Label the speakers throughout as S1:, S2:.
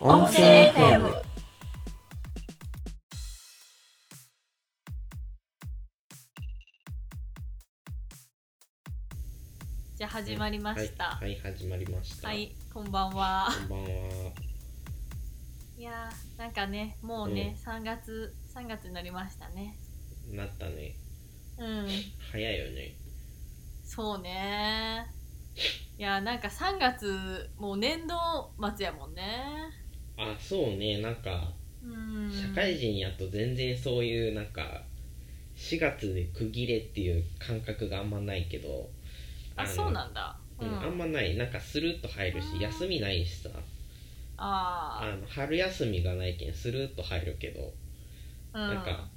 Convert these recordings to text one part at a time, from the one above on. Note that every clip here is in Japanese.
S1: 音声 FM
S2: じゃあ始まりました。は、
S1: はいい、はい、始まりました
S2: こんばんは。
S1: こんばんはい
S2: やー、なんかね、もうね、3月、3月になりましたね。
S1: なったね
S2: うん、
S1: 早いよね
S2: そうねいやー、なんか3月、もう年度末やもんね。
S1: あそうねなんか
S2: うん。
S1: 社会人やと全然そういうなんか4月で区切れっていう感覚があんまないけど
S2: あ、
S1: の
S2: そうなんだ。う。
S1: うんんあんまないなんかスルッと入るし休みないしさあ
S2: あ
S1: の春休みがないけんスルッと入るけど
S2: あ、うん。
S1: なんか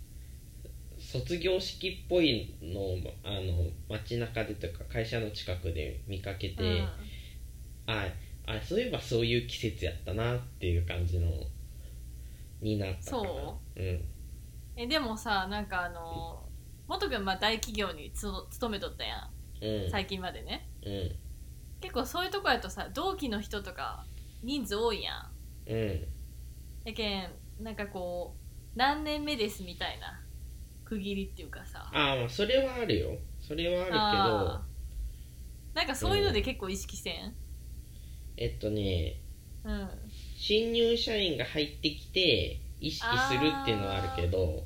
S1: 卒業式っぽいのをあの街中でというか会社の近くで見かけて、
S2: うん、
S1: ああそういえばそういう季節やったなっていう感じのになったかな、
S2: そう
S1: ん、
S2: え、でもさ、なんかあのー、もとくん、まあ大企業につ勤めとったや
S1: うん
S2: ん。最近までね。
S1: うん
S2: 結構そういうとこやとさ、同期の人とか、人数多いやん。
S1: うん
S2: やけんなんかこう何年目ですみたいな区切りっていうかさ
S1: ああまあそれはあるよそれはあ
S2: あーなんかそういうので結構意識せん
S1: るけどえっとね
S2: うん
S1: 新入社員が入ってきて意識するっていうのはあるけど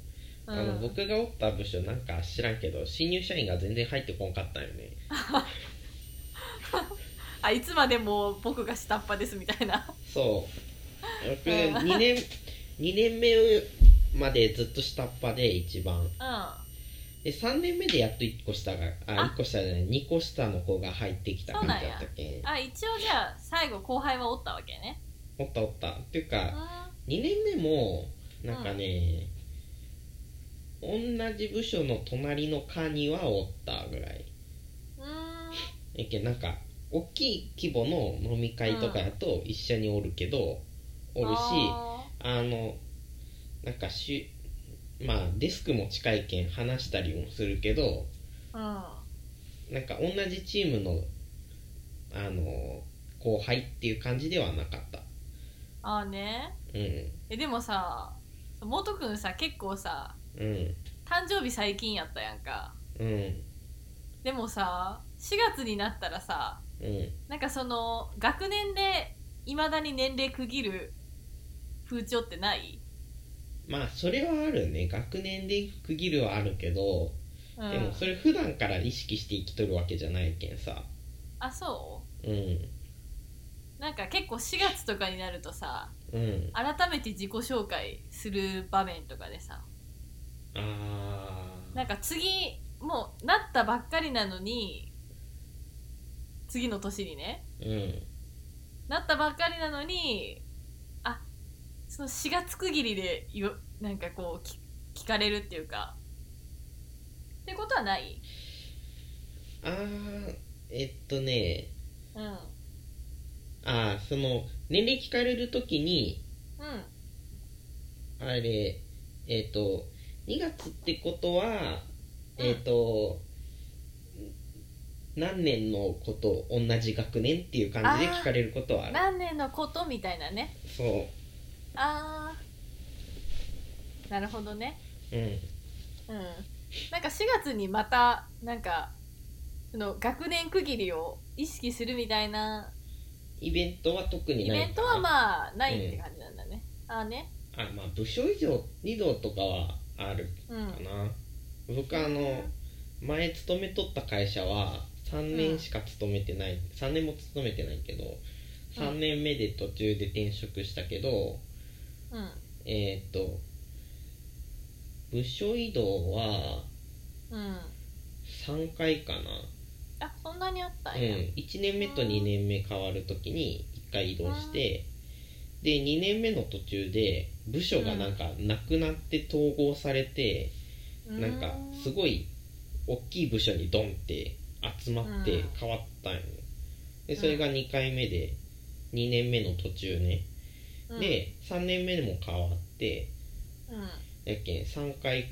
S2: う
S1: あ
S2: ん
S1: の僕がおった部署なんか知らんけど新入社員が全然入ってこんかったんよね
S2: あいつまでも僕が下っ端ですみたいな
S1: そう 僕
S2: うん
S1: 2年2年目までずっと下っ端で一番
S2: う
S1: で3年目でやっと1個下があ
S2: あ
S1: 一1個下じゃない2個下の子が入ってきた感じだったっけ
S2: んあ一応じゃあ最後後輩はおったわけね
S1: おったおったっていう
S2: うん
S1: か2年目もなんかね、同じ部署の隣の課にはおったぐらいう
S2: ーん
S1: えっけなんか大きい規模の飲み会とかやと一緒におるけど、おるし
S2: あ
S1: あのなんかしまあデスクも近いけん話したりもするけど
S2: ー
S1: なんか同じチームのあの後輩っていう感じではなかった
S2: うんあーね
S1: うん
S2: えでもさ元くんさ結構さ
S1: うん
S2: 誕生日最近やったやんか
S1: うん
S2: でもさ4月になったらさ
S1: うん
S2: なんかその学年でいまだに年齢区切る風潮ってない、
S1: まあそれはあるね学年で区切るはあるけど、
S2: うん、
S1: でもそれ普段から意識して生きとるわけじゃないけんさ
S2: あそ
S1: うん
S2: うなんか結構4月とかになるとさ
S1: うん
S2: 改めて自己紹介する場面とかでさ
S1: あー
S2: なんか次もうなったばっかりなのに次の年にね
S1: うん
S2: なったばっかりなのにあその4月区切りでよなんかこうき聞かれるっていうかってことはない
S1: あーえっとね
S2: うんうん
S1: あーその年齢聞かれるときにあれえっ、と2月ってことは
S2: うん
S1: えっ、と、何年のこと同じ学年っていう感じで聞かれることはある
S2: 何年のことみたいなね
S1: そ
S2: あーなるほどね
S1: ううん
S2: うんなんか4月にまたなんかその学年区切りを意識するみたいな
S1: イベントは特に
S2: イ
S1: ない
S2: ベントは
S1: あ
S2: まあないって感じなんだね、ああね
S1: あまあ部署以上移動とかはある
S2: うん
S1: かな、僕あの前勤めとった会社は3年しか勤めてない、3年も勤めてないけど3年目で途中で転職したけど、
S2: うん
S1: えーっと部署移動は
S2: うん
S1: 3回かな、
S2: あそんなにあった
S1: うん
S2: や、
S1: 1年目と2年目変わるときに1回移動して、で2年目の途中で部署がなんかなくなって統合されて、
S2: うん
S1: なんかすごい大きい部署にドンって集まって
S2: うん
S1: 変わったんよ、でそれが2回目で2年目の途中ね、
S2: うん
S1: で3年目も変わって
S2: うん
S1: やっけん3回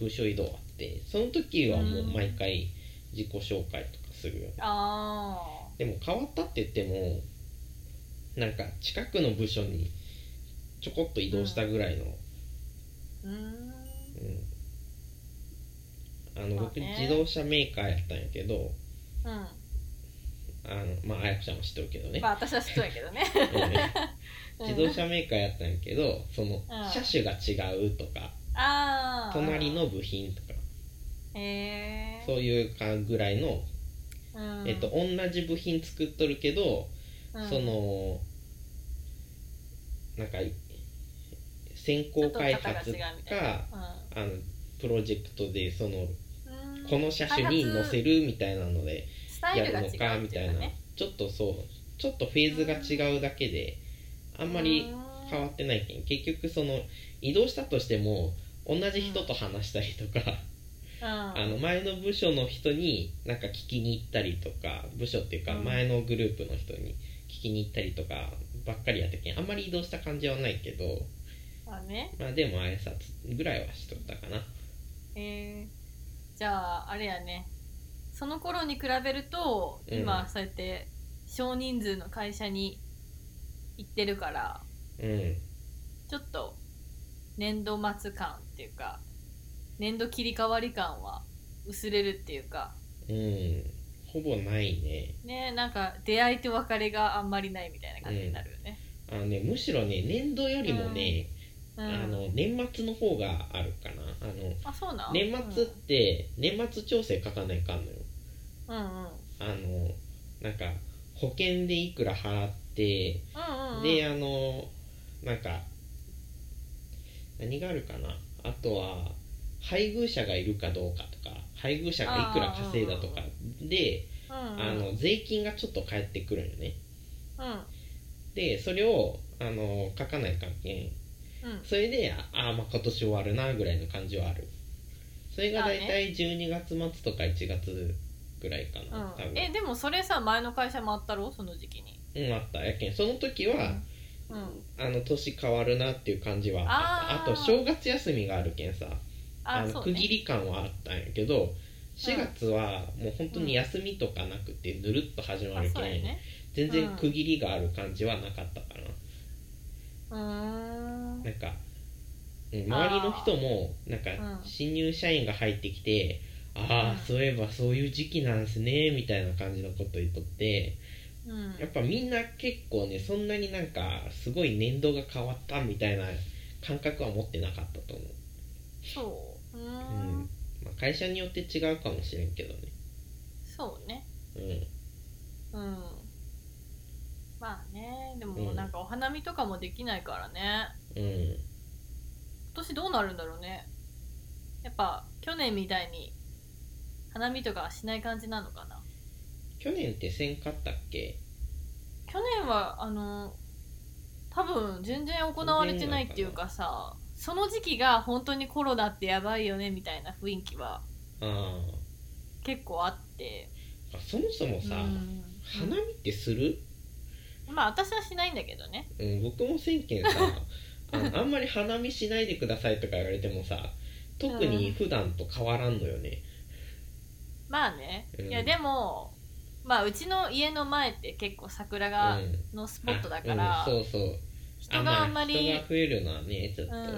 S1: 部署移動あってその時はもう毎回自己紹介とかするよ、
S2: あ
S1: でも変わったって言ってもなんか近くの部署にちょこっと移動したぐらいの、
S2: うー
S1: う
S2: ん
S1: んあの
S2: まあ
S1: 僕
S2: ね
S1: 自動車メーカーやったんやけど
S2: うん
S1: あのまああやこちゃんも知ってるけどね
S2: まあ私は知っとんやけどね
S1: うん自動車メーカーやったんやけどその
S2: ん
S1: 車種が違うとか
S2: ああ
S1: 隣の部品とか
S2: へえ
S1: そういうかぐらいの
S2: うん
S1: えっと同じ部品作っとるけど
S2: うん
S1: そのなんか先行開発
S2: ちょっと型が違うみたい
S1: かあのプロジェクトでその
S2: うんうん
S1: この車種に載せるみたいなので
S2: スタイ
S1: や
S2: ル
S1: る
S2: が違
S1: の
S2: うっていう
S1: か
S2: か
S1: みたいな
S2: ね
S1: ちょっとそうちょっとフェーズが違うだけであ
S2: あ
S1: んまり変わってないけん結局その移動したとしても同じ人と話したりとか、あの前の部署の人になんか聞きに行ったりとか部署っていうか
S2: うん
S1: 前のグループの人に聞きに行ったりとかばっかりやったけんあんまり移動した感じはないけど
S2: まあね
S1: まあでも挨拶ぐらいはしとったかな
S2: えーじゃああれやねその頃に比べると
S1: う
S2: 今
S1: ん
S2: そうやって少人数の会社に行ってるから
S1: うん
S2: ちょっと年度末感っていうか年度切り替わり感は薄れるっていうか
S1: うんほぼないね
S2: ねなんか出会いと別れがあんまりないみたいな感じになるよね。
S1: あのねむしろね年度よりもね、
S2: うん
S1: あの年末の方があるかなあの
S2: あそうなん
S1: 年末って年末調整書かないかんのよ
S2: うんうんうん
S1: あのなんか保険でいくら払って
S2: うんうん
S1: であのなんか何があるかなあとは配偶者がいるかどうかとか配偶者がいくら稼いだとかで
S2: うんうん
S1: あの税金がちょっと返ってくるんよね
S2: うん
S1: でそれをあの書かない関係
S2: うん
S1: それでああーまあ今年終わるなぐらいの感じはあるそれが大
S2: まあ
S1: 体12月末とか1月ぐらいかな、多
S2: うん
S1: 分
S2: えでもそれさ前の会社もあったろその時期に。
S1: うんあったやけんその時は、
S2: うん、
S1: あの年変わるなっていう感じはあった
S2: あー
S1: あと正月休みがあるけんさ
S2: あ
S1: の
S2: そう
S1: 区
S2: ね
S1: 切り感はあったんやけど4月はもう本当に休みとかなくてぬるっと始ま
S2: あ
S1: るけ
S2: そ
S1: ん、
S2: うやね
S1: 全然
S2: うん
S1: 区切りがある感じはなかったかな、
S2: うーん
S1: なんか、うん、周りの人もなんか
S2: うん
S1: 新入社員が入ってきて、ああ
S2: うん
S1: そういえばそういう時期なんすねみたいな感じのこと言っとって
S2: うん
S1: やっぱみんな結構ねそんなになんかすごい年度が変わったみたいな感覚は持ってなかったと思う、
S2: そううー
S1: うんんまあ、会社によって違うかもしれんけどね
S2: そうね
S1: うん
S2: うんまあねで
S1: う
S2: も
S1: ん
S2: なんかお花見とかもできないからね
S1: うん
S2: 今年どうなるんだろうねやっぱ去年みたいに花見とかはしない感じなのかな
S1: 去年ってせんかったっけ
S2: 去年はあの多分全然行われてないっていうかさその時期が本当にコロナってやばいよねみたいな雰囲気は
S1: あ
S2: 結構あって
S1: ーあそもそもさ、
S2: うん
S1: 花見ってする
S2: まあ私はしないんだけどね
S1: うん、僕もせん けんさあのあんまり花見しないでくださいとか言われてもさ特に普段と変わらんのよね
S2: まあね、
S1: うん
S2: いやでもまあうちの家の前って結構桜
S1: うん
S2: がのスポットだから、
S1: あうん、そうそう
S2: 人があんま
S1: 人
S2: り
S1: が増えるのはねちょっ
S2: う
S1: と、
S2: ん、
S1: なん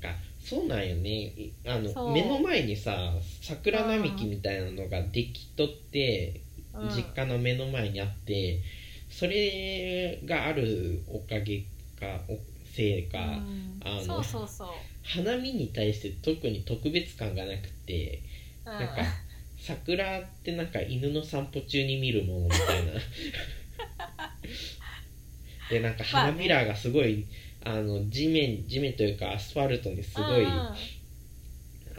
S1: かそうなんよねいあ
S2: そ
S1: の
S2: う
S1: 目の前にさ桜並木みたいなのができとって、
S2: うん
S1: 実家の目の前にあってそれがあるおかげかおせいか、
S2: うん
S1: あの
S2: そうそうそう、
S1: 花見に対して特に特別感がなくて
S2: うん、
S1: なんか桜ってなんか犬の散歩中に見るものみたい なでなんか
S2: まあ
S1: 花
S2: ね
S1: びらがすごい、あの地面地面というかアスファルトにすごい、
S2: うん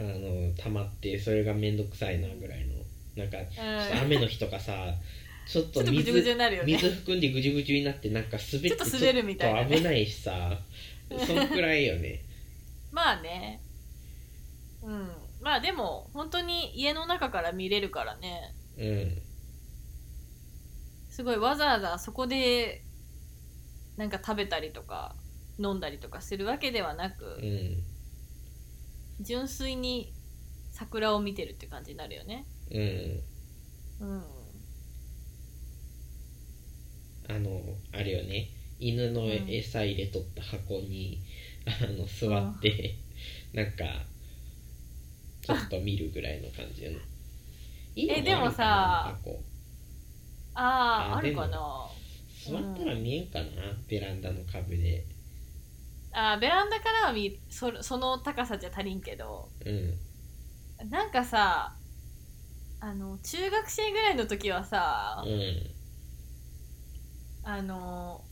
S1: あの溜まってそれが面倒くさいなぐらいのなんかちょっと
S2: うん
S1: 雨の日とかさ ちょっ
S2: ち
S1: と
S2: ょっとぐじゅぐじ
S1: 水
S2: ゅになるよね
S1: 水含んでぐじゅぐじゅになってなんか滑って
S2: ちょっと滑るみたいなね
S1: ちょっと危ないし さそんくらいよね
S2: まあねうんまあでも本当に家の中から見れるからね
S1: うん
S2: すごいわざわざそこでなんか食べたりとか飲んだりとかするわけではなく、
S1: うん
S2: 純粋に桜を見てるって感じになるよね
S1: うん
S2: うん
S1: あのあれよね犬の
S2: うん
S1: 餌入れとった箱に、あの座ってなんかちょっと見るぐらいの感じよね今
S2: えでもさ
S1: あるか
S2: ああ
S1: あ
S2: あるか
S1: で
S2: な
S1: な箱座ったら見えんかな、ベランダの壁で
S2: あーベランダからは見そその高さじゃ足りんけど
S1: うん
S2: なんかさあの中学生ぐらいの時はさ、
S1: うん
S2: あの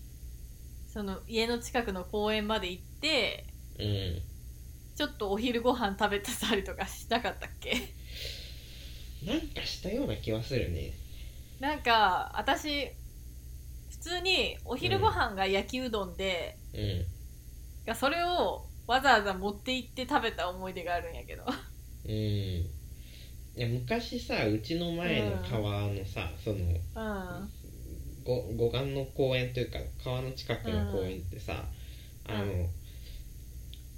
S2: その家の近くの公園まで行って
S1: うん
S2: ちょっとお昼ご飯食べてたりとかしなかったっけ
S1: なんかしたような気はするね
S2: なんか私普通にお昼ご飯が焼きうどんで、
S1: う
S2: がそれをわざわざ持って行って食べた思い出があるんやけど
S1: んうんいや昔さうちの前の川のさ、その
S2: うんあ
S1: ご護岸の公園というか川の近くの公園ってさ、
S2: うん
S1: あの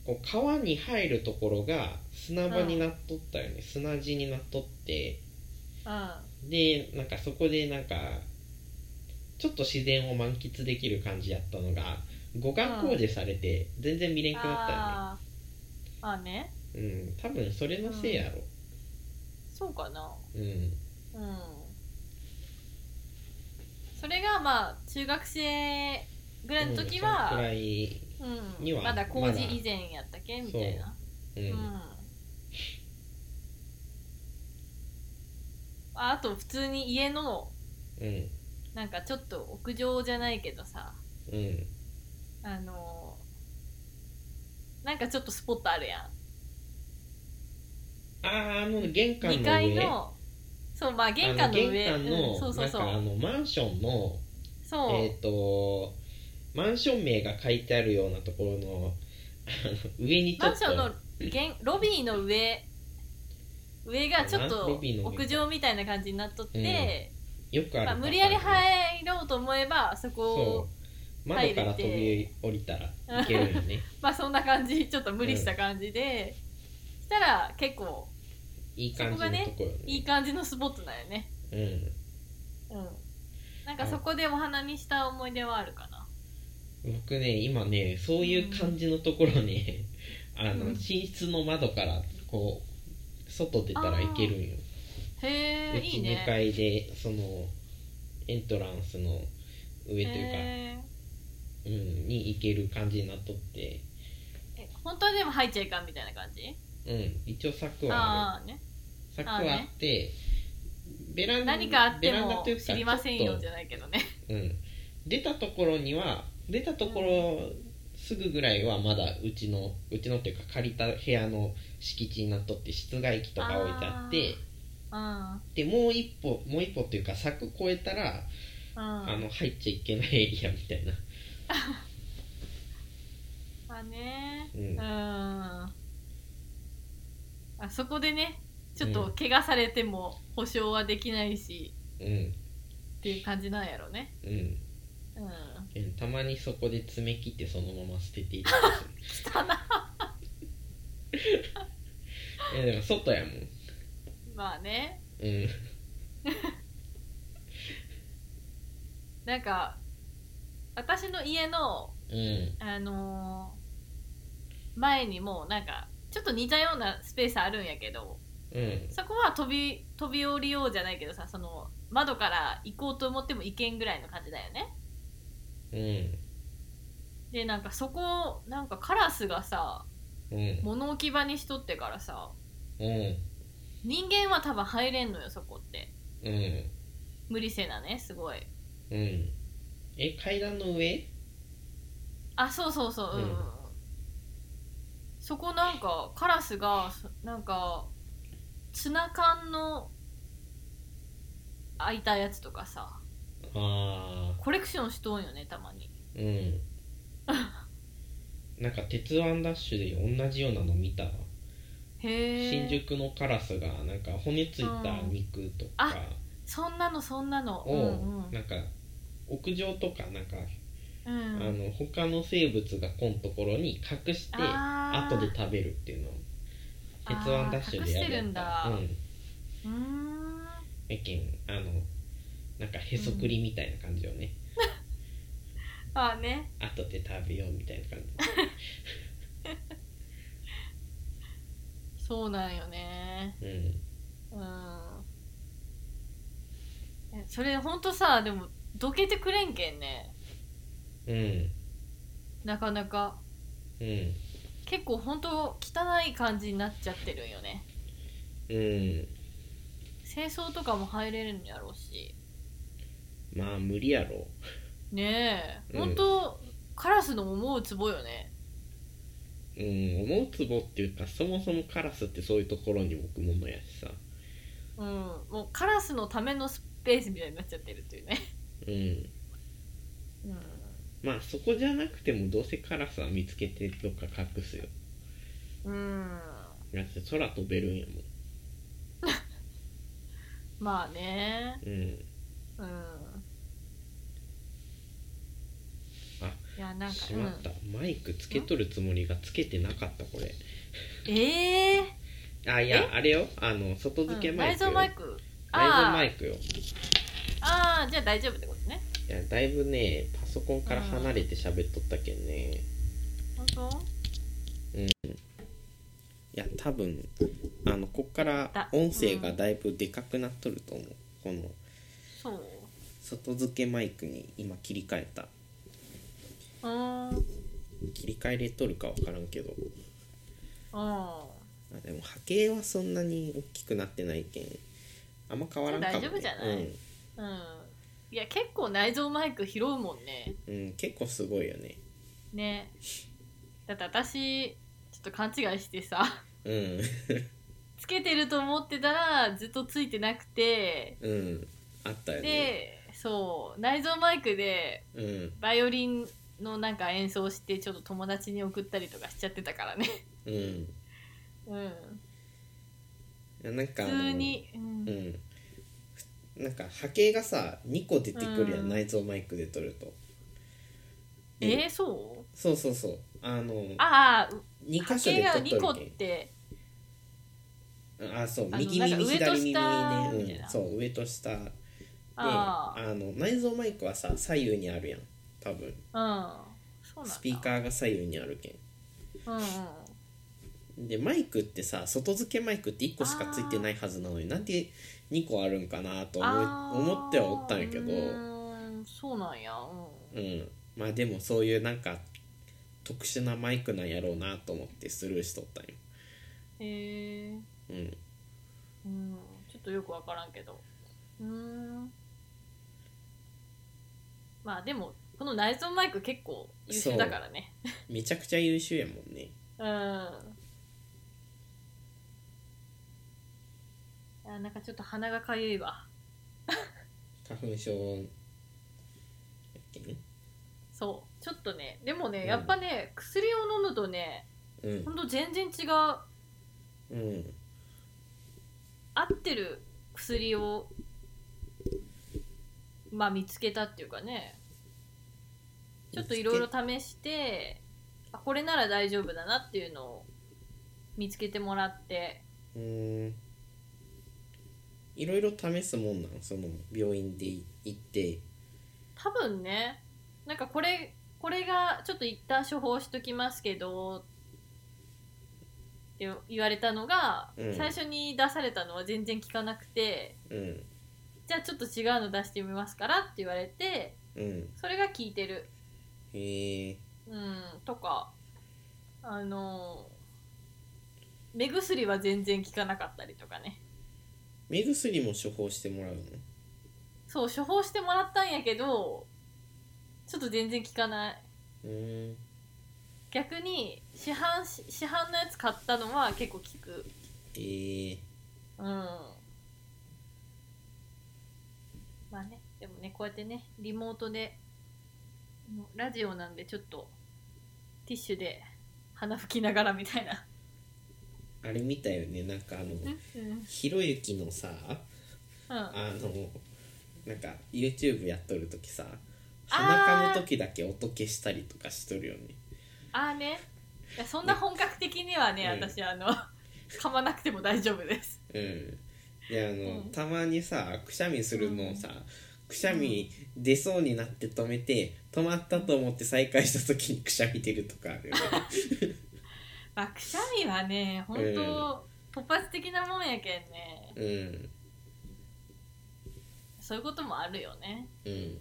S1: こう川に入るところが砂場になっとったよね、砂地になっとってでなんかそこでなんかちょっと自然を満喫できる感じやったのが護岸工事されて全然見れんくなったよね
S2: あーまあね
S1: うん多分それのせいやろ
S2: そうかな
S1: うん
S2: うんそれがまあ中学生ぐらいの時
S1: うんそのく
S2: は、
S1: らい、
S2: うん
S1: には
S2: まだ工
S1: まだ
S2: 事以前やったけみたいな
S1: う
S2: うん
S1: ん、
S2: ああと普通に家の
S1: うん
S2: なんかちょっと屋上じゃないけどさ
S1: うん
S2: あのーなんかちょっとスポットあるやん
S1: あああの玄関の上
S2: 2階のそうまあ玄関の上
S1: あの玄関の、
S2: うんそうそうそ
S1: なんかあ
S2: う
S1: のマンションの
S2: そう、
S1: えっ、とマンション名が書いてあるようなところのあの上にちょ
S2: マン
S1: っ
S2: シ
S1: と
S2: ョンの玄ロビーの上上がちょっ
S1: あロ
S2: と
S1: ビーの上
S2: 屋上みたいな感じになっとって、
S1: よくある
S2: まあ、
S1: パターン
S2: 無理やり入ろうと思えばそこを
S1: そう窓から飛び降りたらいけるよね
S2: まあそんな感じち ょっと無理した感じで、したら結構
S1: いい感じのところよね
S2: いい感じのスポットだよねうんなんかそこでお花見した思い出はあるかな
S1: うん、僕ね今ねそういう感じのところね、あの
S2: うん
S1: 寝室の窓からこう外出たらいけるんよ
S2: へ
S1: う
S2: え
S1: ち
S2: いい
S1: 2
S2: ね
S1: 階でそのエントランスの上というか、
S2: へ
S1: うん、に行ける感じになっとって、
S2: ーえ本当はでも入っちゃいかんみたいな感じ
S1: うん、一応柵はあ
S2: ああね
S1: る柵はあってベラン
S2: 何かあって
S1: ベランダ
S2: も
S1: というか
S2: 知りませんよ
S1: ち
S2: じ
S1: ょっ
S2: ゃないけどね
S1: とうん、出たところには出たところすぐぐらいはまだうちのうちのっていうか借りた部屋の敷地になっとって室外機とか置いてあって
S2: う
S1: で
S2: ん
S1: もう一歩もう一歩っていうか柵越えたら、
S2: うん
S1: あの入っちゃいけないエリアみたいな、
S2: まあね
S1: う
S2: うんんあそこでねちょっ
S1: う
S2: と怪我されても保証はできないし、
S1: うん
S2: っていう感じなんやろね
S1: うん
S2: うん
S1: うん、たまにそこで爪切ってそのまま捨てていったりする
S2: 汚
S1: いやでも外やもん
S2: まあね
S1: うん
S2: なんか私の家の
S1: うん
S2: あのー前にもなんかちょっと似たようなスペースあるんやけど
S1: うん
S2: そこは飛び飛び降りようじゃないけどさその窓から行こうと思っても行けんぐらいの感じだよね
S1: うん
S2: でなんかそこなんかカラスがさ
S1: うん
S2: 物置き場にしとってからさ
S1: うん
S2: 人間は多分入れんのよそこって
S1: うん
S2: 無理せなねすごい
S1: うんえ階段の上
S2: あそうそうそううん、
S1: うん
S2: そこなんかカラスがそなんかツナ缶の開いたやつとかさ
S1: ああ
S2: コレクションしとんよねたまに
S1: うん なんか「鉄腕ダッシュ」で同じようなの見たわ
S2: へえ
S1: 新宿のカラスがなんか骨ついた肉とか
S2: そんなのそんなのうん
S1: をなんか屋上とかなんか
S2: うん
S1: あ
S2: うん
S1: の他の生物がこんところに隠して
S2: あー
S1: 後で食べるっていうのを
S2: あー
S1: 鉄腕ダッシュでやるや
S2: 隠してるんだ
S1: つうん
S2: うーん
S1: やけんあのなんかへそくりみたいな感じよね、
S2: ああね
S1: 後で食べようみたいな感じ
S2: そうなんよね
S1: うん
S2: うんえそれほんとさでもどけてくれんけんね
S1: うん
S2: なかなか
S1: うん
S2: 結構ほんと汚い感じになっちゃってるんよね
S1: うん
S2: 清掃とかも入れるんやろうし
S1: まあ無理やろ
S2: ねえ
S1: う
S2: ほ
S1: ん
S2: んと、カラスの思うツボよね
S1: うん思うツボっていうかそもそもカラスってそういうところに置くものやしさ
S2: うんもうカラスのためのスペースみたいになっちゃってるっていうね
S1: うん
S2: うん
S1: まあそこじゃなくてもどうせカラスは見つけてどっか隠すよ
S2: うん
S1: だって空飛べるんやもん
S2: まあね
S1: うん
S2: うん
S1: あ
S2: いやなんか
S1: しまった、マイクつけとるつもりがつけてなかったこれ
S2: うん、ええ
S1: あいやあれよあの外付け
S2: ー、
S1: マイ
S2: 内
S1: クよ、
S2: 蔵マイク
S1: 内蔵マ
S2: あ
S1: イクよ
S2: ーあーじゃあ大丈夫ってことね
S1: いやだいぶねパソコンから離れて喋っとったけんね
S2: 本当
S1: いや多分あのこっから
S2: だ
S1: 音声がだいぶでかくなっとると思う、この
S2: そう
S1: 外付けマイクに今切り替えた
S2: うんうん
S1: 切り替えれとるかわからんけど
S2: そ
S1: あでも波形はそんなに大きくなってないけんあんま変わらんかも、ね、
S2: 大丈夫じゃないうんいや結構内蔵マイク拾うもんね
S1: うん、うん、結構すごいよね
S2: ねだって私ちょっと勘違いしてさ
S1: うん
S2: つけてると思ってたらずっとついてなくて
S1: うんあったよね
S2: でそう内蔵マイクで
S1: うん
S2: バイオリンのなんか演奏してちょっと友達に送ったりとかしちゃってたからね
S1: うんい
S2: うん
S1: やなんかあ
S2: 普
S1: の
S2: 通に、うん
S1: うんなんか波形がさ2個出てくるやん、
S2: うん
S1: 内蔵マイクで撮ると
S2: えー、そう
S1: そうそうそうあの
S2: ああ
S1: 2
S2: 波
S1: 箇所
S2: 形
S1: で
S2: が
S1: 撮っ
S2: 2個
S1: と
S2: っ
S1: るけん
S2: て
S1: あそう
S2: あの
S1: 右耳
S2: なんか上と
S1: 左耳
S2: 下み
S1: ね
S2: たい、
S1: うん、
S2: な
S1: そう上と下であ
S2: あ
S1: の内蔵マイクはさ左右にあるやん多分
S2: あうんそうなんだ
S1: スピーカーが左右にあるけ
S2: うんうん
S1: んでマイクってさ外付けマイクって1個しかついてないはずなのになんで2個あるんかなと
S2: あー
S1: 思い思ってはおったんやけど
S2: うーんそうなんやうん
S1: うんまあでもそういうなんか特殊なマイクなんやろうなと思ってスルーしとったんよ
S2: へえ
S1: うん
S2: うんちょっとよくわからんけどうーんまあでもこの内蔵マイク結構優秀だからね
S1: めちゃくちゃ優秀やもんね
S2: うんあなんかちょっと鼻がかゆいわ
S1: 花粉症やっけね
S2: そうちょっとねでもね、
S1: うん
S2: やっぱね薬を飲むとね
S1: うん
S2: ほんと全然違う合
S1: うん
S2: ってる薬をまあ見つけたっていうかねちょっといろいろ試してあこれなら大丈夫だなっていうのを見つけてもらって
S1: うーんいろいろ試すもんなんその病院で行って
S2: 多分ねなんかこれこれがちょっと一旦処方しときますけどって言われたのが、
S1: うん
S2: 最初に出されたのは全然効かなくて
S1: うん
S2: じゃあちょっと違うの出してみますからって言われて
S1: うん
S2: それが効いてる
S1: へえ
S2: うんとかあの目薬は全然効かなかったりとかね
S1: 目薬も処方してもらうの
S2: そう処方してもらったんやけどちょっと全然効かないう
S1: ーん
S2: 逆に市販し市販のやつ買ったのは結構効く
S1: へえ
S2: うんまあねでもねこうやってねリモートでもうラジオなんでちょっとティッシュで鼻拭きながらみたいな、
S1: あれ見たよねなんかあの
S2: うんうん
S1: ひろゆきのさあのなんか YouTube やっとる時さ鼻
S2: あー
S1: かむ時だけ音消したりとかしとるよね
S2: ああねいやそんな本格的にはね
S1: うん
S2: 私あの 噛まなくても大丈夫です
S1: うんであの、
S2: うん
S1: たまにさくしゃみするのをさ、くしゃみ出そうになって止めて止まったと思って再開した時にくしゃみ出るとかあるよね
S2: まあ、くしゃみはね本
S1: うん
S2: 当、突発的なもんやけんね
S1: うん
S2: そういうこともあるよね
S1: うん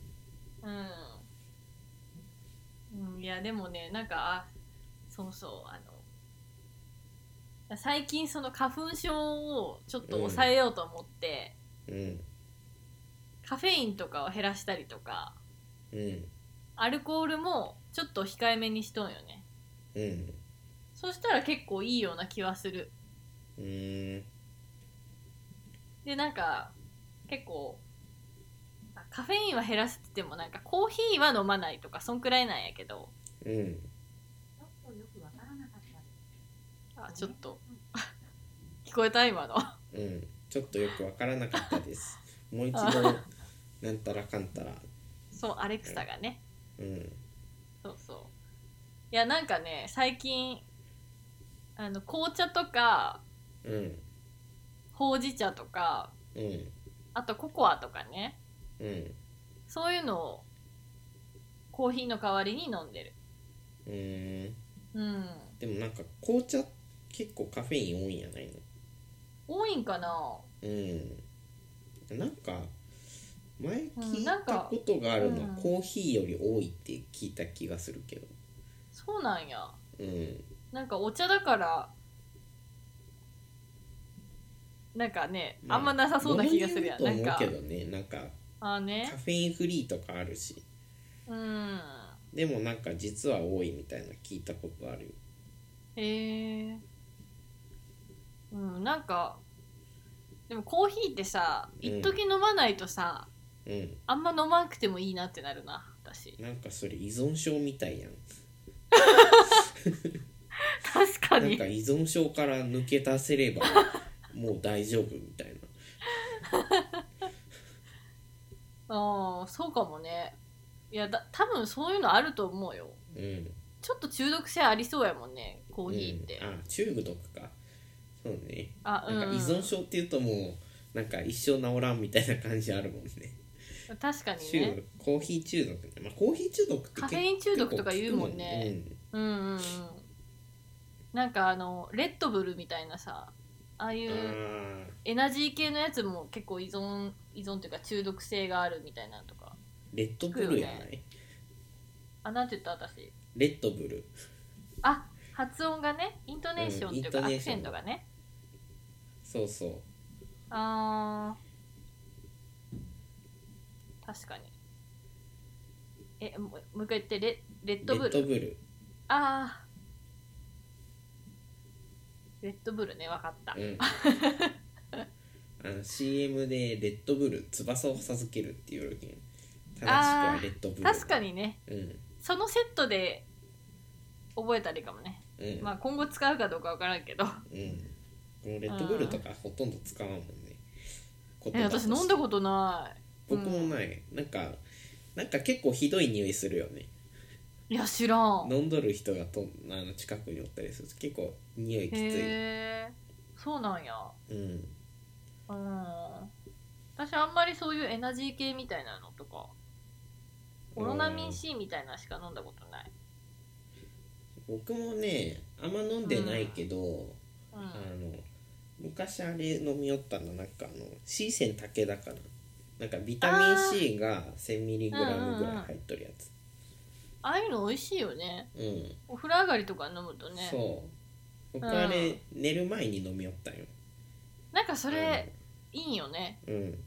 S2: うん、うん、いやでもねなんかあそうそうあの最近その花粉症をちょっと抑えようと思って、
S1: うん
S2: カフェインとかを減らしたりとか
S1: うん
S2: アルコールもちょっと控えめにしとんよね
S1: うん
S2: そしたら結構いいような気はする
S1: うーん
S2: でなんか結構あカフェインは減らすって言ってもなんかコーヒーは飲まないとかそんくらいなんやけど
S1: うん
S2: あちょっと 聞こえた今の
S1: うんちょっとよくわからなかったですもう一
S2: あ
S1: 度なんたらかんたら
S2: そうアレクサがね
S1: うん
S2: そうそういやなんかね最近あの紅茶とか
S1: うん
S2: ほうじ茶とか
S1: うん
S2: あとココアとかね
S1: うん
S2: そういうのをコーヒーの代わりに飲んでる
S1: うーん
S2: うん
S1: でもなんか紅茶結構カフェイン多いんやないの
S2: 多いんかな
S1: うんなんか前
S2: うん
S1: 聞い
S2: な
S1: た
S2: んか
S1: ことがあるのは、
S2: うん
S1: コーヒーより多いって聞いた気がするけど
S2: そうなんや
S1: うん
S2: なんかお茶だからなんかね、あんまなさそうな気がするやん
S1: 物
S2: な
S1: によ
S2: ん
S1: る
S2: か
S1: と思うけどねなんか
S2: ああね
S1: カフェインフリーとかあるし
S2: うん
S1: でもなんか実は多いみたいな聞いたことあるよ
S2: へえうんなんかでもコーヒーってさ
S1: うん
S2: 一時飲まないとさ、
S1: うん
S2: あんま飲まなくてもいいなってなるな 私
S1: なんかそれ依存症みたいやん
S2: 確か
S1: なん
S2: に
S1: か依存症から抜け出せ ればもう大丈夫みたいな
S2: ああそうかもねいやだ多分そういうのあると思うよ
S1: うん
S2: ちょっと中毒性ありそうやもんねコーヒーって、
S1: うん、あ中毒かそうね
S2: あ
S1: なんか依存症っていうともうなんか一生治らんみたいな感じあるもんね
S2: 確かに
S1: 中
S2: ね
S1: 毒コーヒー中毒ね、まあ、コーヒー中毒って
S2: カフェイン中毒とか言うもんね
S1: 結
S2: うんうんうんなんかあのレッドブルみたいなさああい
S1: 構聞くもんねう
S2: う
S1: んあー
S2: エナジー系のやつも結構依存依存というか中毒性があるみたいなのとか
S1: レッドブルやな
S2: 聞
S1: い、
S2: くよあなんて言った私
S1: レッドブル
S2: あ発音がねイントネーションというか、
S1: うんイント
S2: ア
S1: ネー
S2: ク
S1: ション
S2: セントがね
S1: そうそう
S2: あー確かにえもうもう一回言ってレレッ
S1: レ
S2: ドブ
S1: ッ
S2: ル
S1: ドブル
S2: ああレッドブルね分かった、
S1: うんあの CM でレッドブル翼を授けるっていう時に正しくはレッドブル
S2: 確かにね
S1: うん
S2: そのセットで覚えたらいいかもね、
S1: うん、
S2: まあ今後使うかどうか分からんけど
S1: うんこのレッドブルとかほとんど使わんもんね
S2: え私飲んだ
S1: と
S2: ことな
S1: 僕もない、なんかなんか結構ひどい匂いするよね
S2: いいや知らん
S1: 飲んどる人がとあの近くにおったりすると結構匂いきつい、
S2: へえそうなんや
S1: うん、
S2: うん私あんまりそういうエナジー系みたいなのとかオロナミン C みたいなのしか飲んだことない、
S1: 僕もねあんま飲んでないけど、
S2: うん、
S1: あの昔あれ飲みよったのなんかあの C 線竹だからなんかビタミン C が 1000mg ぐらい入っとるやつ
S2: ああいうの美味しいよね
S1: うん、
S2: お風呂上がりとか飲むとね
S1: そう僕あれ、
S2: うん
S1: 寝る前に飲みよったんよ
S2: なんかそれいいよね
S1: あのうん、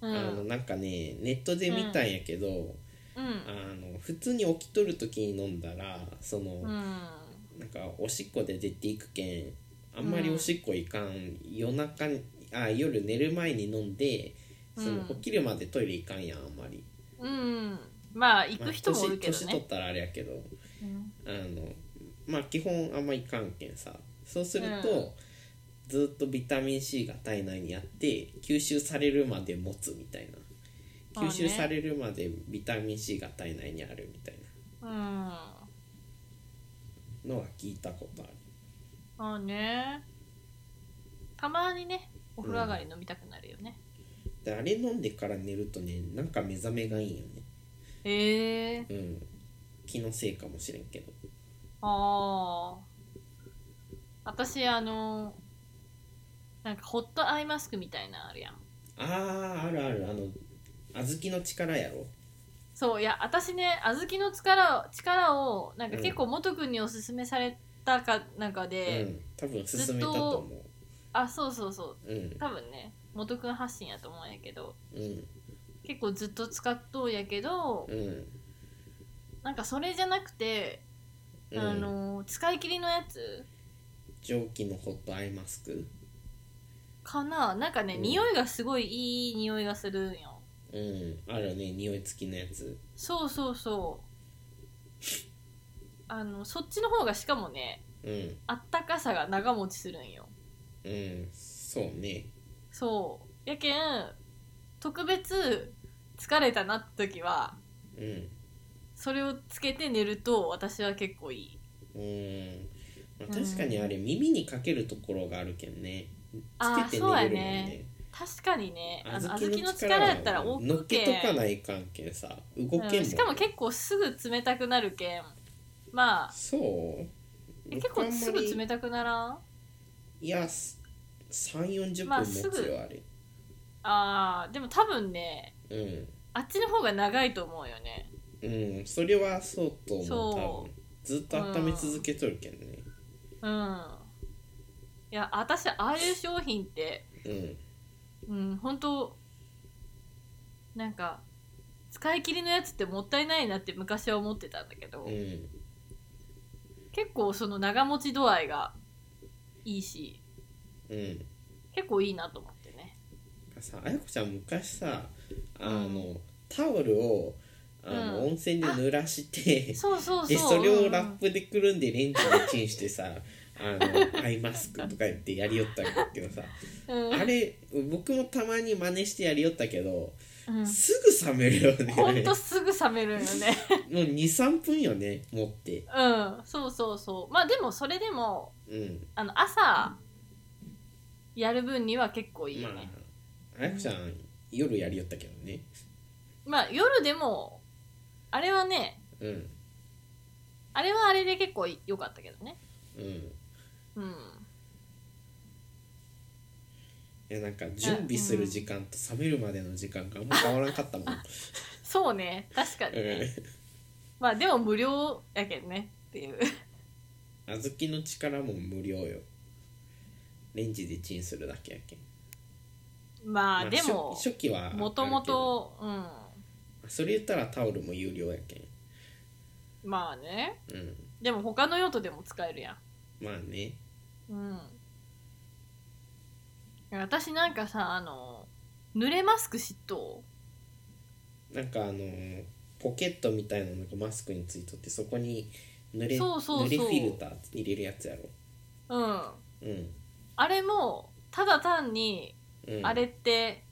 S2: うん
S1: あのなんかねネットで見たんやけど、
S2: うん
S1: あの普通に起きとる時に飲んだらその、
S2: うん
S1: なんかおしっこで出ていくけんあんまりおしっこいかん、夜中にあ夜寝る前に飲んでその
S2: うん
S1: 起きるまでトイレ行かんやんあんまり、
S2: うんまあ行
S1: まあ
S2: く人もおるけど
S1: 年年取
S2: ね、
S1: ったらあれやけど
S2: うん
S1: あのまあ基本あんまいかんけんさそうすると、
S2: うん
S1: ずっとビタミン C が体内にあって吸収されるまで持つみたいな
S2: まあね
S1: 吸収されるまでビタミン C が体内にあるみたい
S2: うんあ
S1: なのは聞いたことある
S2: あねたまにねお風呂上がり飲みたくなるよね、
S1: であれ飲んでから寝るとねなんか目覚めがいいよね
S2: へえ
S1: うん気のせいかもしれんけど
S2: ああ私あのなんかホットアイマスクみたいなのあるやん
S1: あーあるあるあの小豆の力やろ
S2: そういや私ね小豆の力を力をなんか結構元君におすすめされたかなんかで、
S1: うん多分進めたと思
S2: あそうそうそ
S1: う
S2: う
S1: うん
S2: 多分ね元君発信やと思うんやけど
S1: うん
S2: 結構ずっと使っとうやけど
S1: うん
S2: なんかそれじゃなくて、
S1: うん
S2: あの使い切りのやつ
S1: 蒸気のホットアイマスク
S2: かななんかね、
S1: うん
S2: 匂いがすごいいい匂いがするんよ
S1: うんあるよね匂い付きのやつ
S2: そうそうそうあのそっちの方がしかもね
S1: うん
S2: あったかさが長持ちするんよ
S1: うんそうね
S2: そうやけん特別疲れたなって時は
S1: うん
S2: それをつけて寝ると私は結構いい
S1: うん、まあ、
S2: うん
S1: 確かにあれ耳にかけるところがあるけんね
S2: あ
S1: つ
S2: ー
S1: けて
S2: そ
S1: 寝
S2: う
S1: れ
S2: や
S1: るもん
S2: ね
S1: ね
S2: 確かにねあ
S1: 小
S2: の小豆
S1: 豆
S2: の
S1: の
S2: 力
S1: 力
S2: や
S1: や
S2: っ
S1: ったた
S2: ら
S1: ら
S2: 多
S1: の
S2: く
S1: っけとか
S2: て、
S1: ない関係さ動
S2: うん
S1: けんもん、
S2: しかも結構すぐ冷たくなるけんまあ
S1: そう
S2: え結構すぐ冷たくならん
S1: いやす3 4 0
S2: まあ
S1: 分持つよあれ、
S2: あーでも多分ね
S1: うん
S2: あっちの方が長いと思うよね
S1: うんそれはそうと思う多
S2: そ
S1: 分ずっと温め続けとるけんね
S2: うんいや私ああいう商品って
S1: うん
S2: うん本当なんか使い切りのやつってもったいないなって昔は思ってたんだけど、
S1: うん
S2: 結構その長持ち度合いがいいし
S1: うん
S2: 結構いいなと思ってね
S1: さあやこちゃん昔さあの、
S2: う
S1: タオルをあの、
S2: う
S1: 温
S2: ん
S1: 泉で濡らして
S2: そうそうそう
S1: でそれ
S2: うんう
S1: を
S2: ん
S1: ラップでくるんでレンジでチン してさあのアイマスクとか言ってやりよったけどさ
S2: うん
S1: あれ僕もたまに真似してやりよったけど
S2: う ん
S1: すぐ冷めるよね
S2: ほんとすぐ冷めるよね
S1: もう23分よね持って
S2: うんそうそうそうまあでもそれでも
S1: うん
S2: あの朝やる分には結構いい
S1: ま
S2: よ
S1: あ
S2: ね、
S1: あやこちゃん、夜やりよったけどね
S2: まあ、夜でもあれはね
S1: うん
S2: あれはあれで結構良かったけどね
S1: うん
S2: うん
S1: いやなんか準備する時間と冷めるまでの時間があんま変わらんかったも ん、う
S2: そうね確かにね、
S1: ん
S2: まあでも無料やけんねっていう
S1: 小豆の力も無料よレンジでチンするだけやけん
S2: ま
S1: ま
S2: あ
S1: あ
S2: でも
S1: 初初期は
S2: もともとうん
S1: あるけどそれ言ったらタオルも有料やけん
S2: まあね
S1: うん
S2: でも他の用途でも使えるや
S1: まあね
S2: んうん私なんかさあの濡れマスクしと
S1: なんかあのーポケットみたいなのがマスクについとってそこに濡れ
S2: そうそうそう
S1: 濡れフィルター入れるやつやろ
S2: ううん
S1: うん、
S2: あれもただ単に
S1: うん、
S2: あれって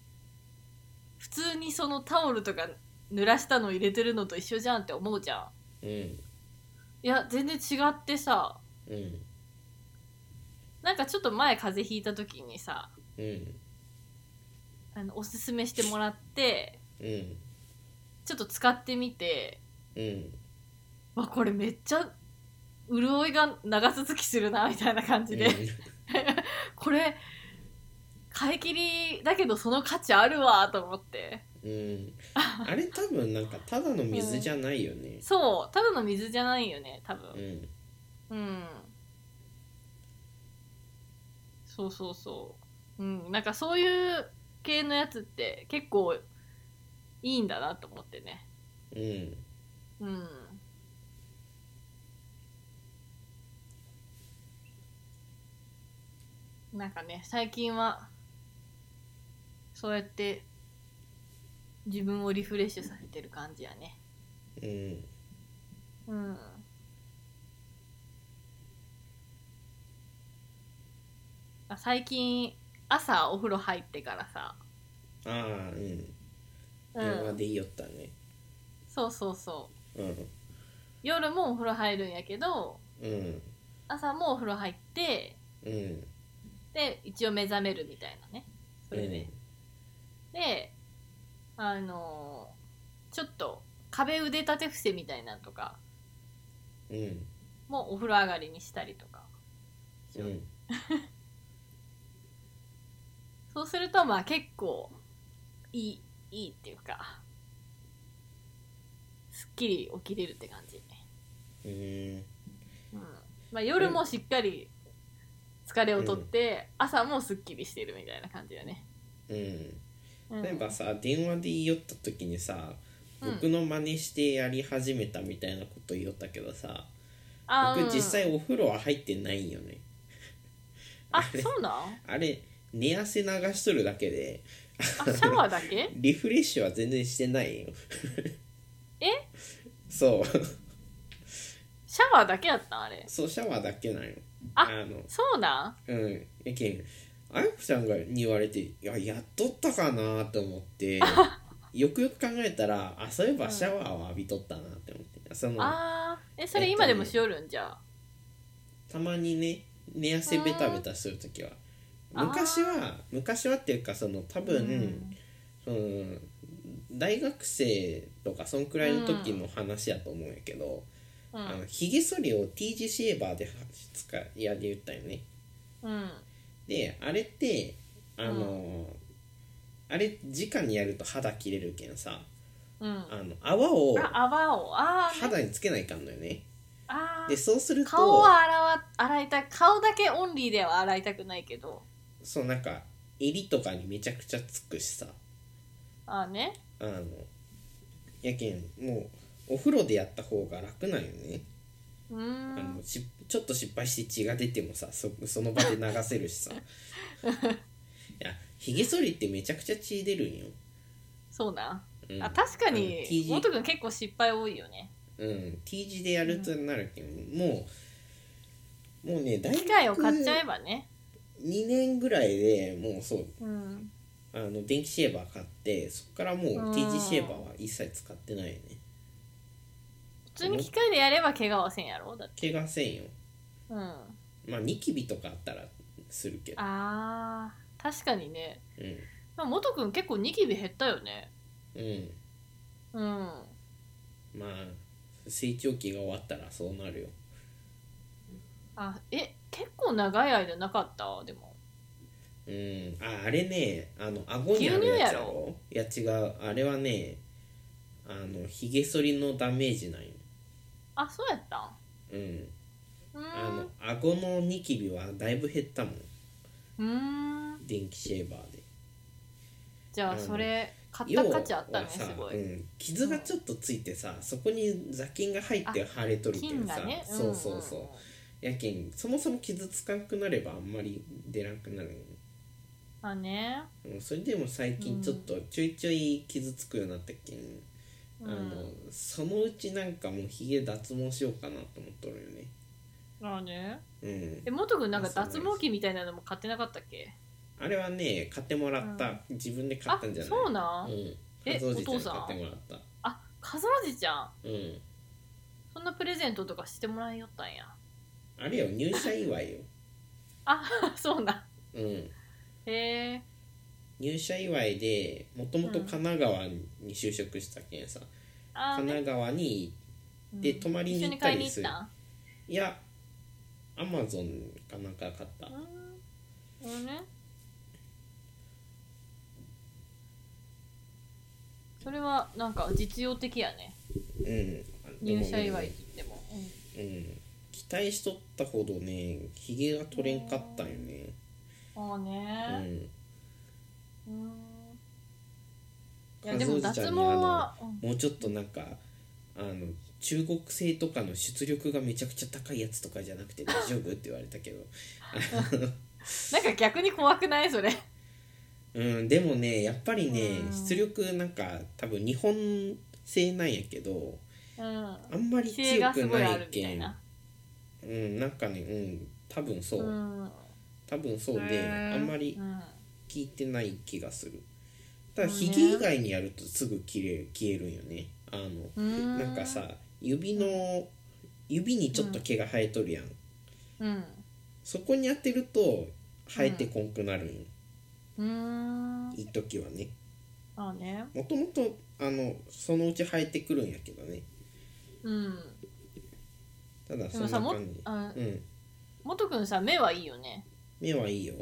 S2: 普通にそのタオルとか濡らしたの入れてるのと一緒じゃんって思うじゃ
S1: う
S2: ん
S1: ん
S2: いや全然違ってさ
S1: うん
S2: なんかちょっと前風邪ひいた時にさ
S1: うん
S2: あのおすすめしてもらって
S1: うん
S2: ちょっと使ってみて
S1: うん
S2: わこれめっちゃ潤いが長続きするなみたいな感じで、これ買い切りだけどその価値あるわと思って
S1: うん、うん、あれ多分なんかただの水じゃないよね
S2: そうただの水じゃないよね多分
S1: うん
S2: うん。そうそうそう。うん。なんかそういう系のやつって結構いいんだなと思ってね。
S1: うん
S2: うん。なんかね、最近はそうやって自分をリフレッシュさせてる感じやね。
S1: うん
S2: うん。あ最近朝お風呂入ってからさ、
S1: ああうん
S2: う
S1: 電話
S2: ん、
S1: で言いよったね
S2: そうそうそう
S1: うん
S2: 夜もお風呂入るんやけど
S1: うん
S2: 朝もお風呂入って
S1: うん
S2: で一応目覚めるみたいなねそれで、であのちょっと壁腕立て伏せみたいなのとか
S1: うん
S2: もお風呂上がりにしたりとか
S1: うん
S2: そうするとまあ結構いいいいっていうかすっきり起きれるって感じ、
S1: うん
S2: うんまあ、夜もしっかり疲れをとって、朝もすっきりしてるみたいな感じだね、
S1: うん
S2: うん、
S1: 例えばさ電話で言いよった時にさ
S2: うん
S1: 僕の真似してやり始めたみたいなこと言いよったけどさ
S2: あ
S1: 僕
S2: うん
S1: 実際お風呂は入ってないんよね
S2: あ
S1: あれ
S2: そうなん
S1: あれ寝汗流しとるだけで
S2: あシャワーだけ
S1: リフレッシュは全然してないよ
S2: え
S1: そう
S2: シャワーだけやったんあれ
S1: そうシャワーだけなんよ
S2: あ
S1: の
S2: そうなん
S1: うんやけんあやこちゃんがに言われていややっとったかなと思 ってよくよく考えたらあそういえばシャワーを浴びとったなって思ってその
S2: あーえそ
S1: えっ
S2: れ
S1: と
S2: 今でもしよるんじゃあ
S1: たまにね寝汗ベタベタする時は
S2: あー
S1: 昔は昔はっていうかその多分、
S2: うん
S1: その大学生とかそんくらいの時の話やと思うんやけど、
S2: う
S1: あの
S2: ん
S1: ひげ剃りを T 字シェーバーで使いやり言ったよね
S2: うん
S1: であれってあの、あれ直にやると肌切れるけんさ
S2: うん
S1: あの泡を
S2: あ泡をあー
S1: 肌につけないかんのよね
S2: あー
S1: でそうすると
S2: 顔は洗わ洗いたい顔だけオンリーでは洗いたくないけど
S1: そうなんか襟とかにめちゃくちゃつくしさ
S2: ああね
S1: あのやけんもうお風呂でやった方が楽なんよね
S2: うー
S1: あの
S2: ん
S1: しちょっと失敗して血が出てもさそその場で流せるし さいやひげ剃りってめちゃくちゃ血出るんよ、
S2: そうな、
S1: うん、
S2: あ確か
S1: うん
S2: に
S1: T 字
S2: 元君結構失敗多いよね
S1: うん、T 字でやるとなるけど、もうもうね大
S2: 機械を買っちゃえ
S1: 学
S2: ばね
S1: 2年ぐらいでもうそう
S2: うん
S1: あの電気シェーバー買ってそこからも
S2: う
S1: うん T 字シェーバーは一切使ってないよね
S2: 普通に機械でやれば怪我はせんやろだって
S1: 怪我せんよ
S2: うん
S1: まあニキビとかあったらするけど、
S2: あー確かにね
S1: うん
S2: まあ元君結構ニキビ減ったよね
S1: うん、
S2: うん
S1: まあ成長期が終わったらそうなるよ
S2: あえ結構長い間なかったでも
S1: うん、ああれねあの顎にあるやつやろいや違うあれはねあのひげ剃りのダメージなんよ
S2: あそうやったん
S1: うん
S2: う
S1: あ
S2: ー
S1: の
S2: ん
S1: 顎のニキビはだいぶ減ったもん
S2: うーん
S1: 電気シェーバーで
S2: じゃ
S1: あ
S2: あ
S1: の
S2: それ買った価値あったね
S1: 要
S2: す
S1: はさ
S2: ご
S1: う
S2: い
S1: ん、傷がちょっとついてさそこに雑菌が入って腫れとるけ
S2: 金
S1: どさ、
S2: がねん
S1: そうそうそうやけんそもそも傷つかんくなればあんまり出なくなるよね
S2: まあね
S1: うんそれでも最近ちょっとちょいちょい傷つくようになったっけん、
S2: う
S1: あの
S2: ん
S1: そのうちなんかもうひげ脱毛しようかなと思っとるよね
S2: まあね
S1: うん
S2: え元君なんか
S1: あそうなんです
S2: 脱毛器みたいなのも買ってなかったっけ
S1: あれはね買ってもらった、自分で買っ
S2: あ
S1: たんじゃない
S2: そうな
S1: う
S2: ん、
S1: ん
S2: え
S1: お父
S2: お父
S1: さ
S2: さ
S1: ん買っ
S2: ん
S1: てもらった
S2: あカズラジちゃん
S1: うん
S2: そんなプレゼントとかしてもらえよったんや
S1: あれよ入社祝いよ
S2: そうなん
S1: うん
S2: へえ
S1: 入社祝いでもともと
S2: うん
S1: 神奈川に就職したけんさ、
S2: あー
S1: 神
S2: ね
S1: 奈川にで
S2: うん
S1: 泊まりに行ったりする
S2: 一緒に買いに行っ
S1: いやアマゾンかなんか買った
S2: たんうんうんねそれはなんか実用的やね
S1: うん
S2: 入社祝い
S1: で
S2: って言っても、うん
S1: もねうん期待しとったほどねひげが取れんかったんよね
S2: ああ
S1: う
S2: ね
S1: ん
S2: うんいやでも
S1: 和夫じ
S2: 脱
S1: ちゃん
S2: 毛
S1: にあの
S2: は、うん
S1: もうちょっとなんかあの中国製とかの出力がめちゃくちゃ高いやつとかじゃなく て大丈夫って言われたけど
S2: なんか逆に怖くないそれ
S1: うんでもねやっぱりね
S2: うん
S1: 出力なんか多分日本製なんやけど
S2: うん
S1: あんまり
S2: 規制が
S1: 強く
S2: すごい
S1: な
S2: ある
S1: い
S2: みた
S1: け
S2: い
S1: ん
S2: な。
S1: うんなんかねうん多分そう、
S2: うん
S1: 多分そうであんまり
S2: うん
S1: 効いてない気がするただ
S2: うん
S1: ひげ以外にやるとすぐ消える消えるんよねあの
S2: うん
S1: なんかさ指の指にちょっと毛が生えとるやん
S2: うん
S1: そこに当てると生えてこんくなるんよ
S2: うーん
S1: 一時はね
S2: まあね
S1: もともとあのそのうち生えてくるんやけどね
S2: うん
S1: ただ
S2: で
S1: そん
S2: も
S1: な
S2: さも
S1: 感じ
S2: あ
S1: うん
S2: もとくんさ目はいいよね
S1: 目はいいよ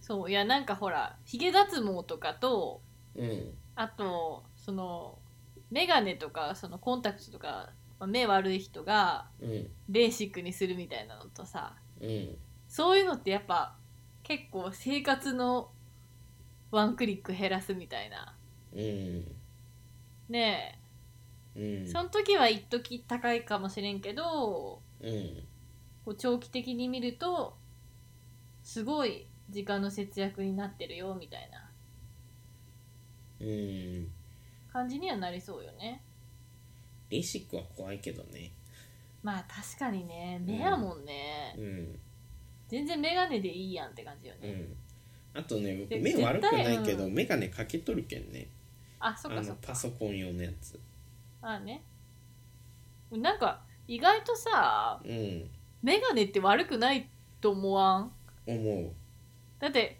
S2: そういやなんかほらひげ脱毛とかと
S1: うん
S2: あとそのメガネとかそのコンタクトとかまあ目悪い人が
S1: うん
S2: ベーシックにするみたいなのとさ
S1: うん
S2: そういうのってやっぱ結構生活のワンクリック減らすみたいな
S1: うん
S2: ね
S1: う
S2: え、
S1: ん
S2: その時は一時高いかもしれんけど
S1: うん
S2: こう長期的に見るとすごい時間の節約になってるよみたいな
S1: うん
S2: 感じにはなりそうよね
S1: ベーシックは怖いけどね
S2: まあ確かにね目やもんね、
S1: うん
S2: 全然メガネでいいやんって感じよ
S1: う
S2: ね、
S1: んあとね僕
S2: で
S1: 目悪くないけ
S2: 絶対
S1: ど
S2: うん
S1: 眼鏡かけとるけんね
S2: あそっ
S1: あ
S2: かそ
S1: の
S2: っか
S1: パソコン用のやつ
S2: ああねなんか意外とさ
S1: うん
S2: メガネって悪くないと思わん
S1: 思う
S2: だって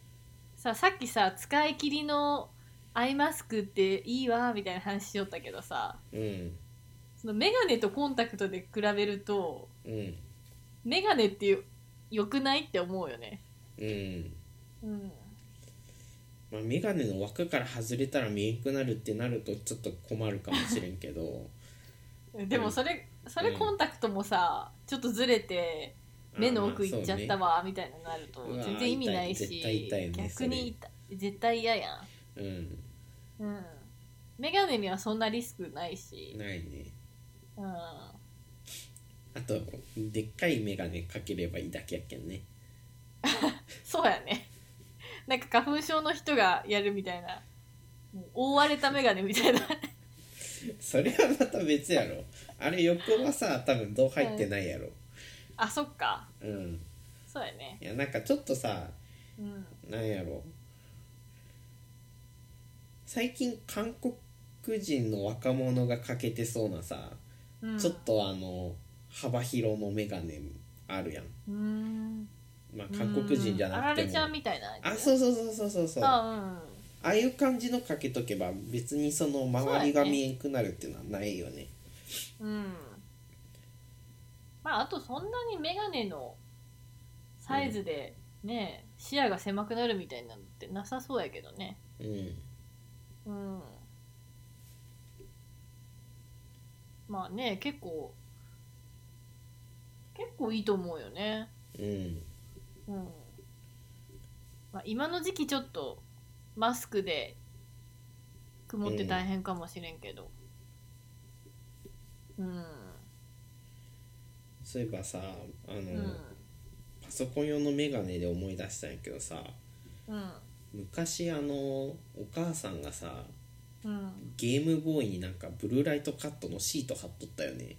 S2: ささっきさ使い切りのアイマスクっていいわみたいな話しよったけどさ
S1: うん
S2: そのメガネとコンタクトで比べると
S1: うん
S2: メガネって良くないって思うよね
S1: うん
S2: うん
S1: まあ、眼鏡の枠から外れたら見えんくなるってなるとちょっと困るかもしれんけど
S2: でもそれそれコンタクトもさちょっとずれて 目の奥行っちゃった
S1: わ、
S2: わみたいになると
S1: うわ
S2: 全然意味ないし
S1: 痛い絶対痛いよね
S2: 逆に痛い絶対嫌や
S1: そうね
S2: んうんメガネにはそんなリスクないし
S1: うん、ないね
S2: うん、
S1: あとでっかい眼鏡かければいいだけやけんね
S2: そうやね なんか花粉症の人がやるみたいなもう覆われたメガネみたいな
S1: それはまた別やろあれ横はさ多分どう入ってないやろ
S2: あそっか
S1: うん
S2: そうやね
S1: いやなんかちょっとさ
S2: うん
S1: なんやろ最近韓国人の若者がかけてそうなさ、
S2: うん
S1: ちょっとあの幅広の眼鏡あるやん
S2: うん
S1: まあ、韓国人じゃ
S2: うんあ
S1: な
S2: ら
S1: くて
S2: れちゃん
S1: も
S2: みたいな
S1: あそうそうそうそうそうそうあ
S2: あうん
S1: あいう感じのかけとけば別にその周りが見えんくなるっていうのはないよね
S2: うんまああとそんなにメガネのサイズでね、視野が狭くなるみたいなのってなさそうやけどね
S1: う
S2: うんまあね結構結構いいと思うよね
S1: んうん
S2: うん、まあ、今の時期ちょっとマスクで曇って大変かもしれんけどうん
S1: そういえばさあの、
S2: うん
S1: パソコン用の眼鏡で思い出したんやけどさ
S2: うん
S1: 昔あのお母さんがさ
S2: うん
S1: ゲームボーイになんかブルーライトカットのシート貼っとったよね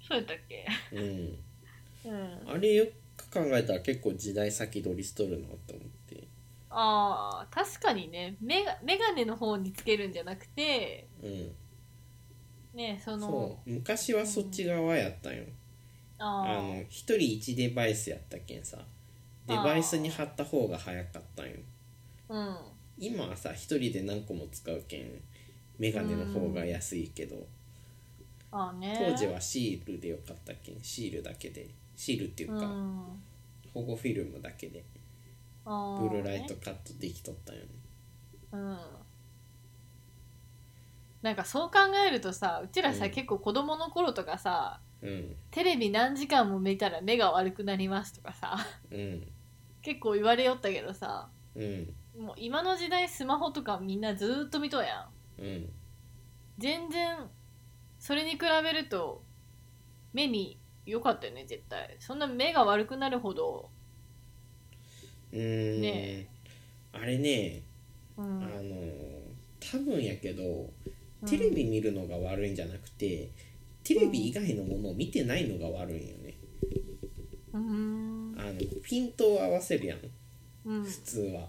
S2: そうやったっけ
S1: うん
S2: うん
S1: あれよく考えたら結構時代先取りしとるなと思って
S2: あー確かにねメガメガネの方につけるんじゃなくて
S1: うん
S2: ねその
S1: そう昔はそっち側やったんよあ
S2: あ
S1: の1人1デバイスやったけんさデバイスに貼った方が早かったんよ
S2: あうん
S1: 今はさ1人で何個も使うけんメガネの方が安いけど
S2: ああね
S1: 当時はシールでよかったけんシールだけでシールっていう
S2: う
S1: か
S2: ん
S1: 保護フィルムだけで
S2: あ
S1: ブ
S2: ー
S1: ルーライト
S2: ね
S1: カットできとったんよね
S2: うんなんかそう考えるとさうちらさ、
S1: うん
S2: 結構子供の頃とかさ
S1: うん
S2: テレビ何時間も見たら目が悪くなりますとかさ
S1: うん
S2: 結構言われよったけどさ
S1: うん
S2: もう今の時代スマホとかみんなずーっと見とうやん
S1: うん
S2: 全然それに比べると目に良かったよね絶対そんな目が悪くなるほど、
S1: うーん
S2: ね
S1: あれね
S2: う
S1: あ
S2: ん
S1: のー多分やけどテレビ見るのが悪いんじゃなくてテレビ以外のものを見てないのが悪いんよね
S2: うん
S1: あのピントを合わせるやん
S2: うん
S1: 普通は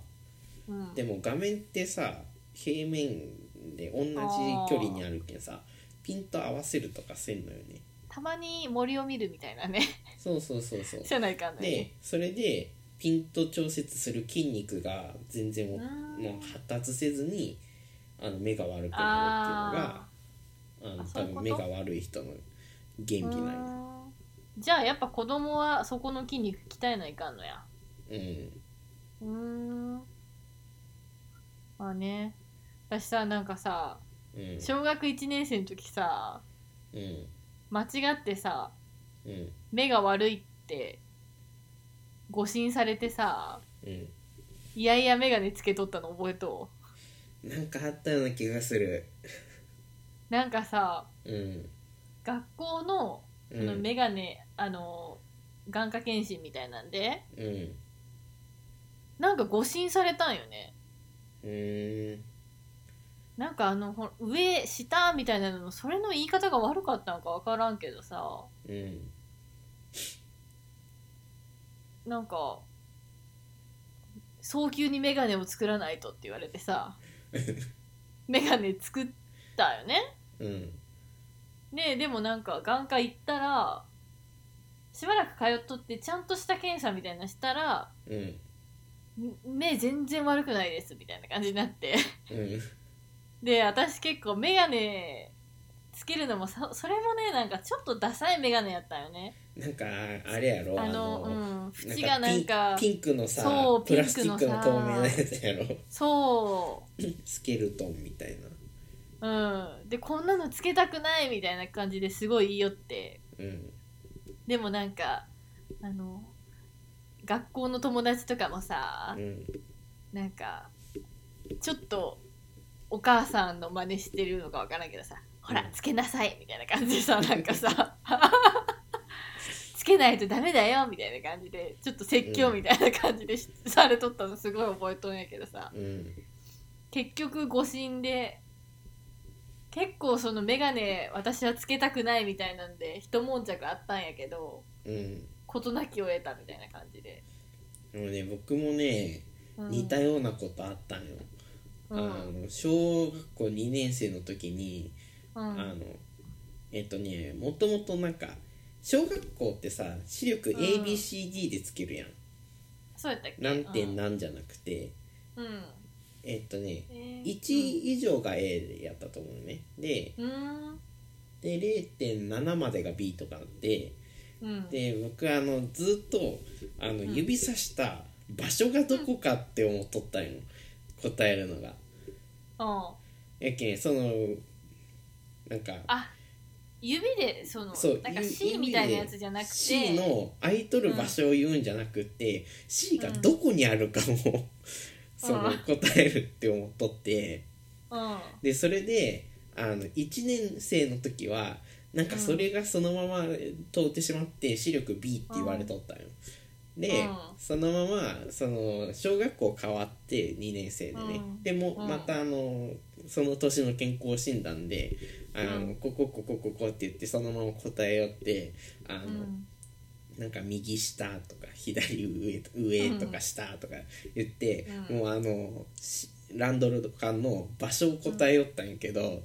S2: うん
S1: でも画面ってさ平面で同じ距離にあるけんさピント合わせるとかせんのよね
S2: たまに森を見るみたいなね
S1: そうそうそうそう
S2: じゃないかんない
S1: でそれでピント調節する筋肉が全然も
S2: うん
S1: もう発達せずにあの目が悪くなるっていうのがあ
S2: あ
S1: の
S2: あ
S1: 多
S2: そういうこ
S1: 分
S2: と
S1: 目が悪い人の元気
S2: ー
S1: な
S2: う
S1: い
S2: ーんじゃあやっぱ子供はそこの筋肉鍛えないかんのや
S1: うん
S2: うーんまあね私さなんかさ
S1: うん
S2: 小学1年生の時さ
S1: うん
S2: 間違ってさ
S1: うん
S2: 目が悪いって誤診されてさ
S1: う
S2: いやいや眼鏡つけとったの覚えと
S1: んなんかあったような気がする
S2: うなんかさ
S1: うん
S2: 学校の
S1: う
S2: その
S1: ん
S2: 眼鏡、あの眼科検診みたいなんで
S1: うん
S2: なんか誤診されたんよね
S1: うーん
S2: なんかあのほ上下みたいなのそれの言い方が悪かったのか分からんけどさ
S1: うん
S2: なんか早急に眼鏡を作らないとって言われてさ眼鏡作ったよね
S1: うん
S2: ねでもなんか眼科行ったらしばらく通っとってちゃんとした検査みたいなのしたら
S1: うん
S2: ん目全然悪くないですみたいな感じになって
S1: うん
S2: で私結構眼鏡つけるのもそそれもねなんかちょっとダサい眼鏡やったよね
S1: なんかあれやろ
S2: あのうん縁がなんか
S1: ピンピンクのさ
S2: そう
S1: プラスチックの
S2: ピンク
S1: 透
S2: のさ
S1: 明なやつやろ
S2: そ
S1: スケルトンみたいな
S2: ううんでこんなのつけたくないみたいな感じですごい言いよって
S1: うん
S2: でもなんかあの学校の友達とかもさ
S1: うん
S2: なんかちょっとお母さんの真似してるのかわからんけどさ「ほらつけなさい」みたいな感じでさなんかさ「つけないとダメだよ」みたいな感じでちょっと説教みたいな感じでしされとったのすごい覚えとんやけどさ
S1: うん
S2: 結局誤診で結構その眼鏡私はつけたくないみたいなんで一悶着あったんやけど
S1: うん
S2: 事なきを得たみたいな感じで、
S1: でもね僕もね
S2: うん
S1: 似たようなことあったんよ、
S2: う
S1: あ
S2: ん
S1: の小学校2年生の時に、
S2: うん
S1: あのえっとねもともとなんか小学校ってさ視力
S2: うん
S1: ABCD でつけるやん、
S2: そうやったっけ
S1: 何点なんじゃなくて、
S2: うん
S1: えっとね
S2: えー
S1: 1以上が A やったと思うねで
S2: うん
S1: で0.7までが B とかで
S2: うん
S1: で僕あのずっとあの
S2: ん
S1: 指さした場所がどこかって思っとったんよ答えるのが。
S2: うん
S1: やけんそのなんか
S2: あ指でその
S1: そう
S2: なんか
S1: ゆ
S2: C みたいなやつじゃなくて
S1: C の空いとる場所を言うんじゃなくて、C がどこにあるかを、その
S2: うん
S1: 答えるって思っとって
S2: うん
S1: でそれであの1年生の時はなんかそれがそのまま通ってしまって視力 B って言われとったんよ。で、
S2: うん
S1: そのままその小学校変わって2年生でね、
S2: うん
S1: でも
S2: うん
S1: またあのその年の健康診断であの、
S2: うん
S1: ここここここって言ってそのまま答えよってあの、
S2: うん
S1: なんか右下とか左上と上とか下とか言って、
S2: うん
S1: もうあのしランドルとかの場所を答えよったんやけど、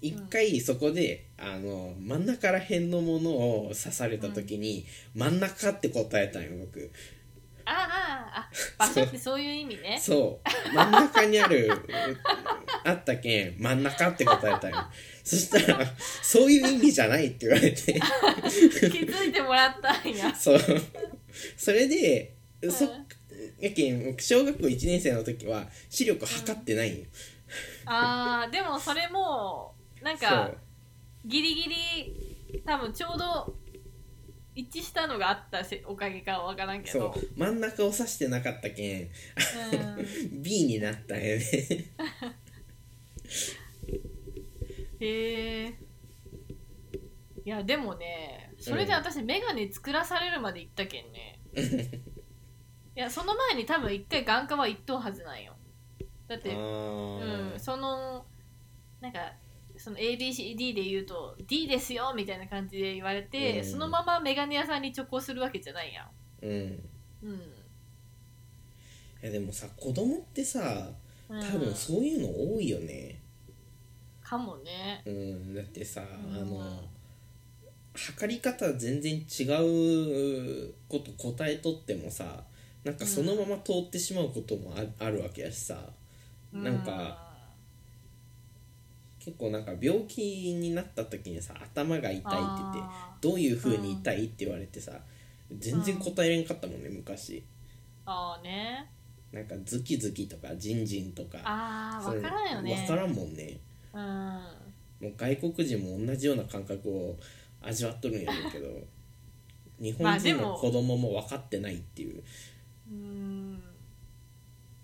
S1: 一回そこであの真ん中ら辺のものを刺された時に、真ん中って答えたんよ僕
S2: ああ ああ場所ってそういう意味ね
S1: そう真ん中にあるあったけん真ん中って答えたんよそしたらそういう意味じゃないって言われて
S2: 気づいてもらった んや
S1: そうそれでそっ
S2: うん
S1: やけん僕小学校1年生の時は視力測ってないんよ、
S2: あーでもそれもなん
S1: そ
S2: か
S1: う
S2: ギリギリ多分ちょうど一致したのがあったせおかげかは分からんけ
S1: そう
S2: ど
S1: 真ん中を指してなかったけん
S2: うん
S1: B になったんよね
S2: へえいやでもねそれで私眼鏡作らされるまで行ったけ んねいやその前に多分一回眼科は行っとうはずなんよだって
S1: あー
S2: うん、そのなんかその ABCD で言うと D ですよみたいな感じで言われて、
S1: うん
S2: そのまま眼鏡屋さんに直行するわけじゃないや
S1: うんい
S2: ん、うん
S1: やでもさ子供ってさ
S2: うん、
S1: 多分そういうの多いよね
S2: かもね
S1: うんだってさ
S2: うん
S1: あの測り方全然違うこと答えとってもさなんかそのまま通ってしまうこともああるわけやしさなんか結構なんか病気になった時にさ頭が痛いって言ってどういう風に痛いって言われてさ、全然答えれんかったもんね昔
S2: ああね
S1: なんかズキズキとかジンジンとか
S2: ああ
S1: そうい
S2: 分
S1: うの
S2: からんよね
S1: わからんもんね
S2: うん
S1: もう外国人も同じような感覚を味わっとるんやろ うけど日
S2: まあ
S1: 本
S2: で
S1: 人
S2: も
S1: の子供も分かってないっていう、
S2: うーん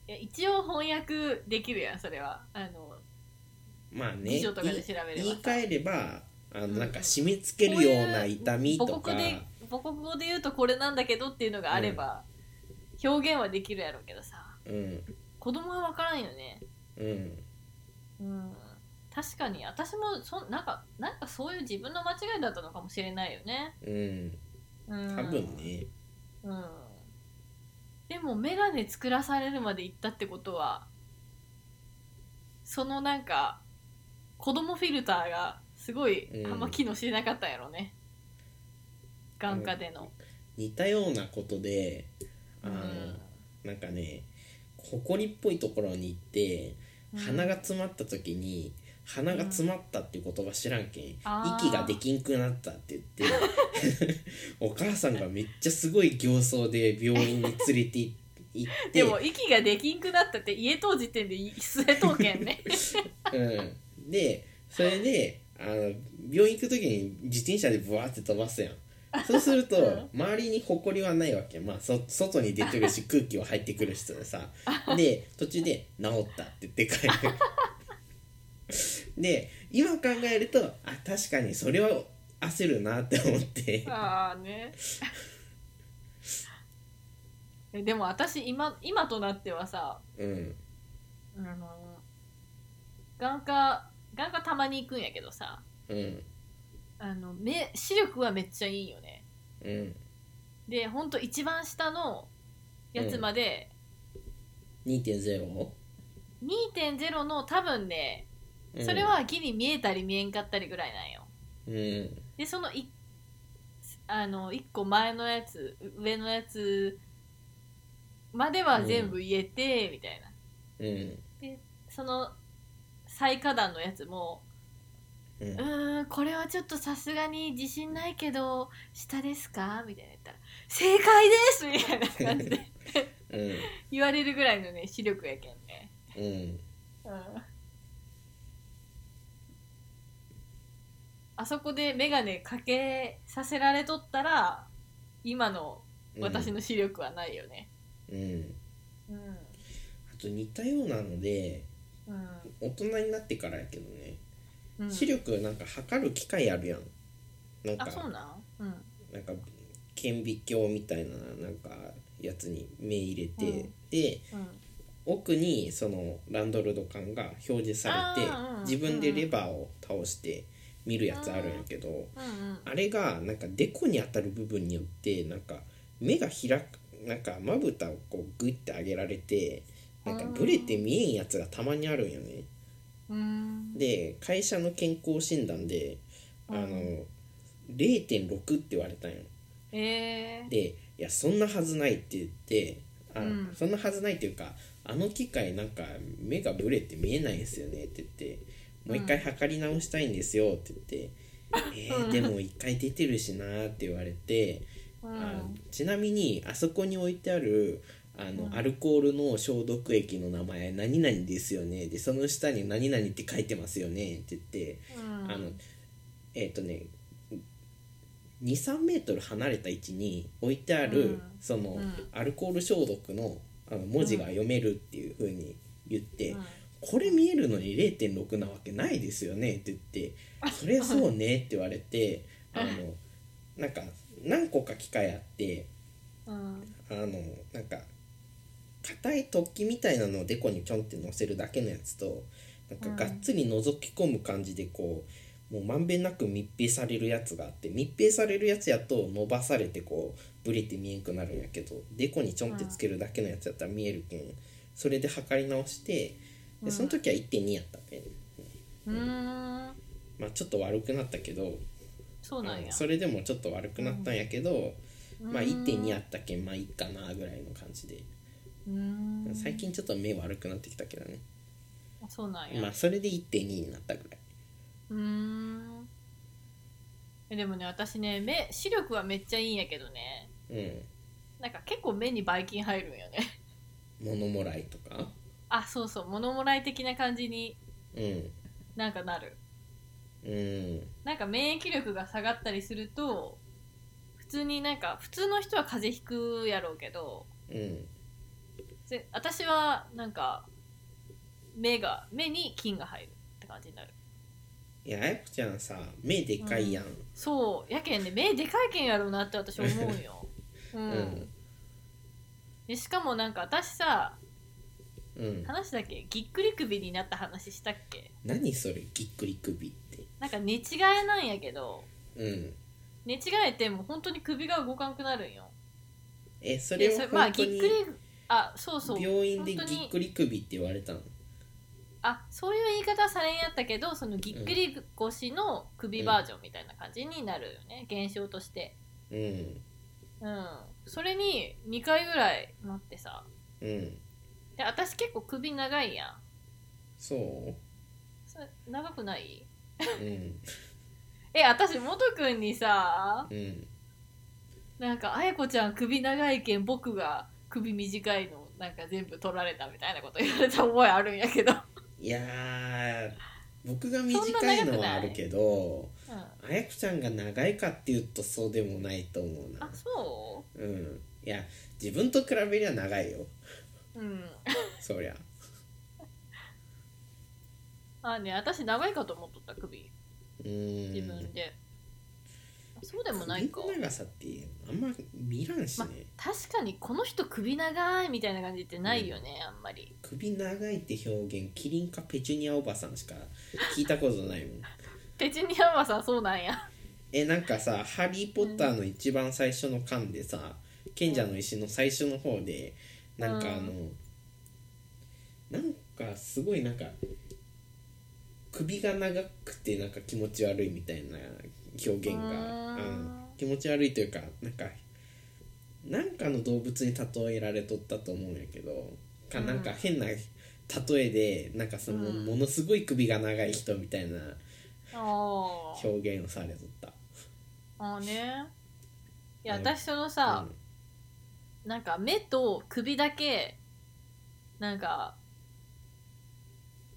S2: いや一応翻訳できるやんそれはあの
S1: まあね
S2: 辞書とかで調べれば
S1: 言い
S2: さ
S1: 換えればあの
S2: うん
S1: なんか締め付けるような痛みと
S2: 母
S1: か、
S2: 国で母国語で言うとこれなんだけどっていうのがあれば、表現はできるやろうけどさ
S1: うん
S2: 子供は分からんよね
S1: うん
S2: うん確かに私もそんなんかなんかそういう自分の間違いだったのかもしれないよね
S1: うん
S2: うん
S1: 多分ね、
S2: うんでも眼鏡作らされるまで行ったってことはそのなんか子供フィルターがすごい
S1: うん
S2: あんま機能してなかったんやろね、眼科での、
S1: 似たようなことであ
S2: う
S1: の、
S2: ん
S1: なんかねほこりっぽいところに行って鼻が詰まった時に鼻が詰まったっていう言葉知らんけん、
S2: あー
S1: 息ができんくなったって言って お母さんがめっちゃすごい形相で病院に連れて行っ
S2: で
S1: て
S2: も息ができんくなったって家当時点で据えとうけん ね
S1: うん、でそれであの病院行く時に自転車でブワーって飛ばすやんそうすると
S2: う
S1: 周りに埃はないわけまあそ外に出てるし空気は入ってくる人で さで途中で「治った」って言って帰るで今考えるとあ確かにそれは焦るなって思って
S2: ああねえでも私今今となってはさ
S1: うん
S2: あの眼科眼科たまに行くんやけどさ
S1: うん
S2: あの目視力はめっちゃいいよね
S1: うん
S2: でほんと一番下のやつまで
S1: 2.0、
S2: 2.0の多分ね
S1: うん、
S2: それはギリ見えたり見えんかったりぐらいなんよ
S1: うん
S2: でそのいあの1個前のやつ上のやつまでは全部言えて、みたいな
S1: うん
S2: その最下段のやつも
S1: う
S2: うーんこれはちょっとさすがに自信ないけど下ですかみたいな言ったら「正解です!」みたいな感じ で
S1: んうん
S2: 言われるぐらいのね視力やけんね
S1: うん
S2: うんあそこで眼鏡かけさせられとったら今の私の視力はないよね
S1: うん
S2: うん
S1: あと似たようなので
S2: うん、
S1: 大人になってからやけどね、
S2: うん、
S1: 視力なんか測る機械あるやんなん
S2: あそう
S1: か
S2: なんうん
S1: なんか顕微鏡みたいななんかやつに目入れて、
S2: うん
S1: で
S2: うん
S1: 奥にそのランドルド缶が表示されて
S2: あーうんうん
S1: 自分でレバーを倒して見るやつあるんやけど、
S2: うんうん
S1: あれがなんかデコに当たる部分によってなんか目が開くなんかまぶたをこうグイって上げられてなんかブレて見えんやつがたまにあるんよね。
S2: うーん
S1: で会社の健康診断であの、
S2: うん
S1: 0.6って言われたんよ
S2: えー、
S1: で「いやそんなはずない」って言ってあ、
S2: うん
S1: そんなはずないっていうか「あの機械なんか目がブレて見えないんですよね」って言って「もう一回測り直したいんですよ」って言って「えー でも一回出てるしな」って言われて、
S2: う
S1: あ
S2: ん
S1: ちなみにあそこに置いてあるあの、
S2: うん
S1: アルコールの消毒液の名前「何々ですよね」でその下に「何々」って書いてますよねって言って、
S2: うん
S1: あのえっ、とね23メートル離れた位置に置いてある、
S2: うん
S1: その、
S2: うん
S1: アルコール消毒のあの文字が読めるっていう風に言って、
S2: うん
S1: これ見えるのに0.6なわけないですよねって言って「そりゃそうね」って言われてあのなんか何個か機械あって
S2: うん
S1: あのなんか硬い突起みたいなのをデコにちょんって乗せるだけのやつとなんかがっつり覗き込む感じでこうもうまんべんなく密閉されるやつがあって密閉されるやつやと伸ばされてこうブレて見えんくなるんやけどデコにちょんってつけるだけのやつやったら見えるけんそれで測り直して
S2: うん
S1: でその時は1.2やったけん、
S2: うーん
S1: まあ、ちょっと悪くなったけど
S2: そうなんや
S1: あのそれでもちょっと悪くなったんやけど、まあ、1.2やったけんまあいいかなぐらいの感じで。
S2: うーん
S1: 最近ちょっと目悪くなってきたけどね
S2: あそうなんや、
S1: まあそれで1.2になったぐらい
S2: うーんえでもね私ね目視力はめっちゃいいんやけどね
S1: うん
S2: なんか結構目にばい菌入るんよね
S1: 物もらいとか
S2: あそうそう物もらい的な感じに
S1: うん
S2: なんかなる
S1: うん
S2: なんか免疫力が下がったりすると普通になんか普通の人は風邪ひくやろうけど
S1: うん
S2: ぜ私はなんか目が目に菌が入るって感じになる
S1: いやあやこちゃんさ目でかいやん、
S2: そうやけんね目でかいけんやろうなって私思うん よ、うん
S1: うん
S2: でしかもなんか私さ
S1: うん、
S2: 話だっけぎっくり首になった話したっけ
S1: 何それぎっくり首って
S2: なんか寝違えなんやけど
S1: うん
S2: 寝違えても本当に首が動かんくなるんよ
S1: えそ
S2: で
S1: れを
S2: それまあ
S1: 本当
S2: ぎっ
S1: に
S2: くりあそうそう
S1: 病院で
S2: 本当
S1: ぎっ
S2: に
S1: くり首って言われたの
S2: あそういう言い方されんやったけどそのぎっくり腰の首バージョンみたいな感じになるよね、現象として
S1: うん
S2: うんそれに2回ぐらいなってさ
S1: うん
S2: で私結構首長いやん
S1: そう
S2: それ長くない
S1: うん
S2: え私元くんにさ
S1: うん
S2: なんか「あやこちゃん首長いけん僕が首短いのなんか全部取られた」みたいなこと言われた覚えあるんやけど、
S1: いやー僕が
S2: そんな
S1: 短い
S2: 長く
S1: のは
S2: ない
S1: あるけど
S2: うん、あ
S1: あやこちゃんが長いかっていうとそうでもないと思うな
S2: そ
S1: うんいや自分と比べりゃ長いよ
S2: ううん
S1: そりゃ
S2: あね私長いかと思っとった首
S1: うん
S2: 自分で、あそうでもないか
S1: 首の長さってあんま見らんしね、
S2: ま確かにこの人首長いみたいな感じってないよね、あんまり
S1: 首長いって表現キリンかペチュニアおばさんしか聞いたことないもん
S2: ペチュニアはさそうなんや
S1: えなんかさ「ハリー・ポッター」の一番最初の巻でさ「賢者の石」の最初の方でなんかあの、なんかすごいなんか首が長くてなんか気持ち悪いみたいな表現が、
S2: う
S1: う
S2: ーん
S1: ん、気持ち悪いというかなんかなんかの動物に例えられとったと思うんやけどか
S2: うん
S1: なんか変な例えでなんかその
S2: うん
S1: ものすごい首が長い人みたいな
S2: あー
S1: 表現をされとった。
S2: あーねいや
S1: うん
S2: 私そのさ、なんか目と首だけなんか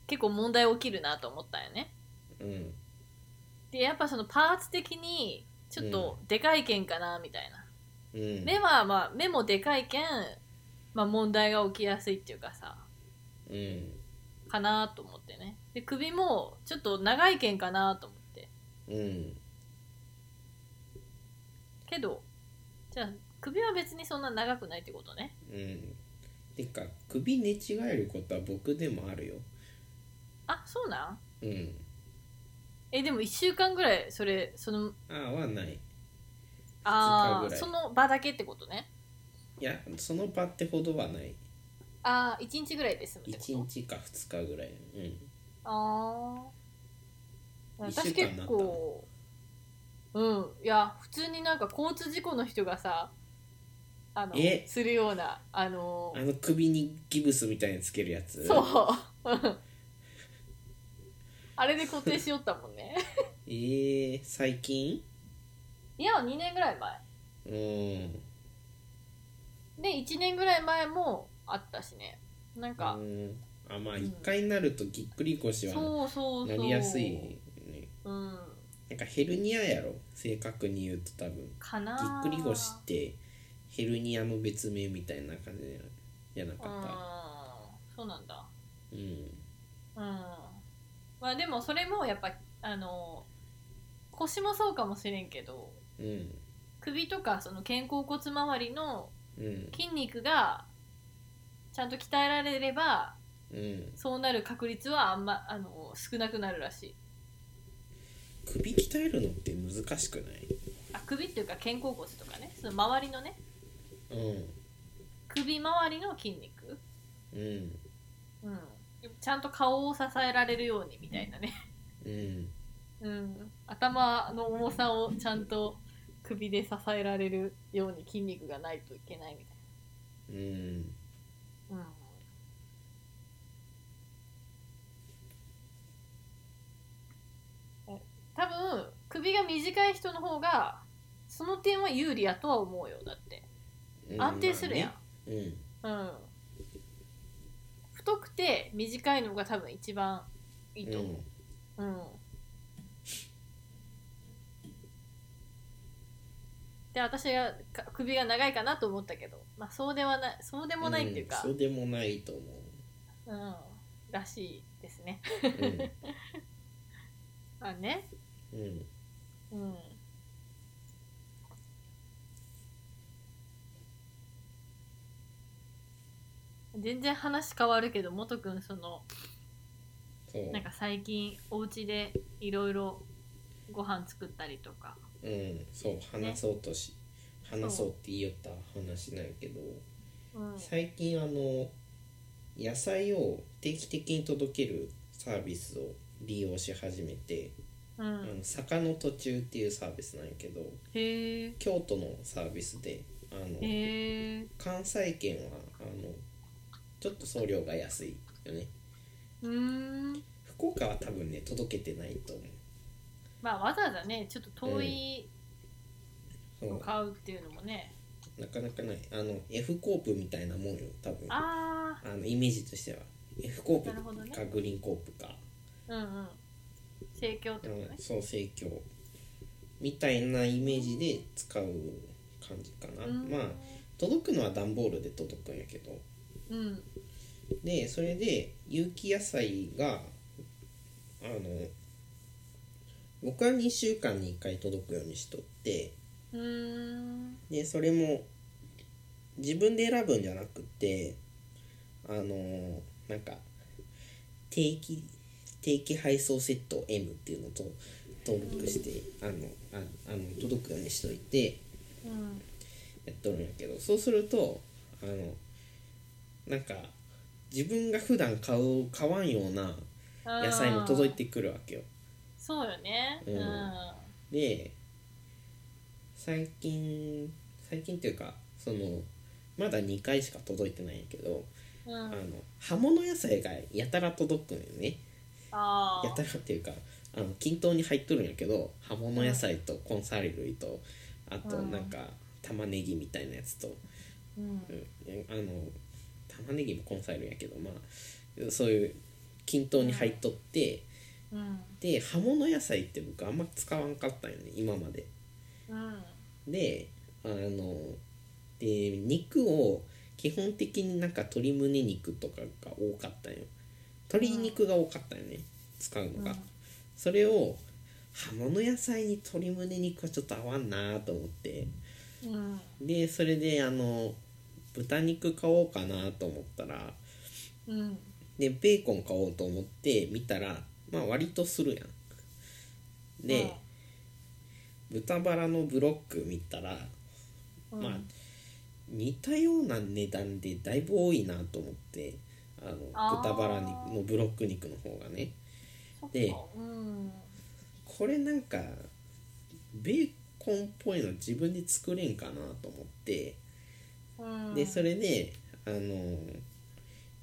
S2: 結構問題起きるなと思ったよね
S1: うんうん
S2: でやっぱそのパーツ的にちょっとでかいけんかなみたいな、
S1: うん
S2: 目はまあ目もでかいけん、まあ、問題が起きやすいっていうかさ
S1: うん
S2: かなと思ってねで首もちょっと長いけんかなと思って
S1: うん
S2: けどじゃあ首は別にそんな長くないってことね
S1: うんてか首寝違えることは僕でもあるよ
S2: あそうなん
S1: うん
S2: えでも1週間ぐらいそれその
S1: ああはない
S2: あ
S1: 二日ぐ
S2: あ
S1: らい
S2: その場だけってことね
S1: いやその場ってほどはない
S2: ああ1日ぐらいで済むってこ
S1: 1
S2: と
S1: 日か2日ぐらい
S2: ああ
S1: 一週間
S2: 私結構うんいや普通になんか交通事故の人がさあの
S1: え
S2: するようなあの
S1: うんあの首にギブスみたいにつけるやつ
S2: そう うんあれで固定しよったもんね
S1: えー、最近
S2: いや2年ぐらい前
S1: うん
S2: で1年ぐらい前もあったしねなんか、
S1: うんあまあ
S2: うん
S1: 1回になるとぎっくり腰は
S2: そうそう
S1: な
S2: そう
S1: りやすいね
S2: うん
S1: なんかヘルニアやろ正確に言うと多分
S2: か
S1: ぎ
S2: な
S1: っくり腰ってヘルニアの別名みたいな感じじゃな
S2: う
S1: か
S2: ん
S1: っ
S2: そうなんだ
S1: たうん
S2: うんまあでもそれもやっぱあの腰もそうかもしれんけど
S1: うん
S2: 首とかその肩甲骨周りの
S1: うん
S2: 筋肉がちゃんと鍛えられれば
S1: うん
S2: そうなる確率はあんまあの少なくなるらしい
S1: 首鍛えるのって難しくない
S2: あ首っていうか肩甲骨とかねその周りのね
S1: う
S2: 首周りの筋肉、
S1: んうん
S2: うん、ちゃんと顔を支えられるようにみたいなね、
S1: うん
S2: うん、頭の重さをちゃんと首で支えられるように筋肉がないといけないみたい
S1: うん
S2: な、うん、多分首が短い人の方がその点は有利やとは思うよだって
S1: うん
S2: 安定するやん、
S1: まあね
S2: うん太くて短いのが多分一番いいと思ううん、で私がか首が長いかなと思ったけどまあそうではないそうで
S1: うん
S2: もないっていうか、
S1: んそうでもないと思う、
S2: うん、らしいですね。
S1: う
S2: あね。
S1: んうん、
S2: うん。全然話変わるけど、もとくん、その、
S1: そう
S2: なんか最近、お家でいろいろご飯作ったりとか。
S1: うんそう話そうとし、話そうって言いよった話なんやけど
S2: うん。
S1: 最近あの野菜を定期的に届けるサービスを利用し始めて、
S2: う
S1: あ
S2: ん、
S1: の坂の途中っていうサービスなんやけど
S2: へえ。
S1: 京都のサービスであの、
S2: へえ。
S1: 関西圏はあのちょっと送料が安いよね
S2: うーん。
S1: 福岡は多分ね届けてないと思う
S2: まあ、わざわざね、ちょっと遠い
S1: そう
S2: の買うっていうのもね。
S1: なかなかないあの F コープみたいなもんよ多分
S2: ああ。
S1: あのイメージとしては F コー
S2: なるほど
S1: プ
S2: ね
S1: かグリーンコープか、
S2: うんうん。盛況ってことね
S1: うん、。そう盛況みたいなイメージで使う感じかな、
S2: うん
S1: まあ届くのは段ボールで届くんやけど
S2: うん
S1: でそれで有機野菜があの僕は2週間に1回届くようにしとって
S2: うーん
S1: でそれも自分で選ぶんじゃなくてあのーなんか定期定期配送セット M っていうのと登録してあのああの届くようにしといて
S2: うん
S1: やっとるんやけどそうするとあのなんか自分が普段買う買わんような
S2: あー
S1: 野菜も届いてくるわけよ
S2: そうよね
S1: う
S2: うんん
S1: で最近最近というかそのまだ2回しか届いてないんやけど、
S2: う
S1: あ
S2: ん
S1: の葉物野菜がやたら届くんよね
S2: あ
S1: やた
S2: ー
S1: らっていうかあの均等に入っとるんやけど葉物野菜と根菜類とあと
S2: うん
S1: なんか玉ねぎみたいなやつと、
S2: うん
S1: うんあの玉ねぎも根菜類やけどまあそういう均等に入っとって
S2: うん
S1: で葉物野菜って僕あんま使わんかったんよね今まで。
S2: うん
S1: であので肉を基本的になんか鶏胸肉とかが多かったんよ鶏肉が多かったよね使うのが、それを葉物野菜に鶏胸肉はちょっと合わんなと思って
S2: うん
S1: でそれであの豚肉買おうかなと思ったら
S2: うん
S1: でベーコン買おうと思って見たらまあ割とするやんで、豚バラのブロック見たら
S2: うん
S1: まあ似たような値段でだいぶ多いなと思ってあの
S2: あー
S1: 豚バラ肉のブロック肉の方がね
S2: そっか
S1: で
S2: うん
S1: これなんかベーコンっぽいの自分で作れんかなと思って
S2: うん
S1: でそれであの、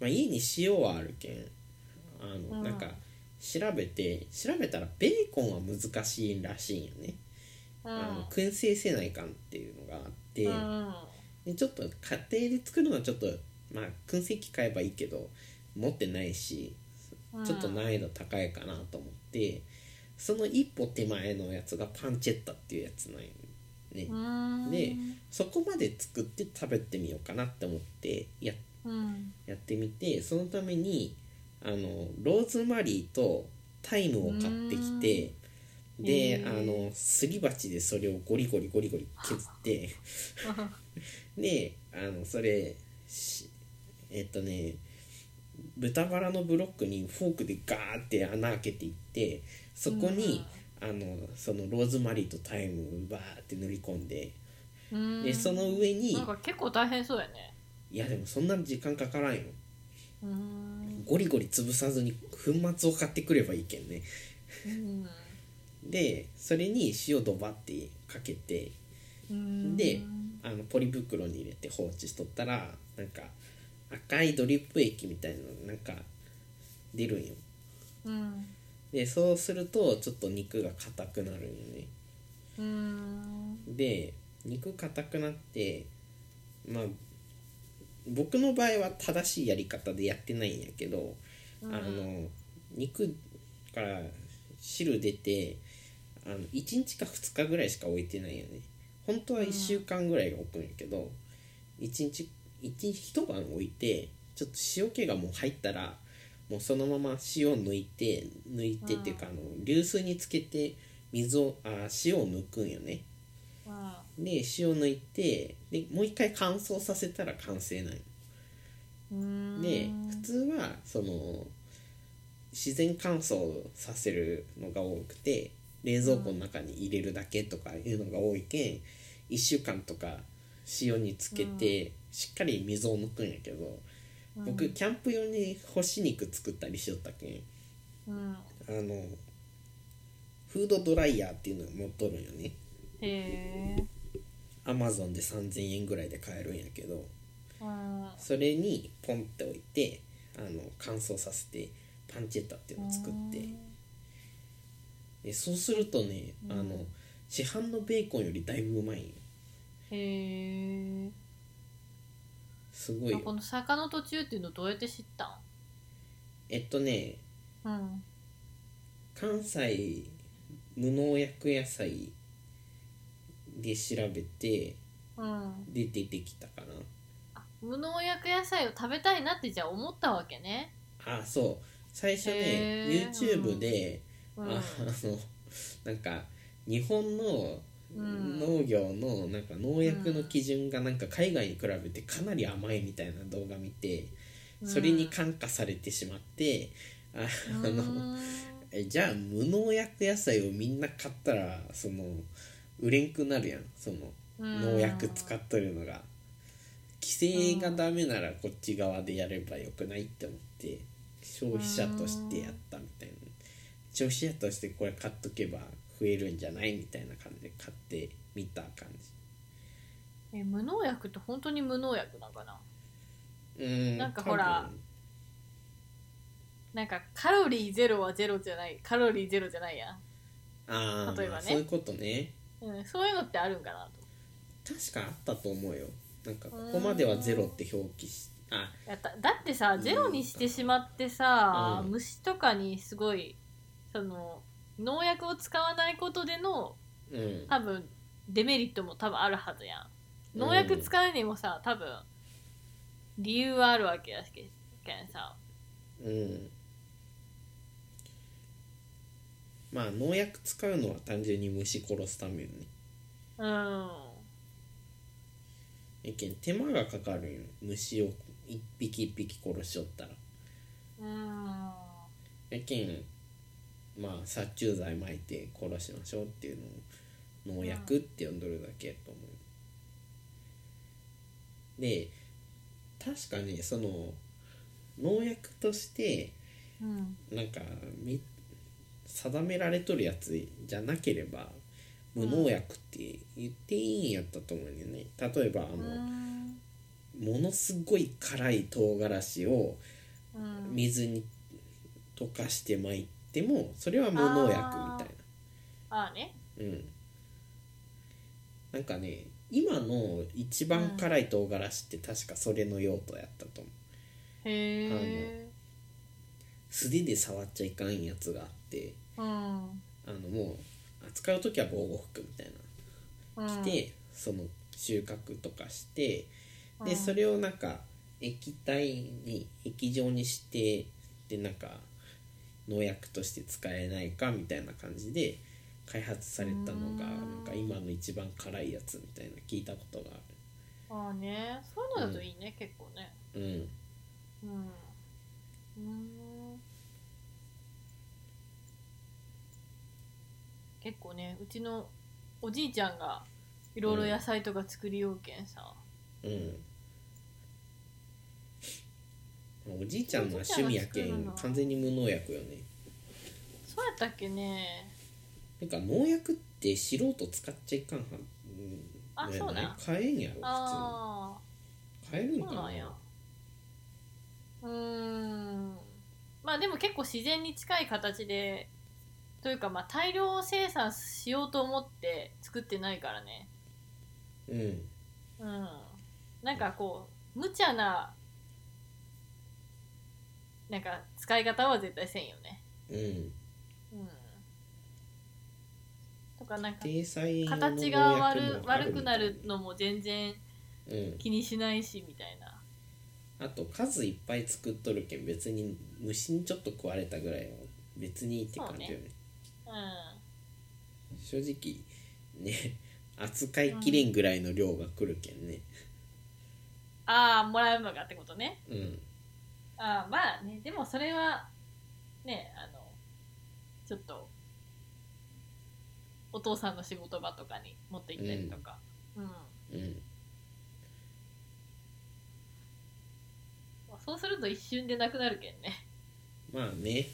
S1: まあ、家に塩はあるけんあ
S2: う
S1: の
S2: ん
S1: なんか調べて調べたらベーコンは難しいらしいんよね、
S2: うん
S1: あの燻製せないかんっていうのがあって、
S2: うん
S1: でちょっと家庭で作るのはちょっとまあ燻製機買えばいいけど持ってないしちょっと難易度高いかなと思って、その一歩手前のやつがパンチェッタっていうやつなんよね、
S2: うん
S1: でそこまで作って食べてみようかなって思ってや
S2: うん
S1: やってみてそのためにあのローズマリーとタイムを買ってきて
S2: うん
S1: で
S2: へ
S1: あ
S2: ー
S1: のすり鉢でそれをゴリゴリゴリゴリ削 って。であのそれしえっとね豚バラのブロックにフォークでガーって穴開けていってそこに、あのそのローズマリーとタイムをバーって塗り込んで
S2: うん
S1: でその上に
S2: なんか結構大変そうやね
S1: いやでもそんな時間かからんよ
S2: うん
S1: ゴリゴリ潰さずに粉末を買ってくればいいけんね
S2: うん
S1: でそれに塩ドバってかけて
S2: うん
S1: であのポリ袋に入れて放置しとったらなんか赤いドリップ液みたいなのなんか出るんよ
S2: うん
S1: でそうするとちょっと肉が硬くなるんよね
S2: うーん
S1: で肉硬くなってまあ僕の場合は正しいやり方でやってないんやけど、
S2: うん
S1: あの肉から汁出てあの1日か2日ぐらいしか置いてないよね本当は1週間ぐらいが置くんやけど、一日一一晩置いてちょっと塩気がもう入ったらもうそのまま塩抜いて抜いてっていうか、あの流水につけて水をあ塩を抜くんよね
S2: うん
S1: で塩抜いてでもう一回乾燥させたら完成なんよ
S2: うーん
S1: で普通はその自然乾燥させるのが多くて冷蔵庫の中に入れるだけとかいうのが多いけん1週間とか塩につけてしっかり水を抜くんやけど僕キャンプ用に干し肉作ったりしよったけん
S2: うん
S1: あのフードドライヤーっていうのを持っとるんよね
S2: へえ
S1: アマゾンで3000円ぐらいで買えるんやけど
S2: うん
S1: それにポンって置いてあの乾燥させてパンチェッタっていうのを作ってでそうするとね、
S2: うん
S1: あの市販のベーコンよりだいぶうまいよ
S2: へえ
S1: すごい
S2: こ
S1: よ
S2: の坂の途中っていうのどうやって知った
S1: えっとね
S2: んうん
S1: 関西無農薬野菜で調べて
S2: うん
S1: で出てきたか
S2: あ無農薬野菜を食べたいなってじゃあ思ったわけね
S1: なあそう最初ね
S2: へー
S1: YouTube で、
S2: うん
S1: あのなんか日本の
S2: うん
S1: 農業のなんか農薬の基準がなんか海外に比べてかなり甘いみたいな動画見てそれに感化されてしまってああ
S2: う
S1: の
S2: ーん
S1: えじゃあ無農薬野菜をみんな買ったらその売れんくなるやんその
S2: うん
S1: 農薬使っとるのが規制がダメならこっち側でやればよくないって思って消費者としてやったみたいな消費者としてこれ買っとけば増えるんじゃないみたいな感じで買ってみた感じ
S2: え無農薬って本当に無農薬なんかな
S1: うーん
S2: なんかほらなんかカロリーゼロはゼロじゃないカロリーゼロじゃないやん、
S1: 多分あー
S2: 例えば
S1: まあ
S2: ね
S1: そういうことね
S2: うん、そういうのってあるんかなと
S1: 確かあったと思うよなんかここまではゼロって表記しあ
S2: やっただってさゼロにしてしまってさ、
S1: うん
S2: 虫とかにすごいその農薬を使わないことでの
S1: うん
S2: 多分デメリットも多分あるはずやん
S1: うん
S2: 農薬使うにもさ多分理由はあるわけやしけんさ
S1: うんまあ農薬使うのは単純に虫殺すためよね
S2: うん
S1: えけん手間がかかるよ虫を一匹一匹殺しよったら
S2: うん
S1: えけんまあ殺虫剤撒いて殺しましょうっていうのを農薬って呼んどるだけやと思うで確かねその農薬として
S2: うん
S1: なんかみ定められとるやつじゃなければ無農薬って言っていいんやったと思うんよね例えばあ
S2: う
S1: の、
S2: ん
S1: ものすごい辛い唐辛子を
S2: うん
S1: 水に溶かしてまいてもそれは無農薬みたいな
S2: ああね
S1: うんなんかね今の一番辛い唐辛子って確かそれの用途やったと思う
S2: へえ
S1: 素手で触っちゃいかんやつがあって
S2: うん
S1: あのもう扱う時は防護服みたいな
S2: う
S1: 来
S2: ん
S1: て、その収穫とかして
S2: う
S1: で
S2: ん
S1: それをなんか液体に液状にしてでなんか農薬として使えないかみたいな感じで開発されたのが
S2: うーん
S1: なんか今の一番辛いやつみたいな聞いたことがあ
S2: ああねそういうのだといいね、結構ね
S1: るうん
S2: うんうん結構ねうちのおじいちゃんがいろいろ野菜とか作りようけんさ、
S1: うんおじいちゃんのは趣味やけ
S2: おじいちゃんが作る
S1: ん完
S2: の
S1: 全に無農薬よね
S2: そうやったっけね
S1: なんか農薬って素人使っちゃいかんはうん
S2: あ
S1: ね
S2: そうなん
S1: 買えんやろ普通に
S2: あ
S1: 買える
S2: あ
S1: ん
S2: そ
S1: か
S2: うな
S1: なん
S2: やうーんまあでも結構自然に近い形でというかまあ大量生産しようと思って作ってないからね
S1: うん
S2: うんなんかこう無茶ななんか使い方は絶対せんよね
S1: うん
S2: うんとかなんか
S1: 体裁の
S2: 形が
S1: 農
S2: 悪
S1: 薬もあ
S2: 悪くなるのも全然
S1: うん
S2: 気にしないしみたいな
S1: あと数いっぱい作っとるけん別に虫にちょっと食われたぐらいは別にいいって感じよね
S2: う
S1: 正直ね 扱いきれんぐらいの量が来るけんね
S2: んああもらうのがってことね
S1: うん
S2: ああまあねでもそれはねあのちょっとお父さんの仕事場とかに持って行ったりとかうん、
S1: うん
S2: そうすると一瞬でなくなるけんね
S1: まあね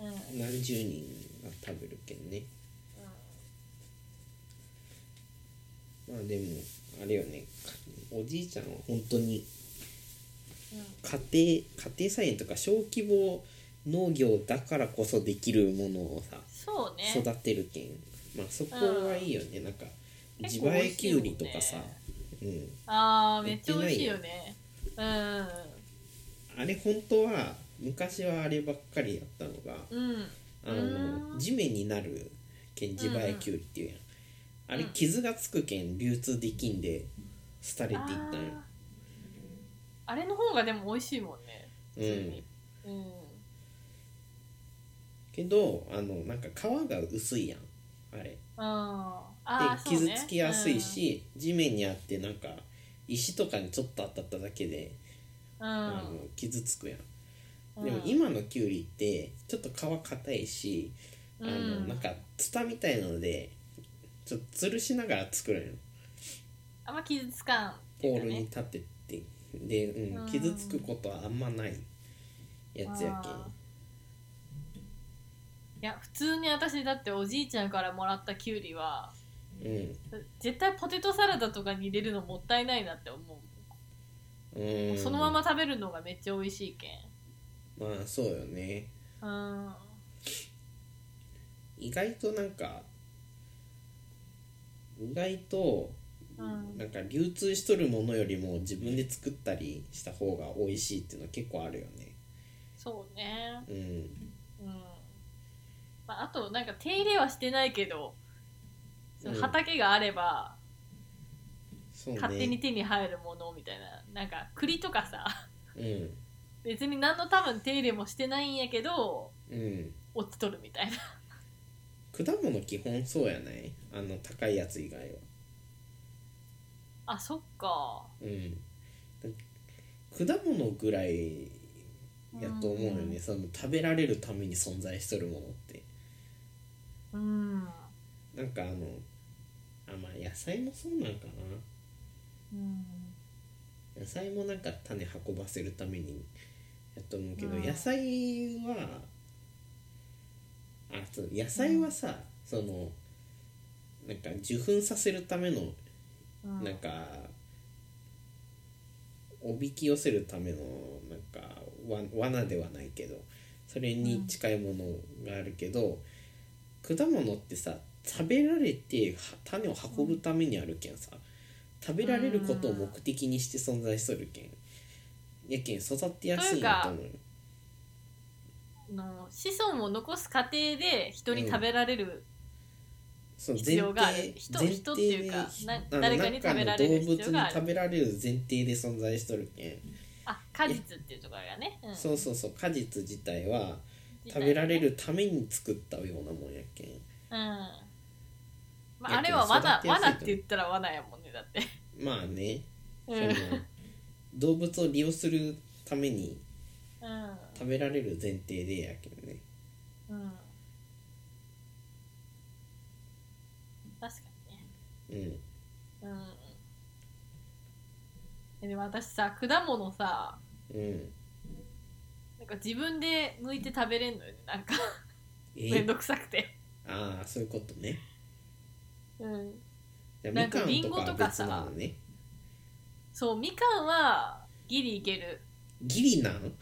S2: うん、うん、
S1: 何十人が食べるけんねまあでもあれよねおじいちゃんは本当に家庭家庭菜園とか小規模農業だからこそできるものをさ
S2: そうね
S1: 育てるけんまあそこはいいよね、なんか
S2: 結
S1: 自
S2: 構美
S1: 前
S2: 味し
S1: き
S2: いも
S1: ゅうん
S2: ね
S1: りとかさ、うん
S2: ああめっちゃ美味しいよねうん
S1: あれ本当は昔はあればっかりやったのが
S2: うん
S1: あの
S2: うん
S1: 地面になるけん自前きゅうりっていうやん、あれ傷がつくけん流通できんで廃れていったんよ
S2: あーあれの方がでも美味しいもんね普
S1: う
S2: 通
S1: ん
S2: にうん
S1: けどあのなんか皮が薄いやんあれ
S2: あーあ
S1: で
S2: ーそう
S1: 傷
S2: ね
S1: つきやすいし、地面にあってなんか石とかにちょっと当たっただけで、
S2: うん
S1: あの傷つくやん、
S2: うん
S1: でも今のきゅうりってちょっと皮硬いし、
S2: うん
S1: あのなんかツタみたいなのでちょっと吊るしながら作るの
S2: あんま傷つかんってい
S1: ポー
S2: うか
S1: ルに
S2: ね
S1: 立ててで、うん
S2: うん
S1: 傷つくことはあんまないやつやけ
S2: あいや普通に私だっておじいちゃんからもらったきゅうりは
S1: ん
S2: 絶対ポテトサラダとかに入れるのもったいないなって思
S1: うん
S2: う、
S1: うん
S2: そのまま食べるのがめっちゃ美味しいけん
S1: まあそうよね
S2: うん
S1: 意外となんか意外と
S2: うん
S1: なんか流通しとるものよりも自分で作ったりした方が美味しいっていうのは結構あるよね
S2: そうね
S1: うん
S2: うんまあ、あとなんか手入れはしてないけどその畑があれば
S1: そうね
S2: 勝手に手に入るものみたいななんか栗とかさ
S1: うん
S2: 別に何の多分手入れもしてないんやけど
S1: うん
S2: 落ちとるみたいな
S1: 果物基本そうやないあの高いやつ以外は
S2: あそっか
S1: うん果物ぐらいやと思うよね、
S2: うん
S1: その食べられるために存在しとるものって
S2: うん、
S1: なんかあのあまあ野菜もそうなんかな
S2: うん、
S1: 野菜もなんか種運ばせるためにやと思うけど、
S2: うん
S1: 野菜はあそう野菜はさ、そのなんか受粉させるための
S2: うん
S1: なんかおびき寄せるためのなんかわ罠ではないけどそれに近いものがあるけど、果物ってさ食べられては種を運ぶためにあるけんさ食べられることを目的にして存在するけんやけん育ってやすいなと思う
S2: の子孫を残す過程で人に食べられる、
S1: その
S2: 必要がある人
S1: 前
S2: 人っていうか
S1: ひ
S2: な
S1: あの
S2: 誰かに食べられる必要があ
S1: 中の動
S2: る
S1: 物に食べられる前提で存在しとるけん、
S2: あ果実っていうところがね、うん、
S1: そうそうそう果実自体は
S2: 自体
S1: 食
S2: ね
S1: べられるために作ったようなもんやけん
S2: うんま
S1: いや
S2: あ、あれは罠
S1: けど育てやすいと思う
S2: 罠って言ったら罠やもんねだって
S1: まあね、
S2: うん
S1: その動物を利用するために食べられる前提でやけどね
S2: うん、うん、確かにね
S1: うん
S2: うんえでも私さ果物さ
S1: うん
S2: なんか自分で剥いて食べれんのよねなんかめん
S1: え
S2: どくさくて
S1: ああそういうことね
S2: うん
S1: じゃあ
S2: な
S1: み
S2: んか
S1: かん
S2: リン
S1: と
S2: ゴ
S1: かは
S2: とか
S1: 別
S2: さ
S1: なのね
S2: そうみかんはギリいける
S1: ギリなん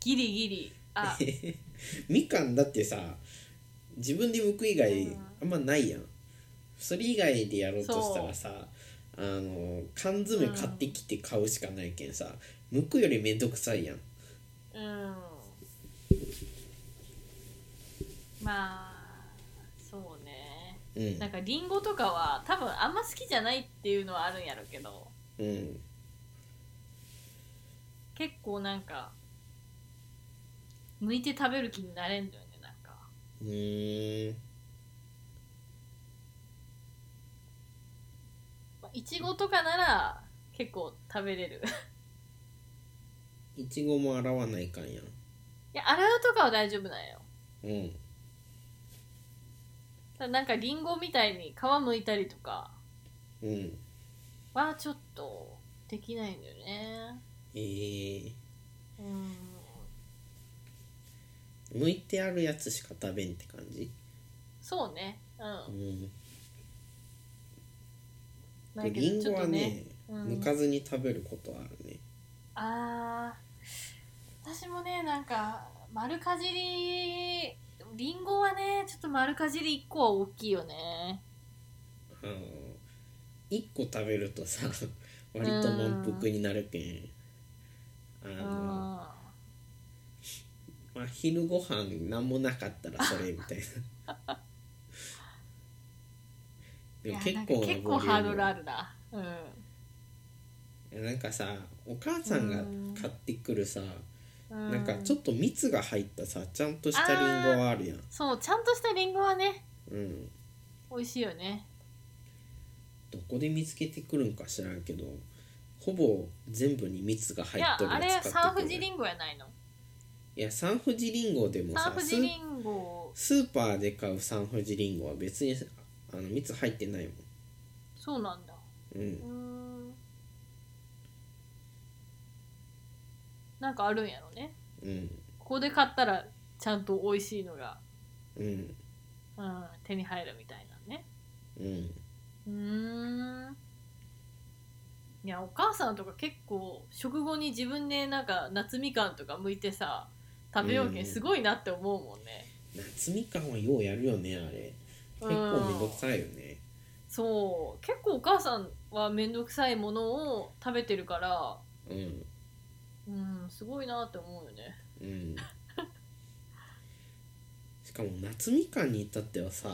S2: ギリギリあ
S1: みかんだってさ自分で剥く以外
S2: うん
S1: あんまないやんそれ以外でやろうとしたらさあの缶詰買ってきて買うしかないけんさ剥くよりめんどくさいやん
S2: うんまあそうね
S1: うん
S2: なんかリンゴとかは多分あんま好きじゃないっていうのはあるんやろうけど
S1: うん
S2: 結構なんか剥いて食べる気になれんだよねなんか
S1: うーん
S2: まあいちごとかなら結構食べれる
S1: いちごも洗わないかんやん
S2: いや洗うとかは大丈夫なんよ
S1: うん
S2: ただなんかリンゴみたいに皮剥いたりとか
S1: うん
S2: はちょっとできないんだよね
S1: えー、
S2: うん
S1: 剥いてあるやつしか食べんって感じ
S2: そうねう
S1: うんん
S2: だけど
S1: りん
S2: ちょ
S1: ご
S2: っと
S1: はね
S2: うん
S1: 剥かずに食べることはあるね
S2: あー私もねなんか丸かじりりんごはねちょっと丸かじり1個は大きいよね
S1: あの1個食べるとさ割と満腹になるけんあ
S2: う
S1: の
S2: ん、
S1: まあ、昼ご飯何もなかったらそれみたいな
S2: い
S1: で
S2: や
S1: も結
S2: なんか
S1: 構
S2: 結構ハードルあ
S1: る
S2: るなうん
S1: なんかさお母さんが買ってくるさ、
S2: うん
S1: なんかちょっと蜜が入ったさちゃんとしたりんごはあるやん
S2: そうちゃんとしたりんごはね
S1: うん
S2: 美味しいよね
S1: どこで見つけてくるんか知らんけどほぼ全部に蜜が
S2: い
S1: 入
S2: や
S1: っとる
S2: あれ
S1: つ
S2: サン
S1: 買
S2: フ
S1: ってく
S2: ジ
S1: る
S2: リンゴやないの
S1: いやサンフジリンゴでも
S2: サン
S1: さ
S2: フ
S1: ス
S2: ジ
S1: ー
S2: リンゴ
S1: スーパーで買うサンフジリンゴは別にあの蜜入ってないも
S2: そうなんだ
S1: んうん
S2: うーんなんかあるんやろね
S1: うん
S2: ここで買ったらちゃんと美味しいのが、
S1: うん
S2: うん、手に入るみたいなね
S1: うん
S2: うーんいやお母さんとか結構食後に自分でなんか夏みかんとか剥いてさ食べようけ
S1: うんん
S2: すごいなって思うもんね、
S1: 夏みかんはようやるよねあれ
S2: うん
S1: 結構めんどくさいよね
S2: そう結構お母さんは面倒くさいものを食べてるから
S1: うん
S2: うんすごいなって思うよね
S1: うんしかも夏みかんに至ってはさ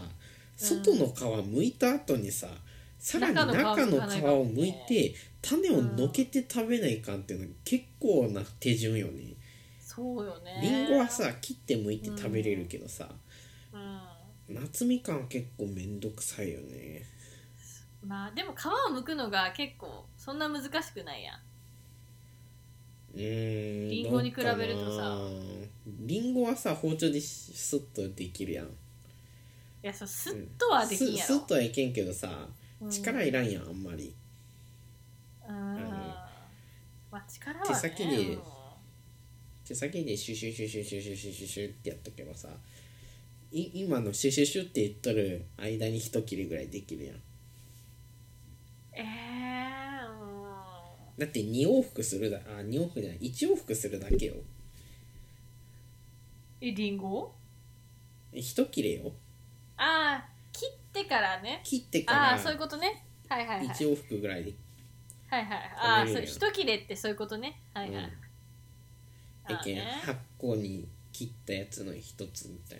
S1: 外の皮剥いた後にさ、さらに中
S2: 中の
S1: の
S2: 皮
S1: 皮を剥いて種をのけて食べないかんっていうのは結構な手順よね、
S2: そうよね
S1: りんごはさ切って剥いて食べれるけどさ、
S2: うん
S1: 夏みかんは結構めんどくさいよね
S2: まあでも皮を剥くのが結構そんな難しくないやん
S1: うーん
S2: りんごに比べるとさ
S1: どうかなりんごはさ包丁でスッとできるやん
S2: いやそうスッとはできんや
S1: ス
S2: ろ、
S1: スッとはいけんけどさ
S2: うん
S1: 力いらんやんあんまり
S2: うんまあ力は、ね、
S1: 手先に
S2: うん
S1: 手先でシュシュシュシュシュシュシュシュシュってやっとけばさい今のシュシュシュって言っとる間に一切れぐらいできるやん
S2: ええうん
S1: だって2往復するだあ2往復じゃない1往復するだけよ
S2: えりんご
S1: 一切れよ
S2: ああ切ってからね
S1: 切ってか
S2: ああ
S1: ら
S2: そういうことねはいはいはい
S1: 1往復ぐらいで
S2: はいはいああ
S1: 食
S2: そ
S1: べれるよ
S2: う一切れってそういうことねはいはい、
S1: うん
S2: あ
S1: だ
S2: あ
S1: けん
S2: ね
S1: 8個に切ったやつの一つみたい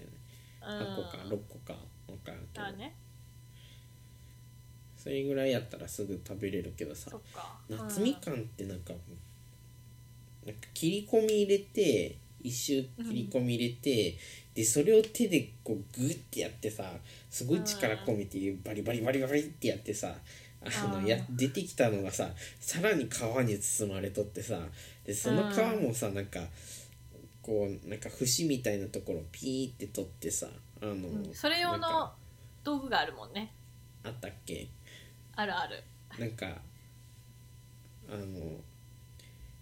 S1: な8個か
S2: うん
S1: 6個か分からんけ
S2: ああ
S1: ど
S2: ね
S1: それぐらいやったらすぐ食べれるけどさ
S2: そっか
S1: 夏みかんってなんか,、なんか切り込み入れて一周切り込み入れて、でそれを手でこうグッてやってさすごい力込めてバリバリバリバリってやってさあの
S2: あー
S1: や出てきたのがささらに皮に包まれとってさでその皮もさ、なんかこうなんか節みたいなところをピーって取ってさあの、
S2: うん、うんそれ用
S1: なん
S2: の
S1: か
S2: 道具があるもんね
S1: あったっけ
S2: あるある
S1: なんかあの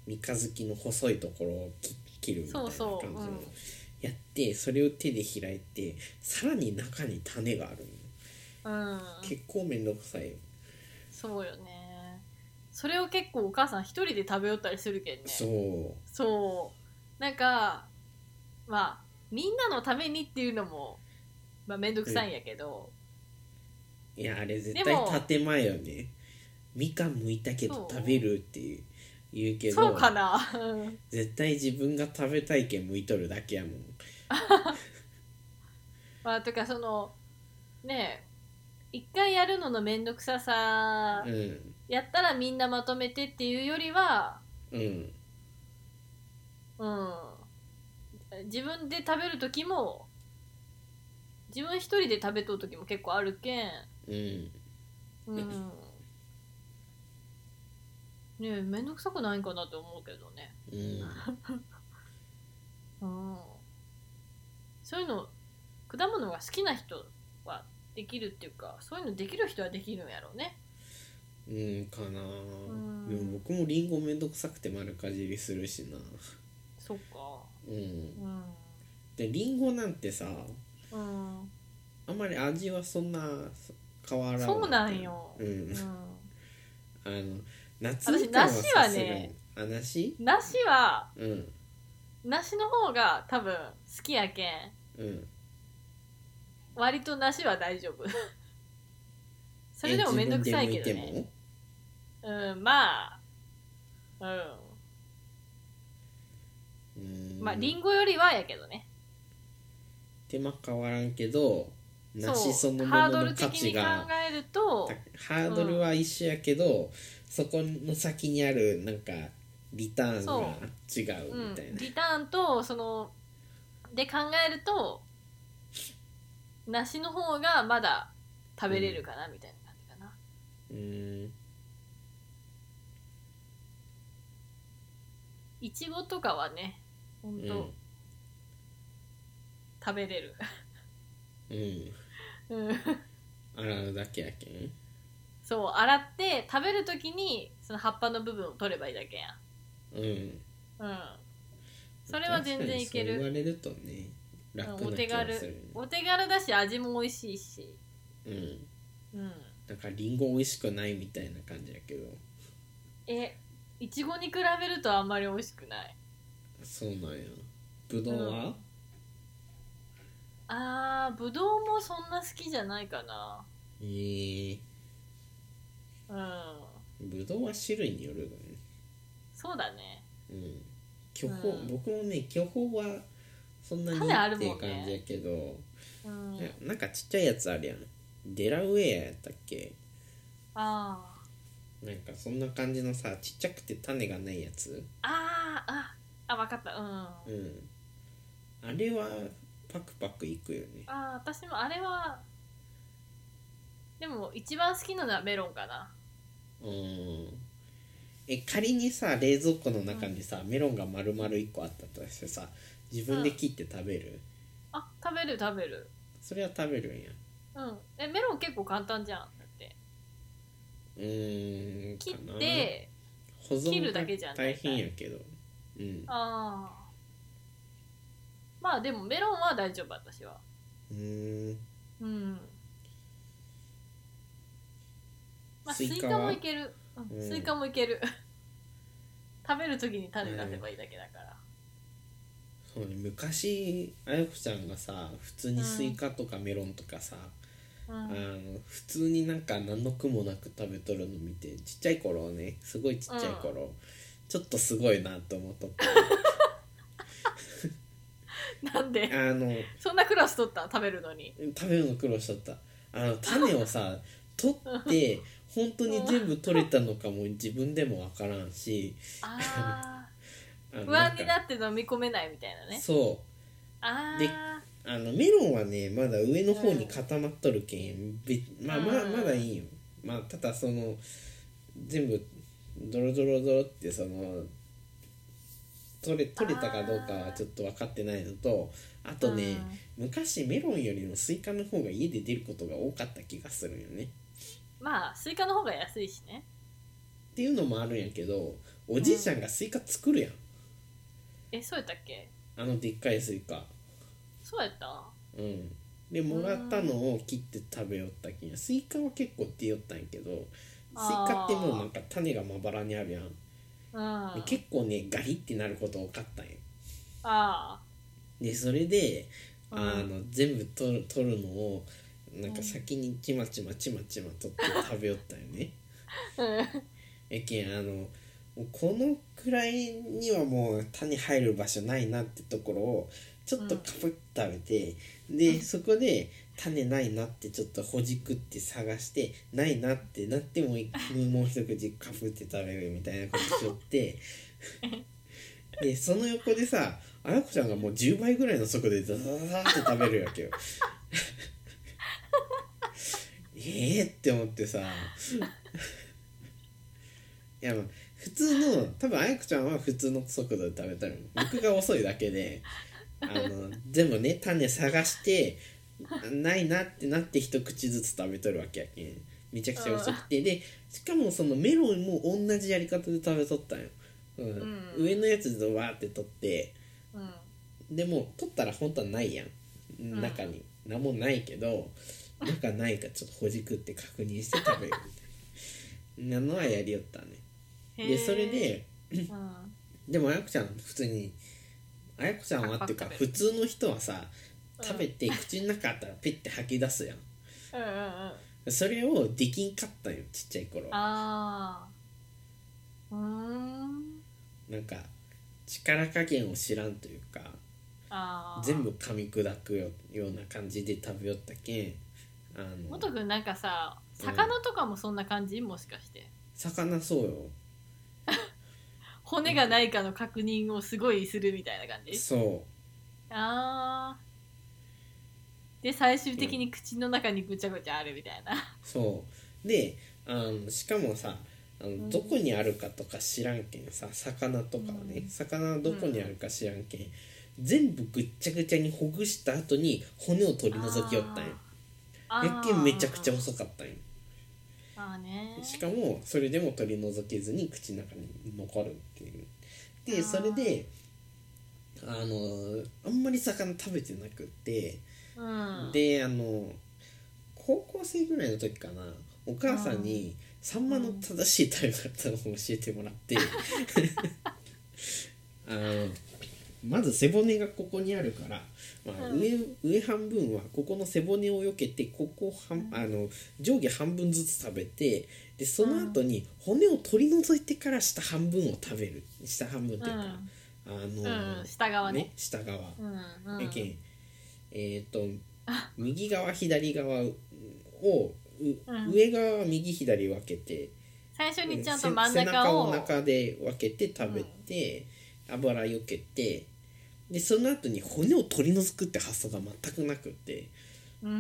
S1: 三日月の細いところを切切るみたい
S2: そ
S1: な
S2: う
S1: 感じの
S2: そう、うん、
S1: やってそれを手で開いてさらに中に種があるの
S2: うん、
S1: 結構めんどくさいよ、
S2: そうよねそれを結構お母さん一人で食べよったりするけんね
S1: そう
S2: そうなんかまあみんなのためにっていうのも、まあ、めんどくさいんやけど、
S1: いやあれ絶
S2: でも
S1: 対建前よねみかん剥いたけど
S2: そう
S1: 食べるっていう言うけど
S2: そうかなうん
S1: 絶対自分が食べたいけん剥いとるだけやもん
S2: まあとかそのねえ一回やるののめんどくささ
S1: うん
S2: やったらみんなまとめてっていうよりは
S1: うん
S2: うん自分で食べる時も自分一人で食べとう時も結構あるけん
S1: うん
S2: うんねえめんどくさくないんかなと思うけどね
S1: うん
S2: うんそういうの果物が好きな人はできるっていうかそういうのできる人はできるんやろうね
S1: うんかな
S2: うん
S1: でも僕もリンゴめんどくさくて丸かじりするしな
S2: そっか
S1: うん
S2: うん
S1: でリンゴなんてさ
S2: うん
S1: あんまり味はそんな変わらん
S2: そうなんよ
S1: うん
S2: う
S1: あの夏みかんは
S2: 私梨は
S1: さすがに
S2: ね
S1: あ梨
S2: ん梨は
S1: うん
S2: 梨の方が多分好きやけん
S1: うん
S2: 割と梨は大丈夫それでもめんどくさいけど
S1: え自
S2: ね
S1: 分で剥いて
S2: うんまあ
S1: も
S2: う
S1: うんん
S2: まありんごよりはやけどね
S1: 手間変わらんけど
S2: そ
S1: 梨
S2: う
S1: そのも
S2: ハード
S1: の
S2: ル
S1: の価
S2: 的
S1: 値
S2: に考
S1: が
S2: えると
S1: ハードルは一緒やけど、そこの先にあるなんかリターンが違う
S2: うん
S1: みたいな
S2: リターンとそので考えると梨の方がまだ食べれるかなみたいな感じかな、
S1: うん
S2: いちごとかはねほん
S1: うんう
S2: と
S1: ん
S2: 食べれるうん
S1: 洗うだけやけん
S2: そう洗って食べる時にその葉っぱの部分を取ればいいだけや
S1: うん
S2: んうんそれは全然いけ
S1: 確か
S2: る
S1: にそう言われるとね楽
S2: うんお
S1: な
S2: 手
S1: 気がす
S2: 軽
S1: る、
S2: お手軽だし味も美味しいし
S1: うん
S2: うん
S1: なんかリンゴ美味しくないみたいな感じやけど
S2: えいちごに比べるとあんまり美味しくない
S1: そうなんやぶどうは、
S2: あーぶどうもそんな好きじゃないかな
S1: えー、
S2: うん
S1: ぶどうは種類によるよね
S2: そうだね
S1: うん巨峰、
S2: うん
S1: 僕もね巨峰はそんなに
S2: 種ある
S1: ってい
S2: も
S1: うん
S2: ね
S1: 感じやけど、
S2: うん
S1: ななんかちっちゃいやつあるやんデラウェアやったっけ
S2: あー
S1: なんかそんな感じのさちっちゃくて種がないやつ
S2: あーああわかったうん
S1: うんあれはパクパクいくよね
S2: ああ私もあれはでも一番好きなのはメロンかな
S1: うんえ仮にさ冷蔵庫の中にさ、メロンが丸々1個あったとしてさ自分で切って食べる、
S2: あ食べる食べる
S1: それは食べるんや
S2: うんえメロン結構簡単じゃんだって
S1: うーん
S2: 切
S1: かな
S2: って
S1: 保存が
S2: 切るだけじゃん
S1: 大変やけどうん
S2: ああまあでもメロンは大丈夫私は
S1: うーん
S2: うんまあ、ス
S1: ス
S2: イ
S1: イカ
S2: カも
S1: はい
S2: ける、うん
S1: うん
S2: スイカもいける 食べる時に種出せばいいだけだから、
S1: そうね昔あやこちゃんがさ普通にスイカとかメロンとかさ、
S2: うん
S1: あの普通になんか何の苦もなく食べとるの見てちっちゃい頃ねすごいちっちゃい頃、ちょっとすごいなと思っ とった
S2: なんで
S1: あの
S2: そんなクラス取った食べるのに
S1: 食べるの苦労しとったあの種を さ取って本当に全部取れたのかも自分でもわからんし
S2: あ
S1: あ
S2: あ
S1: の
S2: 不安にな
S1: っ
S2: って飲み込めないみたいな
S1: たね
S2: ね
S1: そ
S2: あ
S1: でう
S2: あ
S1: あのメロンはねまだ上の方に固まっとるけん、べまあまあ
S2: うん
S1: まだいいよまあただその全部ドロドロドロってその取れ取れたかどうかはちょっと分かってないのとあとね、昔メロンよりもスイカの方が家で出ることが多かった気がするよね
S2: まあスイカの方が安いしね
S1: っていうのもあるんやけどおじいちゃんがスイカ作るやん、
S2: えそうやったっけ
S1: あのでっかいスイカ
S2: そうやった
S1: うんでもらったのを切って食べよったきんスイカは結構出よったんやけどスイカってもうなんか種がまばらにあるやんで
S2: うん
S1: 結構ねガリってなること多かったんや
S2: ああ
S1: でそれで
S2: うん
S1: あの全部取る取るのをなんか先にちまちまちまちま取って食べよったよね。 やけんあのこのくらいにはもう種入る場所ないなってところをちょっとかぶって食べて、でそこで種ないなってちょっとほじくって探してないなってなってもう一もう一口かぶって食べるみたいなことしよってでその横でさあやこちゃんがもう10倍ぐらいの速度でザザザザって食べるわけよ。ええって思ってさ。 いやまあ普通の多分あやこちゃんは普通の速度で食べたの僕が遅いだけであの全部ね種探してないなってなって一口ずつ食べとるわけやけんめちゃくちゃ遅くてでしかもそのメロンも同じやり方で食べとったんよ、うん
S2: うん
S1: 上のやつでわーって取って
S2: うん
S1: でも取ったら本当はないやん
S2: ん
S1: 中に、何もないけど中ないかちょっとほじくって確認して食べる みたいななのはやりよったね
S2: へ
S1: で
S2: ー
S1: それで
S2: うん
S1: でもあやこちゃん普通にあやこちゃんはっていうか
S2: パクパク食べ
S1: 普通の人はさ
S2: うん
S1: 食べて口の中あったらピッて吐き出すやん
S2: うんうんうん
S1: それをできんかったんよちっちゃい頃
S2: あーうーん
S1: なんか力加減を知らんというか
S2: あー
S1: 全部噛み砕くよような感じで食べよったけんあの
S2: 元くんなんかさ魚とかもそんな感じ、もしかして
S1: 魚そうよ
S2: 骨がないかの確認をすごいするみたいな感じ、
S1: そ
S2: あーで最終的に口の中にぐちゃぐちゃあるみたいな、
S1: うそうであのしかもさあの
S2: ん
S1: どこにあるかとか知らんけんさ魚とかはね、
S2: うん
S1: 魚はどこにあるか知らんけん、全部ぐっちゃぐちゃにほぐした後に骨を取り除きよったんよ
S2: あー
S1: やっけんめちゃくちゃ遅かったんよ
S2: あーね
S1: しかもそれでも取り除けずに口の中に残るっていうで
S2: あー
S1: それであのあんまり魚食べてなくって、
S2: うん、
S1: であの高校生ぐらいの時かなお母さんにサンマの正しい食べ方を教えてもらって、 あのまず背骨がここにあるから、まあ、
S2: うん
S1: 上上半分はここの背骨をよけてここ半あの上下半分ずつ食べてでその後に骨を取り除いてから下半分を食べる下半分っていうか、
S2: うん
S1: あ
S2: う
S1: の
S2: ん、下側ね
S1: ね下側。
S2: うんうん
S1: やけんえっ、と右側左側を、う
S2: うん
S1: 上側は右左分けて
S2: 最初にちゃん
S1: せ
S2: と真ん
S1: 背中
S2: 中を
S1: を中で分けて食べて、油よけてでその後に骨を取り除くって発想が全くなくって
S2: うー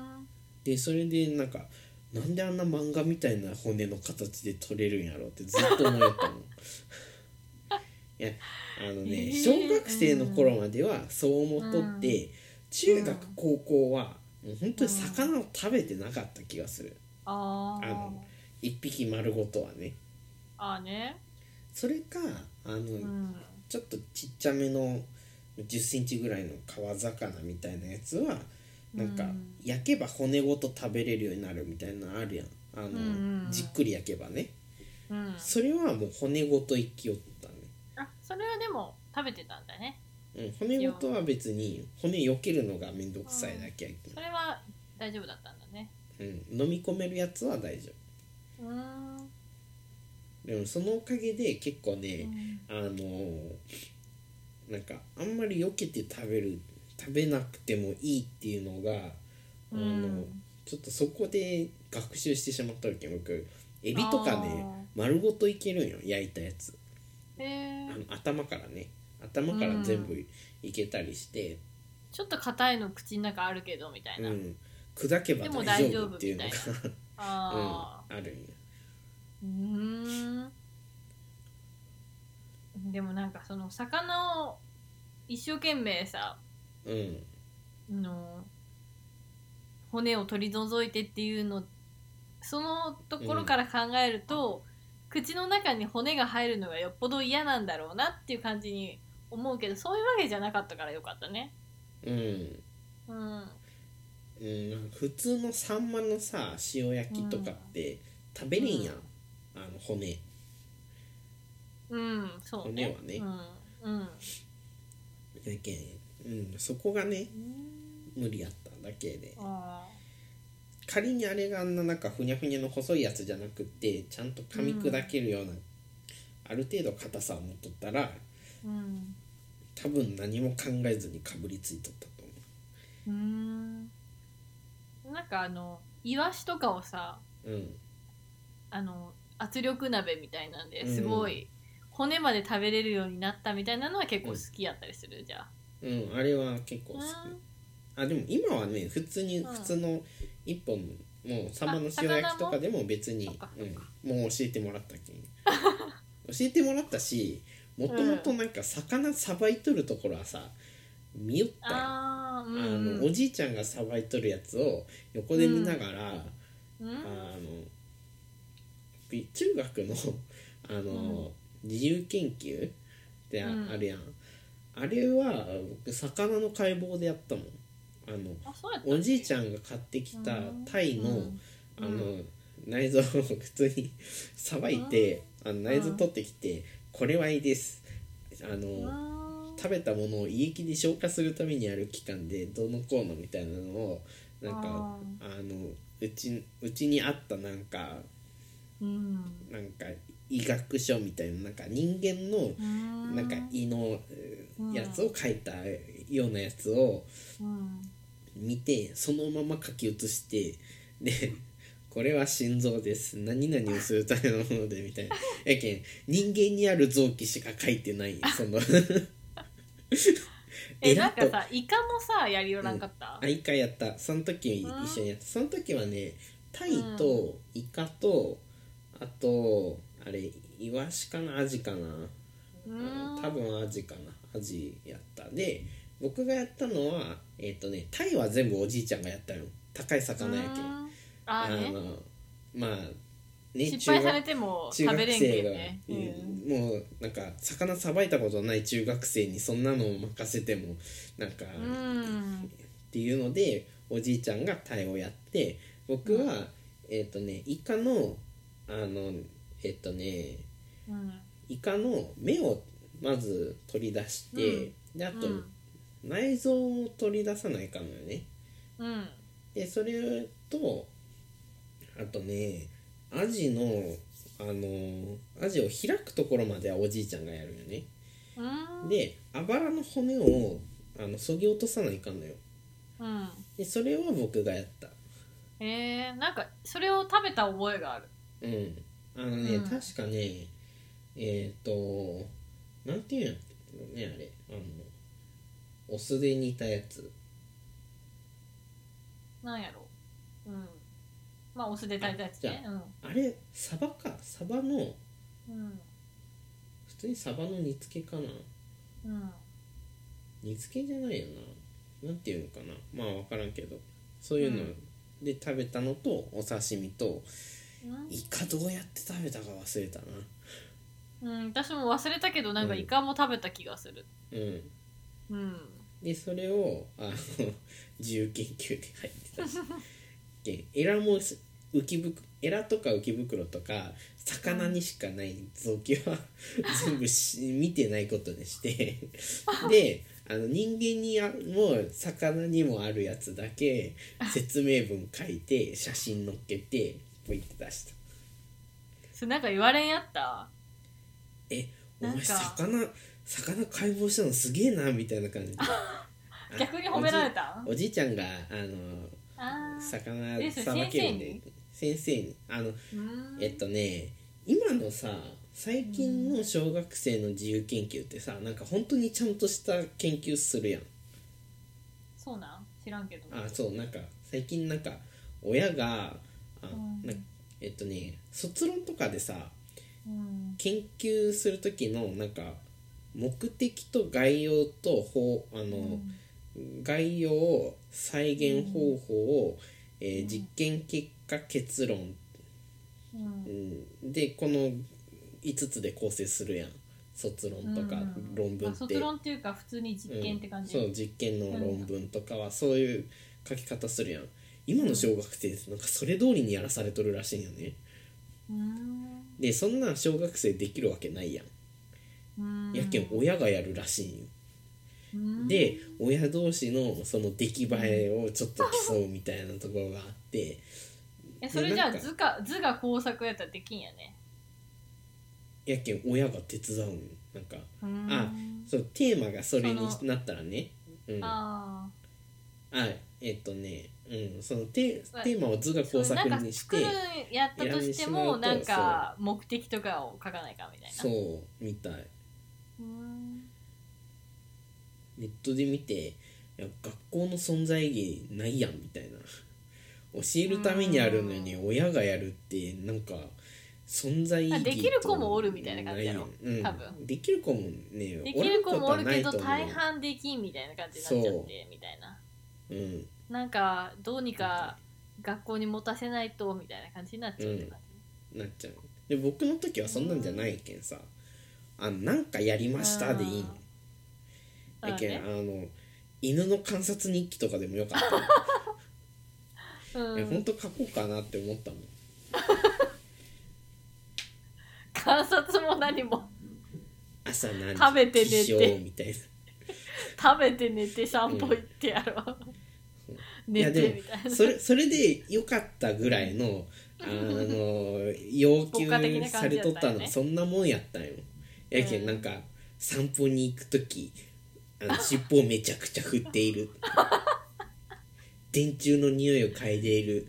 S2: ん
S1: でそれでなんかなんであんな漫画みたいな骨の形で取れるんやろうってずっと思よったもん。いやあのね、
S2: えー
S1: 小学生の頃まではそう思っとって、中学
S2: うん
S1: 高校はもう本当に魚を食べてなかった気がする
S2: あ
S1: あ
S2: ー
S1: の一匹丸ごとはね
S2: あーね
S1: それかあの、
S2: うん
S1: ちょっとちっちゃめの1 0ンチぐらいの川魚みたいなやつはなんか
S2: うん
S1: 焼けば骨ごと食べれるようになるみたいなのあるやんあの、
S2: んうん
S1: じっくり焼けばね
S2: うん
S1: それはもう骨ごと生きよったね
S2: あそれはでも食べてたんだね
S1: うん、骨ごとは別に骨避けるのがめんどくさいだけや
S2: それは大丈夫だったんだね
S1: けど、うん、飲み込めるやつは大丈
S2: うーん
S1: 夫でもそのおかげで結構
S2: う
S1: ね、
S2: ん
S1: あのーなんかあんまり避けて食べる食べなくてもいいっていうのが、あ
S2: う
S1: の
S2: ん
S1: ちょっとそこで学習してしまったわけ僕エビとかね
S2: あ
S1: 丸ごといけるんよ焼いたやつ
S2: へえ
S1: あの頭からね頭から全部いけたりして、
S2: ちょっと硬いの口の中あるけどみたいうな、
S1: ん、砕けば
S2: でも
S1: 大
S2: 大
S1: 丈
S2: 丈
S1: 夫
S2: 夫
S1: って いうのが
S2: み
S1: うん、
S2: あ
S1: あるんや
S2: ーうーんでもなんかその魚を一生懸命さ
S1: うん
S2: あの骨を取り除いてっていうのそのところから考えると、口の中に骨が入るのがよっぽど嫌なんだろうなっていう感じに思うけどそういうわけじゃなかったからよかったね。
S1: うん、
S2: うん、
S1: うん、普通のサンマのさ塩焼きとかって食べれんやん、
S2: うん
S1: あの骨
S2: うん、そうね。
S1: 骨はね
S2: うん、うん、
S1: だけんうん、そこがね
S2: うん
S1: 無理やっただけで
S2: あ
S1: 仮にあれがあんななんかふにゃふにゃの細いやつじゃなくってちゃんと噛み砕けるような、ある程度硬さを持っとったら
S2: ーうん
S1: 多分何も考えずにかぶりついとったと思
S2: うーんなんかあのイワシとかをさ
S1: ううん
S2: あの圧力鍋みたいなんですごい骨まで食べれるようになったみたいなのは結構好きやったりする、じゃあ。
S1: うんあれは結構好き、
S2: うん
S1: あでも今はね普通に
S2: うん
S1: 普通の一本のもうサバの塩焼きとかでも別に
S2: あ
S1: う
S2: 魚もそっ
S1: ん
S2: か、
S1: もう教えてもらったけん教えてもらったしもともとなんか魚さばいとるところはさ見よったよあ
S2: あー、うんうん、
S1: のおじいちゃんがさばいとるやつを横で見ながら、
S2: うん
S1: あのび中学のあの、自由研究ってあ,、
S2: うん
S1: るやんあれは僕魚の解剖でやったもんあの
S2: あそうやった
S1: おじいちゃんが買ってきたタイの、
S2: うん
S1: あ
S2: うん
S1: の内臓を普通に さばいてあの内臓取ってきて、これはいいですあの、
S2: うん
S1: 食べたものを胃液で消化するためにある期間でどうのこうのみたいなのをなんかあ
S2: あ
S1: のうちうちにあったなんか
S2: うん
S1: なんか医学書みたいななんか人間の
S2: うん
S1: なんか胃のえー
S2: うん
S1: やつを書いたようなやつを
S2: うん
S1: 見てそのまま書き写してで 「これは心臓です何々をするためのもので」みたい なやけん人間にある臓器しか書いてないそ の
S2: え
S1: 偉
S2: なん
S1: っと
S2: かさイカもさやりよらんかった、
S1: あイカやったその時一緒にやったその時はねタイとイカとあとあれイワシかなアジかな
S2: うん
S1: 多分アジかなアジやったで僕がやったのはえっ、とねタイは全部おじいちゃんがやったよ高い魚やけん
S2: うんあーね
S1: のまあね
S2: 失敗されても
S1: 中
S2: 食
S1: 学
S2: べれんけんね
S1: 中学生が、うんもうなんか魚さばいたことない中学生にそんなのを任せてもなんか、
S2: うん
S1: っ
S2: うん
S1: ていうのでおじいちゃんがタイをやって僕は、
S2: う
S1: えっ、とねイカのあのえっ、とね
S2: うん
S1: イカの目をまず取り出して、であと、内臓も取り出さないかんのよね。
S2: うん
S1: でそれとあとねアジのあのアジを開くところまではおじいちゃんがやるよね
S2: うん
S1: であばらの骨をあの削ぎ落とさないかんのよ
S2: うん
S1: でそれは僕がやった
S2: えー、なんかそれを食べた覚えがある
S1: うんあのね、
S2: うん
S1: 確かねえっ、となんていうんやったねあれあのお酢で煮たやつ
S2: なんやろうんまあお酢で炊いたやつね
S1: あれサバかサバの
S2: うんうん
S1: 普通にサバの煮付けかな
S2: うん
S1: 煮付けじゃないよななんていうのかなまあ分からんけどそういうので食べたのとお刺身と
S2: うん
S1: イカどうやって食べたか忘れたな
S2: うん、私も忘れたけどなんか
S1: うん
S2: イカも食べた気がする。
S1: うん
S2: うん。
S1: でそれをあの 自由研究で入ってたでエラもす浮き袋エラとか浮き袋とか魚にしかない臓器 は全部し見てないことにしてであの人間にあも魚にもあるやつだけ説明文書いて写真載っけてポイって出した
S2: それなんか言われんやった。
S1: 「えお
S2: なん
S1: 前
S2: か
S1: 魚魚解剖したのすげえな」みたいな感じ で
S2: 逆に褒められ
S1: あ
S2: た。
S1: おじおじいちゃんがあの
S2: ああ。
S1: 魚
S2: えそれ
S1: さばけるんで
S2: 先
S1: 先生にあの
S2: うーん
S1: えっとね今のさ最近の小学生の自由研究ってさなんか本当にちゃんとした研究するやん
S2: そうなん知らんけど。
S1: あそうなんか最近なんか親があ
S2: うん
S1: なえっとね卒論とかでさ
S2: うん。
S1: 研究する時のなんか目的と概要と法あの、
S2: うん
S1: 概要再現方法を、えー
S2: うん
S1: 実験結果結論
S2: うん
S1: うんでこの5つで構成するやん卒論とか
S2: うん
S1: 論文っ
S2: あ
S1: て、
S2: 卒論っていうか普通
S1: う
S2: に
S1: ん
S2: 実験って感じ。
S1: そう実験の論文とかはそういう書き方するやん今の小学生ってなんかそれ通りにやらされとるらしいんよね
S2: うーん。
S1: でそんなん小学生できるわけないやん
S2: うーん。
S1: やけん親がやるらしいんよ
S2: ううん
S1: で親同士のその出来栄えをちょっと競うみたいなところがあって
S2: えそれじゃあ
S1: なんか
S2: 図か図が工作やったらできんやね
S1: やけん親が手伝うんなんか
S2: うーん
S1: あそうテーマがそれに
S2: そ
S1: なったらね、うん、あ
S2: あ
S1: えっとね、うん、そのテ
S2: まあ
S1: テーマを図が
S2: ーそ
S1: 工
S2: うなん
S1: 作
S2: か
S1: にし
S2: 作
S1: て
S2: るんやった
S1: 選
S2: としても
S1: んでしまうと
S2: なんか目的とかを書かないかみたいな
S1: そうみたいう
S2: ーん
S1: ネットで見ていや学校の存在意義ないやんみたいな教えるためにあるのに親がやるってなんか存在意義と
S2: あできる子もおるみたいな感じやろ
S1: いやんうん、
S2: 多分
S1: できる子もね
S2: できる子もお
S1: らんことはな
S2: るけ
S1: いと
S2: ど
S1: 思う
S2: 大半できんみたいな感じになっちゃってみたいな
S1: うん
S2: なんかどうにか学校に持たせないとみたいな感じになっちゃうって感じ、
S1: なっちゃうで僕の時はそんなんじゃないけんさあなんかやりましたでいいん
S2: うん
S1: だけん
S2: ね
S1: あの犬の観察日記とかでもよかっ
S2: う
S1: たいやほん
S2: ん、
S1: と書こうかなって思ったもん
S2: 観察も何も
S1: 朝何時
S2: 食べて寝て
S1: 起床みたいな
S2: 食べて寝て散歩行ってやろう、
S1: うん
S2: 寝
S1: いや
S2: て
S1: で
S2: みたいな
S1: それそれで良かったぐらい のあの要
S2: 効果的
S1: 求
S2: な
S1: さ
S2: 感じ
S1: れ
S2: やった
S1: とった
S2: んやね
S1: のはそんなもんやったんよ。やけ
S2: うん
S1: んなんか散歩に行く時あ の尻尾をめちゃくちゃ振っている電柱の匂いを嗅いでいる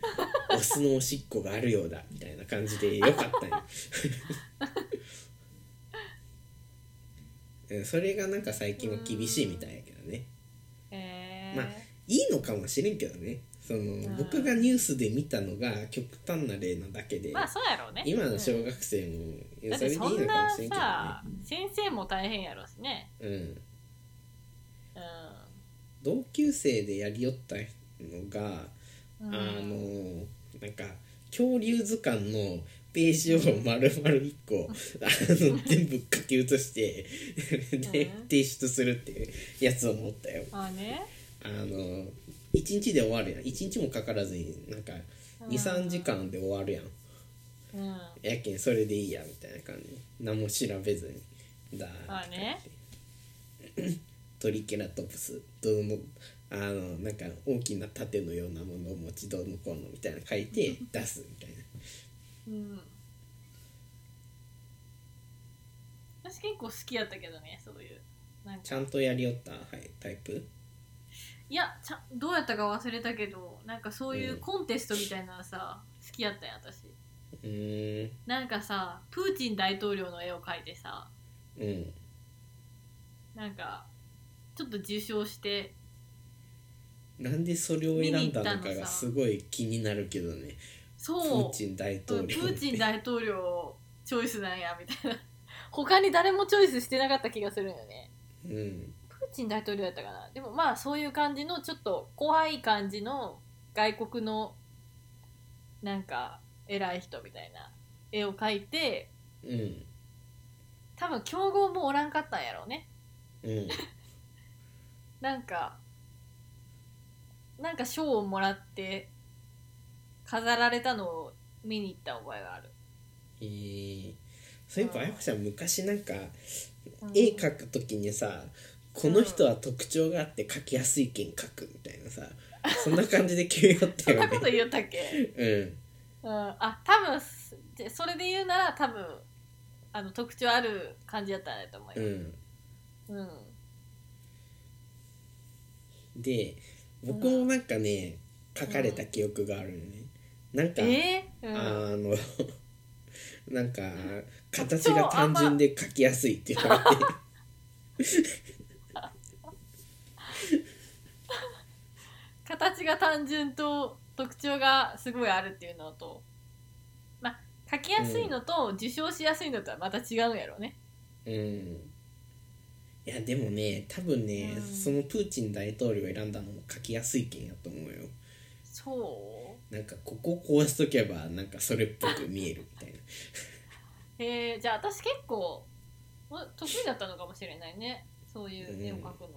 S1: オスのおしっこがあるようだみたいな感じでよか ったんよ。うんそれがなんか最近は厳しいみたいやけどね。
S2: えー
S1: まあいいのかもしれんけどねその
S2: ん
S1: 僕がニュースで見たのが極端な例なだけで、
S2: まあそうやろうね
S1: 今の
S2: う
S1: 小
S2: ん
S1: 学生も、い
S2: だ
S1: や
S2: っ
S1: それで
S2: て
S1: いいのか
S2: そ
S1: も
S2: んな
S1: しれんけ
S2: さ、先生も大変やろうしね
S1: どね、うん、
S2: う
S1: 同級生でやりよったのが、
S2: ん、うん、
S1: あのなんか恐竜図鑑のページを丸々1個、あの全部書き写してで
S2: うん
S1: 提出するっていうやつを持ったよ。
S2: まあね
S1: あの1日で終わるやん1日もかからずになんか23時間で終わるやん。
S2: うん
S1: やけんそれでいいやみたいな感じ何も調べずにだーって
S2: まあね
S1: トリケラトプスどうのあのなんか大きな盾のようなものを持ちどうのこうのみたいな書い て出すみたいな
S2: うん私結構好きやったけどねそういうなんか
S1: ちゃんとやりよった、はい、タイプ
S2: いやちゃんどうやったか忘れたけどなんかそういううんコンテストみたいなのさ、好きやったんや私
S1: うーん
S2: なんかさプーチン大統領の絵を描いてさ
S1: うん
S2: なんかちょっと受賞して
S1: なんでそれを選んだの
S2: 見
S1: か
S2: に行った
S1: が
S2: のさ
S1: すごい気になるけどねプ
S2: そ
S1: ー
S2: う
S1: チン大
S2: う
S1: 統領
S2: んプーチン大統領をチョイスなんやみたいな 他に誰もチョイスしてなかった気がするんよね
S1: うん
S2: プーチン大統領やったかなでもまあそういう感じのちょっと怖い感じの外国のなんか偉い人みたいな絵を描いて
S1: うん
S2: 多分競合もおらんかったんやろうね
S1: うん
S2: なんかなんか賞をもらって飾られたのを見に行った覚えがある、
S1: えー、そういえばあやこちゃん昔なんか
S2: うん
S1: 絵 描くときにさこの人は特徴があって描きやすいけん描くみたいなさそんな感じで決めよった
S2: そん
S1: よ
S2: なこと
S1: ね
S2: 言ったっけ
S1: うん
S2: うん、あ多分すでそれで言うなら多分あの特徴ある感じだったんだと思いうます、
S1: ん
S2: うん
S1: で僕もなんかね描かれた記憶があるよねなんか、
S2: えーうん、
S1: あの なんか形が単純で描きやすいって言われて
S2: 形が単純と特徴がすごいあるっていうのとまあ書きやすいのと受賞しやすいのとはまた違うんやろうね、
S1: うんいやでもね多分ね、
S2: うん
S1: そのプーチン大統領を選んだのも書きやすいけんやと思うよ
S2: そう
S1: なんかここをこうしとけばなんかそれっぽく見えるみたいな
S2: えー、じゃあ私結構お得意だったのかもしれないねそういう絵を描くの、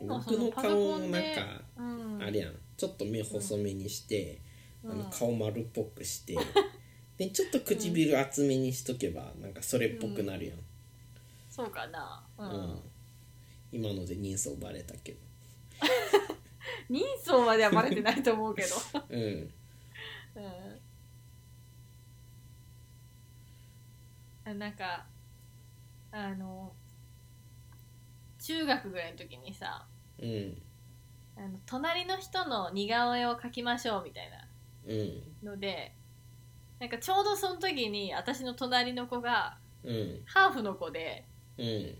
S2: 今そ
S1: 僕の
S2: パソコ
S1: 顔も
S2: ン
S1: なん
S2: で
S1: か
S2: うん
S1: あれやんちょっと目細めにして、
S2: うん
S1: あの顔丸っぽくして でちょっと唇厚めにしとけばなんかそれっぽくなるやん、
S2: そうかなう、
S1: うんん今ので人相バレたけど
S2: 人相まではバレてないと思うけど、
S1: うん
S2: うん、あなんかあの中学ぐらいの時にさ
S1: うん
S2: あの隣の人の似顔絵を描きましょうみたい
S1: うん
S2: なのでなんかちょうどその時に私の隣の子が
S1: うん
S2: ハーフの子で
S1: うん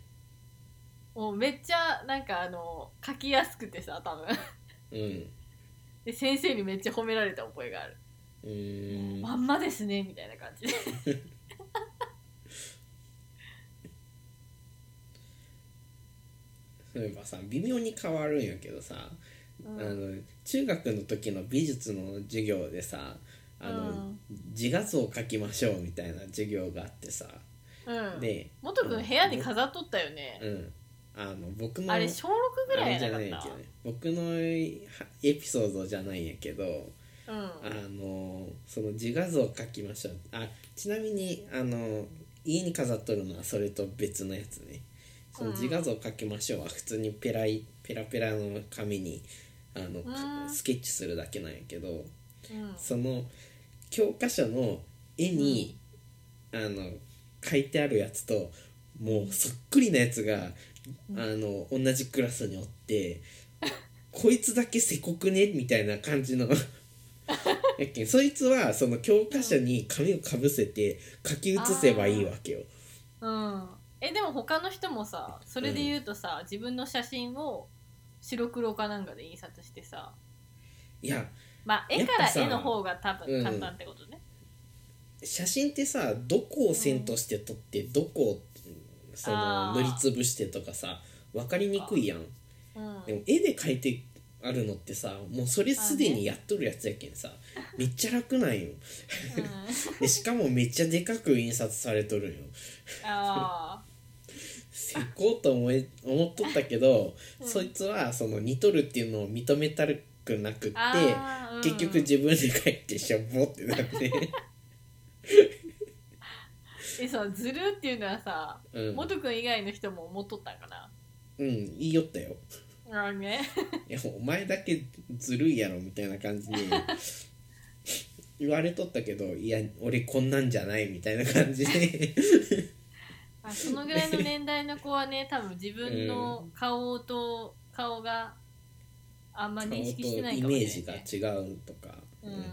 S2: もうめっちゃなんかあの描きやすくてさ多分
S1: うん
S2: で先生にめっちゃ褒められた覚えがある、
S1: うーん
S2: まんまですねみたいな感じで
S1: そういえばさ微妙に変わるんやけどさ、
S2: うん
S1: あの中学の時の美術の授業でさあの、
S2: うん
S1: 自画像を描きましょうみたいな授業があってさ、
S2: うん
S1: で、
S2: 元くん部屋に飾っとったよね、
S1: うん、あの僕の
S2: あれ小6ぐら
S1: あ
S2: い
S1: れ
S2: じゃ
S1: じゃない
S2: な
S1: や
S2: か
S1: けど
S2: っ
S1: ね僕のはエピソードじゃないんやけど、
S2: たうん
S1: あのその自画像を描きましょうあちなみにあの家に飾っとるのはそれと別のやつねその自画像を描きましょうは普通にペライペラペラの紙にあの、
S2: うん
S1: スケッチするだけなんやけど
S2: うん
S1: その教科書の絵に、あの書いてあるやつともうそっくりなやつが、
S2: うん
S1: あの同じクラスにおってこいつだけせこくねみたいな感 じのやっけんそいつはその教科書に紙をかぶせて書き写せばいいわけよ。
S2: うんえでも他の人もさそれで言うとさ、自分の写真を白黒かなんかで印刷してさ
S1: いや
S2: まあ絵か
S1: や
S2: ら
S1: っぱさ
S2: 絵の方が多分簡単ってことね、
S1: 写真ってさどこを線として撮って、どこをその
S2: あ
S1: 塗
S2: ー
S1: りつぶしてとかさ分かりにくいやん。
S2: うん
S1: でも絵で描いてあるのってさもうそれすでにやっとるやつやけんさ、めっちゃ楽なんよ
S2: う ん
S1: でしかもめっちゃでかく印刷されとるんよ
S2: あ
S1: せこうと思え思っとったけど、
S2: うん
S1: そいつはその似とるっていうのを認めたくなくって
S2: ーあー、うん
S1: 結局自分で描いてしょぼってなって
S2: えそうずるっていうのはさ、
S1: うん、
S2: 元くん以外の人も思っとったんかな
S1: うん、言いよったよ
S2: あーね
S1: いやお前だけずるいやろみたいな感 じに言われとったけどいや俺こんなんじゃないみたいな感じで。
S2: あそのぐらいの年代の子は ね多分自分の顔と顔があんま認識してない
S1: イ
S2: か
S1: メ
S2: もしれない、ね、
S1: ージが違うとか、
S2: うん
S1: うん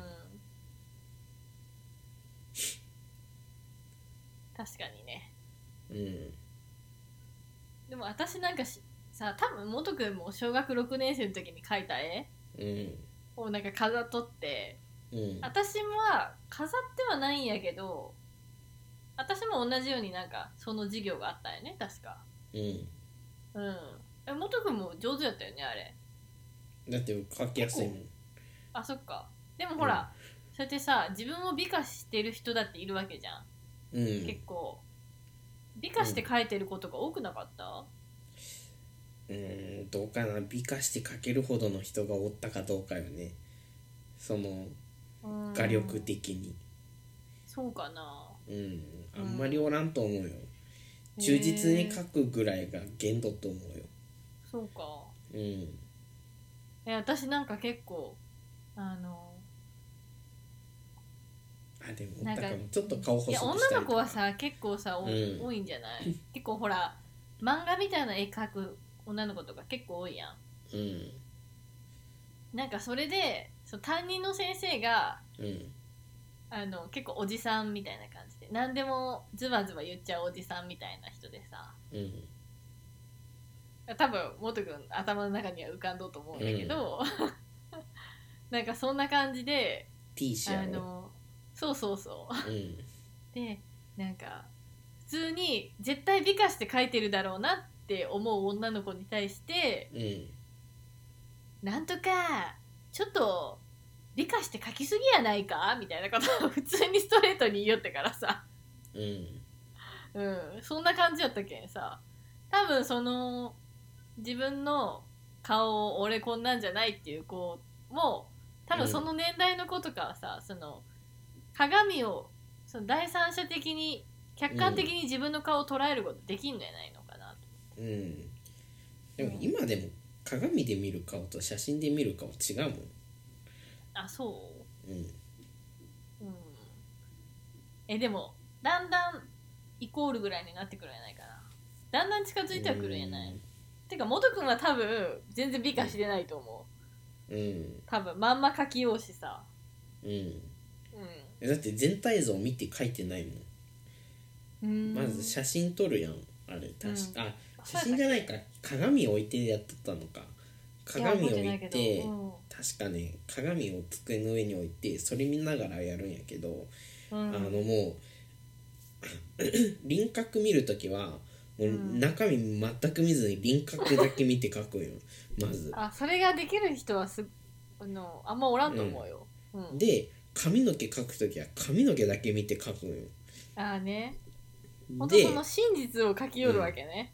S2: 確かにね
S1: うん
S2: でも私なんかしさ多分元くんも小学6年生の時に描いた絵
S1: うん
S2: をなんか飾っとって
S1: うん
S2: 私は飾ってはないんやけど私も同じようになんかその授業があったよね確か
S1: うん
S2: うんえ元くんも上手やったよねあれ
S1: だって書きやすいもん
S2: あそっかでもほら、そうやってさ自分を美化してる人だっているわけじゃん、
S1: うん
S2: 結構美化して描いてることが多くなかった、
S1: うんどうかな美化して書けるほどの人がおったかどうかよねその
S2: うん
S1: 画力的に
S2: そうかな
S1: うんあんまりおらんと思うよ、忠実に書
S2: へえ
S1: くぐらいが限度と思うよ
S2: そうか
S1: うん
S2: え私なんか結構あの
S1: あでもお
S2: な
S1: っ
S2: ん
S1: た
S2: か
S1: かもちょっと顔細くし
S2: いや
S1: たりとか
S2: 女の子はさ結構さ、
S1: う
S2: お
S1: ん
S2: 多いんじゃない結構ほら漫画みたいな絵描く女の子とか結構多いや
S1: うん
S2: んなんかそれでそう担任の先生が
S1: うん
S2: あの結構おじさんみたいな感じで何でもズバズバ言っちゃうおじさんみたいな人でさ
S1: うん
S2: 多分元君頭の中には浮かんどうと思うんだけど、 なんかそんな感じで
S1: T 氏や
S2: あ
S1: ろ
S2: のそうそうそう
S1: うん
S2: でなんか普通に絶対美化して描いてるだろうなって思う女の子に対して
S1: うん
S2: なんとかちょっと美化して描きすぎやないかみたいなことを普通にストレートに言いよってからさ
S1: うん
S2: うん、そんな感じやったけんさ多分その自分の顔を俺こんなんじゃないっていう子も多分その年代の子とかはさ、その鏡をその第三者的に客観的に自分の顔を捉えることできんのやないのかなと。
S1: うん、でも今でも鏡で見る顔と写真で見る顔違うもん
S2: あそ
S1: うん
S2: ううんえでもだんだんイコールぐらいになってくるんやないかなだんだん近づいてはくるんやないてか元君は多分全然美化してないと思う
S1: うん
S2: 多分まんま書きようしさ
S1: うん
S2: う
S1: だって全体像見て書いてないもん
S2: ん
S1: まず写真撮るやんあれ確
S2: うん
S1: か、あ写真じゃないか鏡置いてやっとったのか鏡置いて確かね鏡を机の上に置いてそれ見ながらやるんやけど、あのもう 輪郭見るときはもううん中身全く見ずに輪郭だけ見て描くんよ まず
S2: あそれができる人はすあのあんまおらんと思うよ、うん
S1: で髪の毛描くときは髪の毛だけ見て描くんよ
S2: ああね本当
S1: で
S2: その真実を書き寄るわけね、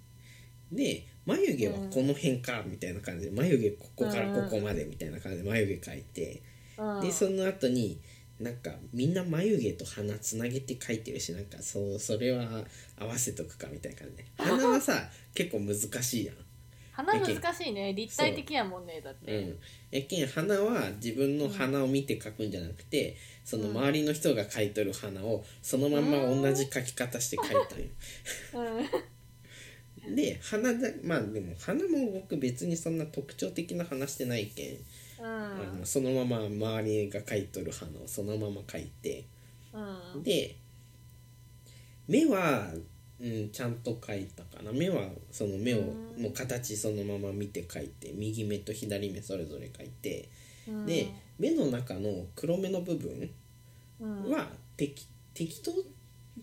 S1: で眉毛はこの辺かみたいな感じで眉毛ここからここまでみたいな感じで眉毛描いて
S2: うん
S1: でその後になんかみんな眉毛と鼻つなげて描いてるしなんかそうそれは合わせとくかみたいな感じで鼻は さ結構難しいやん
S2: 鼻難しいね立体的やもんねだっ
S1: う
S2: て、
S1: ん、やけん鼻は自分の鼻を見て描くんじゃなくて、その周りの人が描いとる鼻をそのまんま同じ描き方して描いたんよ。
S2: うん
S1: で鼻だまあでも鼻も僕別にそんな特徴的な鼻してないけん、あのそのまま周りが描いとる鼻をそのまま描いて
S2: うん
S1: で目は、うん、ちゃんと描いたかな目はその目を
S2: うん
S1: の形そのまま見て描いて右目と左目それぞれ描いて。
S2: うん
S1: で目の中の黒目の部分
S2: うん
S1: は適適当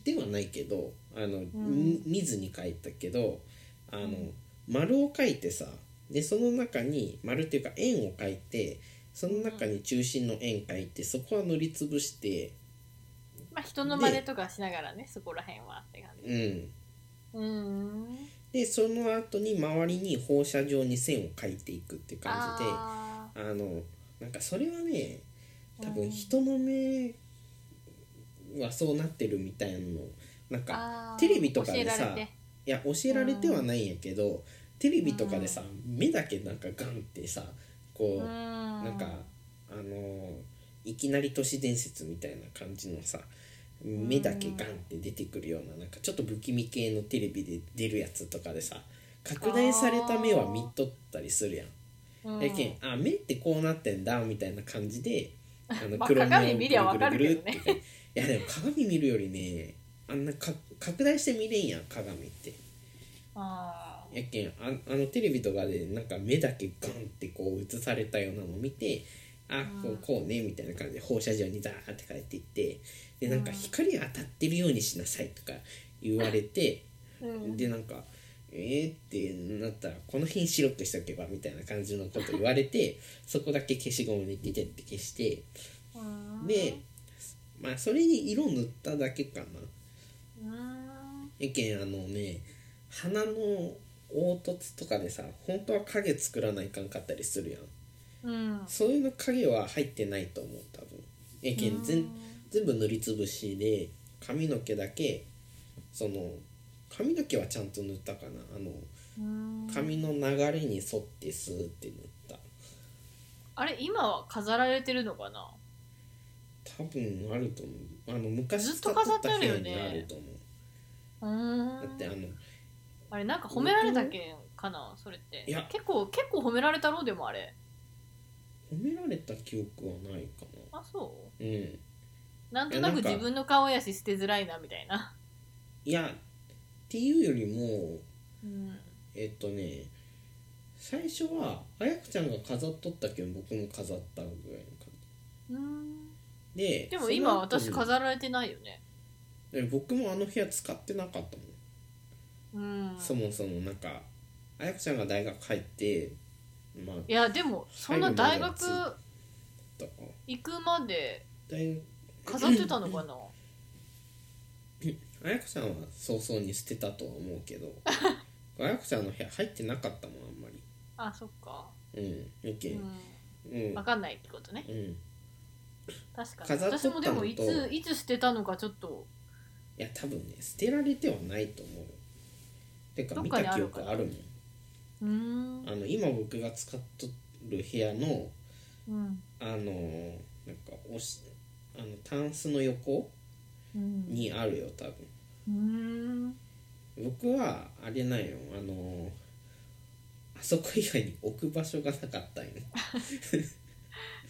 S1: ではないけどあの、
S2: ん
S1: み見ずに描いたけどあの、
S2: うん
S1: 丸を描いてさでその中に丸っていうか円を描いてその中に中心の円描いてそこは塗りつぶして
S2: まあ人の真似とかしながらねそこら辺はって感じ
S1: うん
S2: うん
S1: でその後に周りに放射状に線を描いていくって感じであ
S2: あ
S1: のなんかそれはね
S2: ー
S1: 多
S2: う
S1: 分
S2: ん
S1: 人の目はそうなってるみたいなのなんか
S2: あー
S1: テレビとかでさ
S2: 教えられて
S1: いや教えられてはないんやけどテレビとかでさ
S2: う
S1: 目だけなんかガンってさこ
S2: うん
S1: うなんかあのーいきなり都市伝説みたいな感じのさ目だけガンって出てくるようななんかちょっと不気味系のテレビで出るやつとかでさ拡大された目は見とったりするやん。
S2: うん
S1: やけんあ目ってこうなってんだみたいな感じであの
S2: まあ
S1: 黒目を
S2: 鏡見りゃわかるけどね
S1: ぐるぐるぐるっていやでも鏡見るよりねあんなか拡大して見れんやん鏡って
S2: あー
S1: やけんああのテレビとかでなんか目だけガンってこう映されたようなの見てあこ
S2: うん
S1: うこうねみたいな感じで放射状にダーって帰っていってでなんか光当たってるようにしなさいとか言われて
S2: うん
S1: でなんか「えー?」ってなったら「この辺白くしとけば」みたいな感じのこと言われてそこだけ消しゴムでテテって消して
S2: うん
S1: でまあそれに色塗っただけかな。
S2: うん
S1: やけんあのね鼻の凹凸とかでさ本当は影作らないかんかったりするやん
S2: うん
S1: そういうの影は入ってないと思う多分やけん全全部塗りつぶしで髪の毛だけその髪の毛はちゃんと塗ったかなあの
S2: うん
S1: 髪の流れに沿ってスーって塗った
S2: あれ今は飾られてるのかな
S1: 多分あると思うあの昔
S2: ずっと飾ってあるよ
S1: 使っ
S2: ね
S1: とった部屋にあると思う
S2: うーん
S1: だってあの
S2: あれなんか褒められたけんかなそれって
S1: いや
S2: 結構結構褒められたろうでもあれ
S1: 褒められた記憶はないかな
S2: あそう
S1: うんい
S2: なんとなく
S1: いやなんか
S2: 自分の顔やし捨てづらいなみたいな
S1: やっていうよりも
S2: うん
S1: えっとね最初はあやくちゃんが飾っとったけど僕も飾ったぐらいの感
S2: うん
S1: じで
S2: でも今
S1: そ
S2: 私
S1: の後に
S2: 飾られてないよね
S1: え僕もあの部屋使ってなかったもん、
S2: うん
S1: そもそもなんかあやくちゃんが大学入ってまあ
S2: いやでもそんな大学
S1: とか
S2: 行くまで
S1: 大学
S2: 飾ってたのかな
S1: あやこちゃんは早々に捨てたとは思うけ どあやこちゃんの部屋入ってなかったもんあんまり
S2: あそっか
S1: うんよ
S2: う
S1: けうん
S2: ん
S1: うん
S2: 分かんないってことね
S1: い
S2: 確かに
S1: 飾っとった
S2: 私
S1: のと
S2: もでもいついつ捨てたのかちょっと
S1: や多分ね捨てられてはないと思うよてか
S2: どっ
S1: 見
S2: かに
S1: た
S2: あ
S1: 記
S2: るか
S1: 憶
S2: な
S1: あるもん
S2: うーん
S1: あの今僕が使っとる部屋の
S2: うん
S1: あのなんかおしあのタンスの横
S2: うん
S1: にあるよ多分
S2: うーん
S1: 僕はあれなんよあのあそこ以外に置く場所がなかったんよ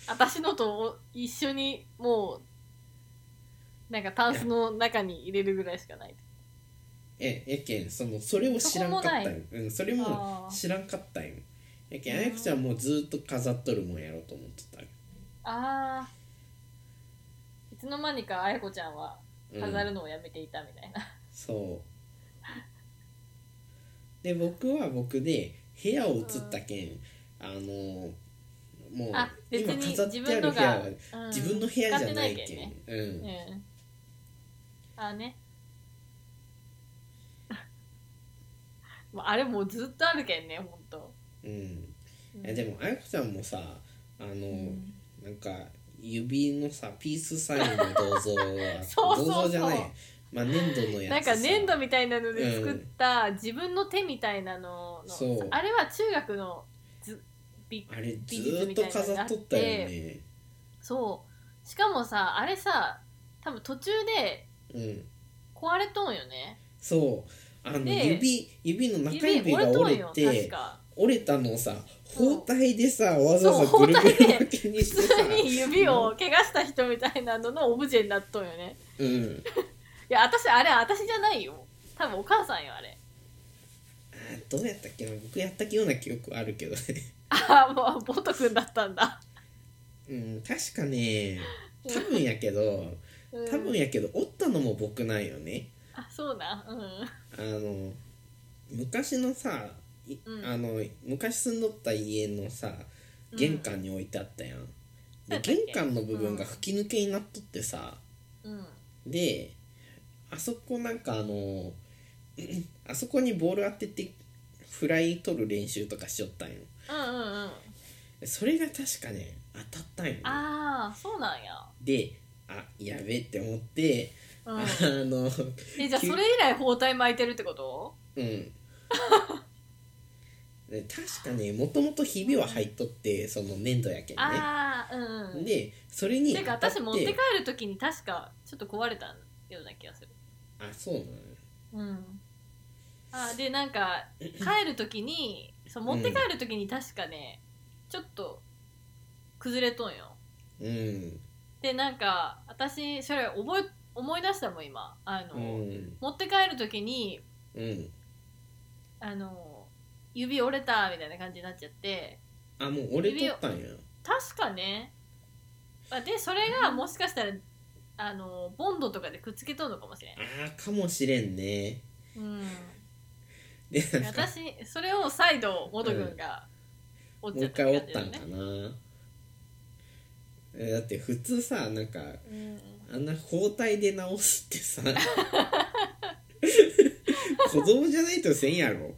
S2: 私のと一緒にもうなんかタンスの中に入れるぐらいしかない
S1: ええけんそのそれを知らんかったんよ
S2: そこ
S1: うん、それも
S2: あー
S1: 知らんかったんよやけん
S2: う
S1: あ
S2: ん
S1: やくちゃんもうずっと飾っとるもんやろうと思ってたんよ
S2: あーいつの間にかあやこちゃんは
S1: うん
S2: 飾るのをやめていたみたいな、
S1: そうで僕は僕で部屋を移ったけん、あのもう
S2: あ別
S1: 今
S2: に
S1: 飾って
S2: 自
S1: あ
S2: 分
S1: る
S2: の
S1: 部屋
S2: が
S1: は自分の部屋じゃないけん
S2: ね、
S1: うん
S2: うんあーね もうあれもうずっとあるけんねほんと、
S1: うん
S2: うん
S1: えでもあやこちゃんもさあの、
S2: うん
S1: なんか指のさピースサインの銅像は
S2: そうそ
S1: 銅
S2: うそう
S1: 像じゃないまあ粘土のやつ
S2: なんか粘土みたいなので
S1: うん
S2: 作った自分の手みたいなのの、
S1: そう
S2: あれは中学のずび
S1: あれずーっと飾っとったよね
S2: そうしかもさあれさ多分途中で
S1: うん
S2: 壊れとんよね
S1: そうあの
S2: で
S1: 指指の中
S2: 指
S1: 指が
S2: 折れとん
S1: 折れ
S2: よ確
S1: て
S2: か
S1: 折れたのをさ
S2: そう
S1: 包帯でさわざわざ
S2: そう
S1: ぐるぐる
S2: 包帯で
S1: 巻きにして
S2: 普
S1: さ
S2: 通に指を怪我した人みたいなののオブジェになっとんよね
S1: うん
S2: いや私あれ私じゃないよ多分お母さんよあれ
S1: あーどうやったっけな僕やったような記憶あるけどね
S2: ああもうボト君だったんだ
S1: うん確かね多分やけど
S2: うん
S1: 多分やけど折ったのも僕なんよね
S2: あそうなうん
S1: あの昔のさ、い
S2: うん
S1: あの昔住んどった家のさ玄関に置いてあったやん、
S2: そうや
S1: で
S2: ったっけ
S1: 玄関の部分が吹き抜けになっとってさ、
S2: うん
S1: であそこなんかあの あそこにボール当ててフライ取る練習とかしよったんよ
S2: うんうんうん
S1: それが確かね当たったんよね
S2: ああそうなんや、
S1: であやべって思って、
S2: うん
S1: あ、の
S2: えじゃあ
S1: 急
S2: それ以来包帯巻いてるってこと
S1: うん。で確かねもともとひびは入っとってその粘土やけんね。
S2: ああうんうん
S1: でそれに
S2: てか
S1: 当たって
S2: 私持って帰る時に確かちょっと壊れたような気がする
S1: あそうなのよ
S2: うんあでなんか帰る時にそう持って帰る時に確かね、ちょっと崩れとんよ
S1: うん
S2: でなんか私それ覚え思い出したもん今あの、
S1: うん
S2: 持って帰る時に
S1: うん
S2: あの指折れたみたいな感じになっちゃって
S1: あもう俺取ったんや
S2: 確かねあでそれがもしかしたらあのボンドとかでくっつけとんのかもしれん、
S1: あーかもしれんね
S2: うん、
S1: でなんか
S2: 私それを再度元君が折
S1: も
S2: っ
S1: う
S2: ちゃ
S1: 一
S2: った
S1: 回折っ
S2: 感じ
S1: た
S2: だ
S1: ん
S2: よ
S1: か
S2: ね
S1: なえだって普通さなんか
S2: うん
S1: あんな包帯で直すって さ子供じゃないとせんやろ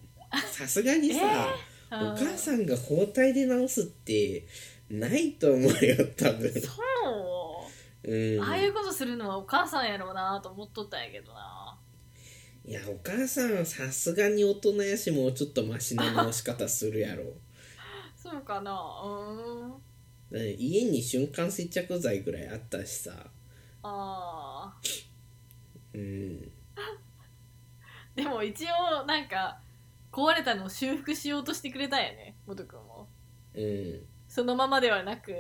S1: さすがにさ、
S2: う
S1: お母さんが包帯で直すってないと思うよ多分
S2: そう
S1: うん
S2: ああいうことするのはお母さんやろうなと思っとったんやけどない
S1: やお母さんはさすがに大人やしもうちょっとマシな直し方するやろ
S2: そうかなうーん
S1: だって家に瞬間接着剤ぐらいあったしさ
S2: あ
S1: う
S2: ー
S1: ん
S2: でも一応なんか壊れたのを修復しようとしてくれたんやね元君も
S1: うん
S2: そのままではなく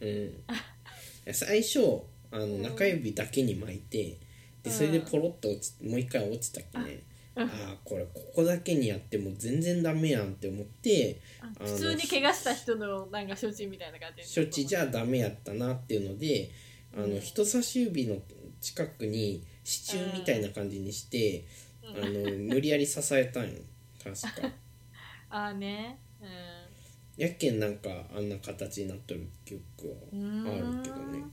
S1: うん 最初あの
S2: ん
S1: 中指だけに巻いてでそれでポロッと落ちもう一回落ちたっけね
S2: あ
S1: ああこれここだけにやっても全然ダメやんって思っての
S2: 普通に怪我した人のなんか処置みたいな感じ
S1: 処置じ
S2: ゃ
S1: ゃダメやったなっていうのであの、
S2: うん
S1: 人差し指の近くに支柱みたいな感じにして、
S2: うん
S1: あの無理やり支えたんよ確 か
S2: ああねうん
S1: やっけんなんかあんな形になっとる記憶
S2: う
S1: は
S2: ー
S1: あ
S2: ん
S1: るけどね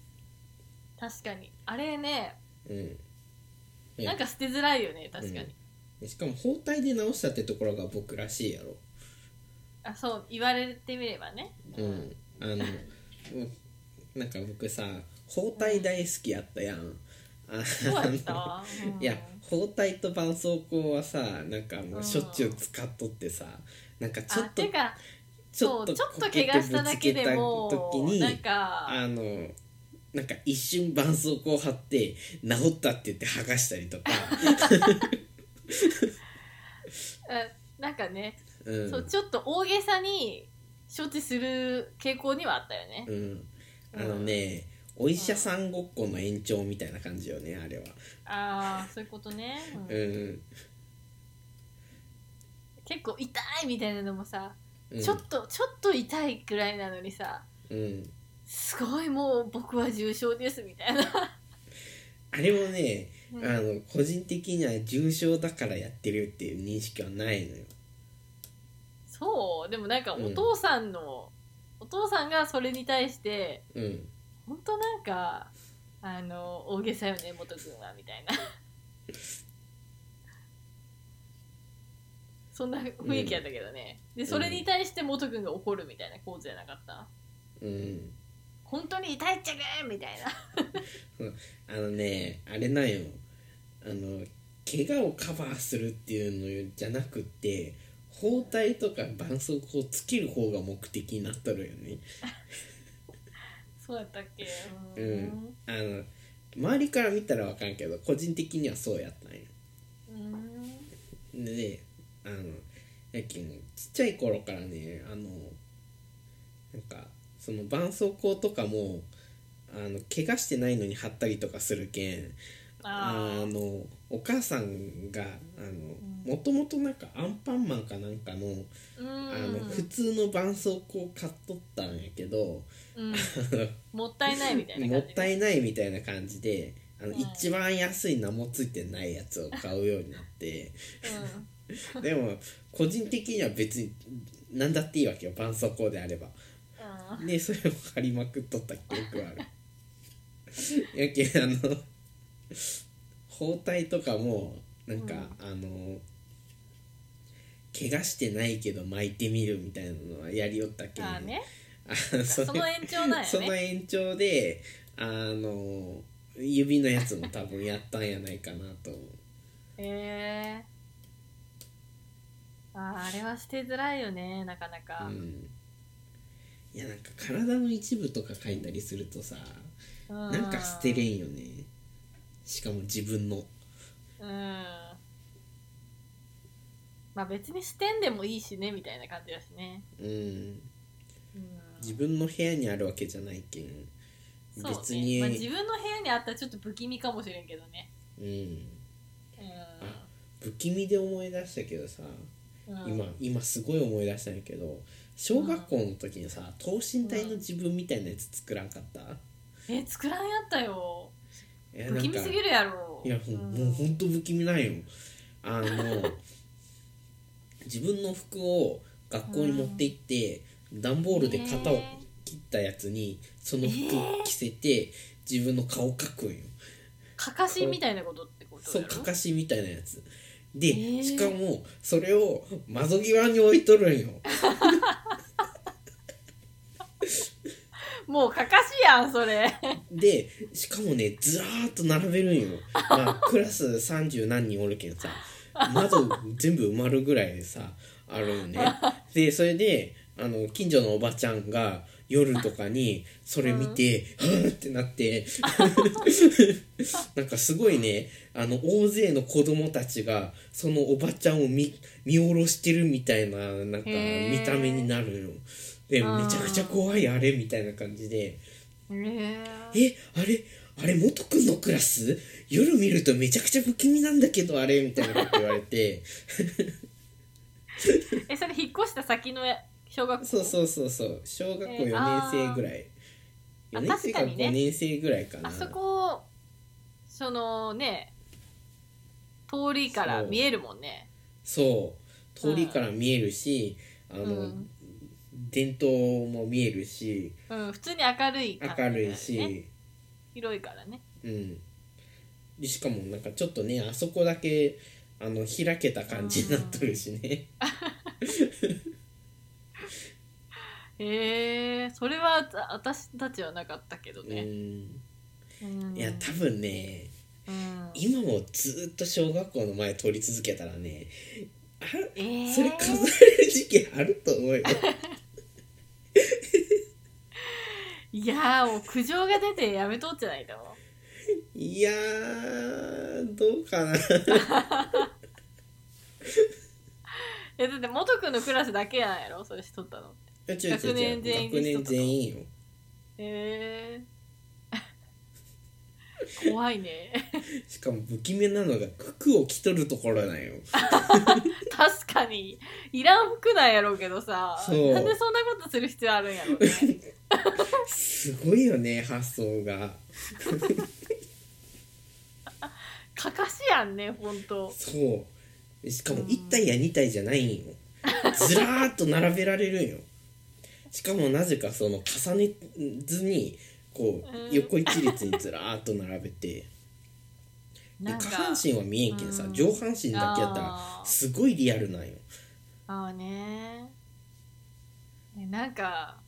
S2: 確かにあれね
S1: うんね
S2: なんか捨てづらいよね確かに、
S1: うんでしかも包帯で直したってところが僕らしいやろ
S2: あそう言われてみればね
S1: うんあのうんなんか僕さ包帯大好きやったやんあ
S2: どうやっ
S1: の
S2: た、うん
S1: いや包帯と絆創膏はさなんかもうしょっちゅう使っとってさなんかちょ
S2: あ
S1: っと
S2: てか
S1: ち
S2: そ
S1: ょ
S2: う
S1: っと
S2: ちょっと
S1: こけ
S2: 怪
S1: て
S2: 我しただけでも
S1: ぶつけた時に
S2: なんか
S1: あのなんか一瞬絆創膏貼って治ったって言って剥がしたり とか、
S2: えなんかね、
S1: うん、
S2: そうちょっと大げさに処置する傾向にはあったよね、
S1: うん、あ
S2: うん
S1: のね、お医者さんごっこの延長みたいな感じよねあれは
S2: ああそういうことね、うん
S1: うん、
S2: 結構痛いみたいなのもさ、
S1: うん、
S2: ちょっとちょっと痛いくらいなのにさ
S1: うん、
S2: すごいもう僕は重症ですみたいな、
S1: あれもね、
S2: うん
S1: あの個人的には重症だからやってるっていう認識はないのよ
S2: そうでもなんか
S1: うん
S2: お父さんの、お父さんがそれに対して
S1: うん
S2: 本当なんかあの大げさよね元君はみたいな そんな雰囲気やったけどね、でそれに対して元君が怒るみたいな構図じゃなかった
S1: うん
S2: 本当に痛いっちゃけみたいな
S1: あのねあれなんよあの怪我をカバーするっていうのじゃなくって包帯とか絆創膏をつける方が目的になっとるよね
S2: そうやったっけう
S1: うんあの周りから見たらわかんけど個人的にはそうやったんよ
S2: うーん
S1: でねあのやけんちっちゃい頃からねあのなんかその絆創膏とかもあの怪我してないのに貼ったりとかするけん
S2: あー
S1: のお母さんがあ
S2: ん
S1: のもともとなんかアンパンマンかなんかの,、
S2: うーん
S1: あの普通の絆創膏買っとったんやけど
S2: うん、もったいないみたいな
S1: も
S2: 感
S1: っ
S2: じ
S1: たいないみたいな感じであの、
S2: うん
S1: 一番安い名もついてないやつを買うようになって。
S2: うん
S1: でも個人的には別に何だっていいわけよ絆創膏であれば
S2: うん
S1: でそれを貼りまくっとった記憶はあるやけんあの包帯とかもなんか、
S2: うん
S1: あの怪我してないけど巻いてみるみたいなのはやりよったけん
S2: あーね
S1: あのそ
S2: そ
S1: れ
S2: の延長なん
S1: そ
S2: や
S1: の
S2: ね
S1: 延長であの指のやつも多分やったんやないかなと思う
S2: えー、あーあれはしてづらいよねなかなか
S1: う、んいやなんか体の一部とか書いたりするとさ
S2: う
S1: な
S2: ん
S1: んか捨てれんよねしかも自分の
S2: うんまあ別に捨てんでもいいしねみたいな感じだしね、
S1: うん
S2: うん、
S1: 自分の部屋にあるわけじゃないけん
S2: そうね
S1: 別に
S2: まあ、自分の部屋にあったらちょっと不気味かもしれんけどね
S1: うん
S2: うん
S1: 不気味で思い出したけどさ、
S2: うん
S1: 今今すごい思い出したんやけど小学校の時にさ等身大の自分みたいなやつ作らんかった、
S2: え作らんやったよ
S1: いやなん
S2: 不
S1: か
S2: 気味すぎるやろ
S1: いやほん
S2: うん
S1: もうほんと不気味なんよあ の自分の服を学校に持って行って段ボールで型を切ったやつにその服着せて自分の顔描くんよ
S2: かかしみたいなことってこと
S1: そ
S2: だ
S1: う
S2: ろ
S1: かかしみたいなやつで
S2: ー
S1: しかもそれを窓際に置いとるんよ
S2: もうかかしやん それ
S1: でしかもねずらーっと並べるんよ まあクラス三十何人おるけんさ窓全部埋まるぐらいでさある んねでそれであの近所のおばちゃんが夜とかにそれ見て「はぁってなって なんかすごいねあの大勢の子供たちがそのおばちゃんを見見下ろしてるみたいななんか
S2: へ
S1: 見
S2: ー
S1: た目になるよで
S2: あー
S1: めちゃくちゃ怖いあれみたいな感じで。
S2: えー
S1: えあれあれ元君のクラス夜見るとめちゃくちゃ不気味なんだけどあれみたいなこと言われ て
S2: えそれ引っ越した先の小学校
S1: そうそうそうそう小学校
S2: えー
S1: 4年生ぐらい、
S2: あー
S1: 4年生か
S2: あ確かにね
S1: 5年生ぐらいかな
S2: あそこそのね通りから見えるもんね
S1: そう通りから見えるし、あの、
S2: うん
S1: 伝統も見えるし
S2: うん普通に明るい感じだ
S1: 明
S2: よね
S1: るいし、
S2: 広いからね
S1: うんでしかもなんかちょっとねあそこだけあの開けた感じになっとるしね、
S2: へえー、それはあ私たちはなかったけど
S1: う
S2: ね、
S1: ん
S2: うん、
S1: いや多分ね
S2: うん
S1: 今もずっと小学校の前通り続けたらねあ
S2: えー
S1: それ飾れる時期あると思うよ
S2: いやーもう苦情が出てやめとっじゃないと思
S1: いやーどうかな
S2: ういやだって元君のクラスだけなんやろそれしとったの
S1: 違う違う
S2: 学年全員
S1: 学年全員よ
S2: へえ 怖いね
S1: しかも不気味なのが服を着とるところなんよ
S2: 確かにいらん服なんやろうけどさ
S1: そう
S2: なんでそんなことする必要あるんやろうね
S1: すごいよね発想が
S2: かかしやんねほんと
S1: そうしかも1体や2体じゃないんよずらーっと並べられるんよしかもなぜかその重ねずにこ
S2: う
S1: う
S2: ん
S1: 横一列にずらーっと並べてで
S2: なん
S1: 下
S2: か
S1: 半身は見えんけんさ
S2: うん
S1: 上半身だけやったら
S2: あー
S1: すごいリアルなんよ
S2: ああねねなんか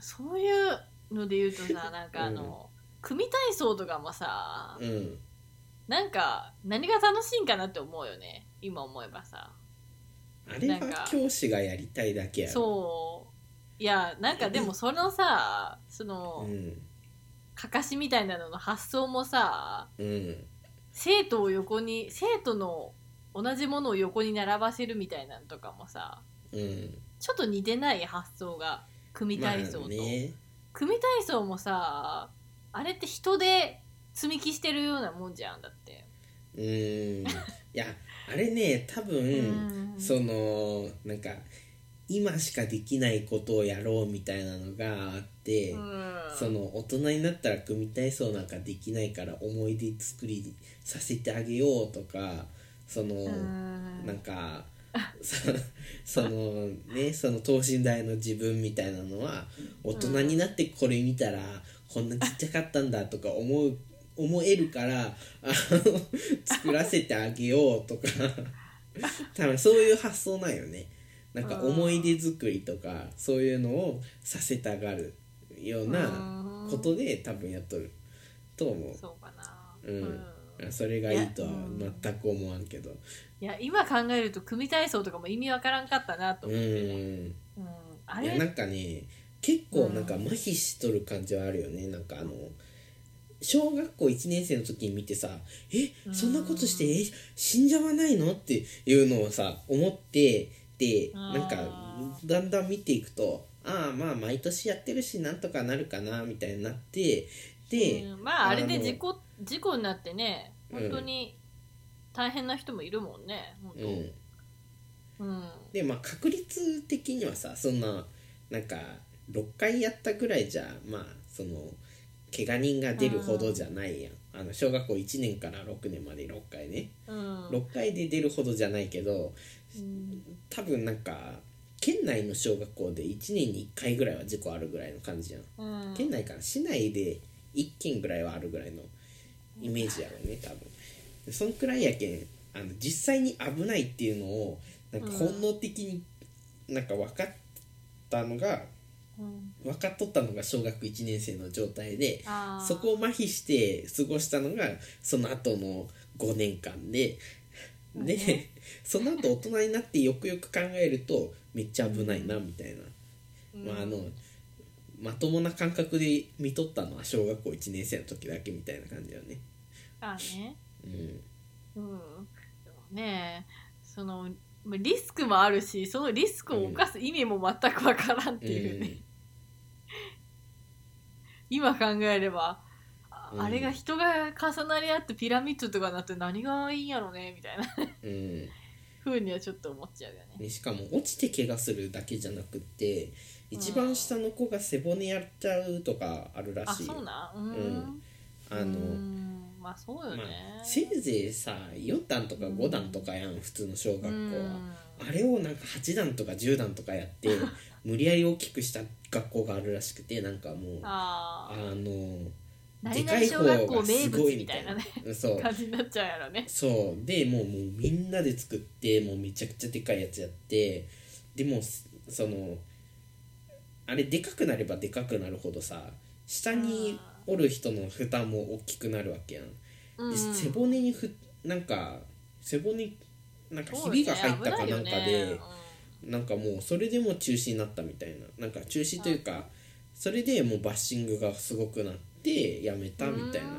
S2: そういうので言うとさなんかあの、組体操とかもさ
S1: うん
S2: なんか何が楽しいんかなって思うよね今思えばさ
S1: あれ
S2: なん
S1: は
S2: か
S1: 教師がやりたいだけやろ
S2: そういやなんかでもそのさその
S1: うん
S2: かかしみたいなのの発想もさ
S1: うん
S2: 生徒を横に生徒の同じものを横に並ばせるみたいなのとかもさ
S1: うん
S2: ちょっと似てない発想が組体操と、
S1: まあね
S2: 組体操もさあれって人で積み木してるようなもんじゃんだって、
S1: うんいやあれね多分、
S2: うん
S1: そのなんか今しかできないことをやろうみたいなのがあって、
S2: うん
S1: その大人になったら組体操なんかできないから思い出作りさせてあげようとかその、
S2: うん
S1: なんかそ そのねその等身大の自分みたいなのは大人になってこれ見たらこんなちっちゃかったんだとか思う思えるからあの作らせてあげようとか多分そういう発想なんよねなんか思い出作りとかそういうのをさせたがるようなことで多分やっとると思
S2: そうかな、
S1: う、うん、それがいいとは全く思わんけど
S2: いや今考えると組体操とかも意味わからんかったなと
S1: う
S2: 思ってね、
S1: ん。
S2: うんあ
S1: いや
S2: れ
S1: なんかね結構なんか麻痺しとる感じはあるよね、なんかあの小学校1年生の時に見てさ「え
S2: うん
S1: そんなことしてえ死んじゃわないの?」っていうのをさ思ってで
S2: あー
S1: なんかだんだん見ていくとああまあ毎年やってるしなんとかなるかなみたいになってで、
S2: うんまああれ
S1: あ
S2: で
S1: の
S2: 事故事故になってね
S1: うん
S2: 本当に大変な人もいるもんね本
S1: うん
S2: 当、うん
S1: でまあ確率的にはさそんななんか6回やったぐらいじゃまあその怪我人が出るほどじゃないやん、あの小学校1年から6年まで6回ね
S2: うん
S1: 6回で出るほどじゃないけど
S2: うん
S1: 多分なんか県内の小学校で1年に1回ぐらいは事故あるぐらいの感じやん
S2: うん
S1: 県内かな市内で1件ぐらいはあるぐらいのイメージやろうね多分でそんくらいやけんあの実際に危ないっていうのをなんか本能的になんか分かったのが
S2: うん
S1: 分かっとったのが小学1年生の状態で
S2: あー
S1: そこを麻痺して過ごしたのがその後の5年間でで、
S2: うん
S1: その後大人になってよくよく考えるとめっちゃ危ないなみたいな
S2: うん
S1: まあ、あのまともな感覚で見とったのは小学校1年生の時だけみたいな感じだよね。
S2: あーね
S1: うん、
S2: うんでもねそのまあリスクもあるしそのリスクを犯す意味も全くわからんっていうね、今考えればあ
S1: うん
S2: あれが人が重なり合ってピラミッドとかなって何がいいんやろねみたいな
S1: うんうん
S2: 風にはちょっと思っちゃうよね。
S1: でしかも落ちて怪我するだけじゃなくって一番下の子が背骨やっちゃうとかあるら
S2: あ
S1: しい
S2: そう
S1: よ。
S2: なうん
S1: んあの
S2: うんまあそう
S1: ま
S2: よね。
S1: あ、せいぜいさ4段とか5段とかやん普通の小学校は。あれをなんか8段とか10段とかやって 無理やり大きくした学校があるらしくてなんかもう
S2: うん
S1: あ
S2: ああ
S1: の
S2: 何々小学校名物みたいなね
S1: そう
S2: 感じになっちゃうやろね。
S1: そうでもうもうみんなで作ってもうめちゃくちゃでかいやつやってでもすそのあれでかくなればでかくなるほどさ下におる人の負担も大きくなるわけやん
S2: うんう
S1: で
S2: ん
S1: 背骨にふなんか背骨なんかひびが入ったかなんか
S2: そうです
S1: で、
S2: ね
S1: なんかもうそれでも中止になったみたいななんか中止というか、それでもうバッシングがすごくなってやめたみたいな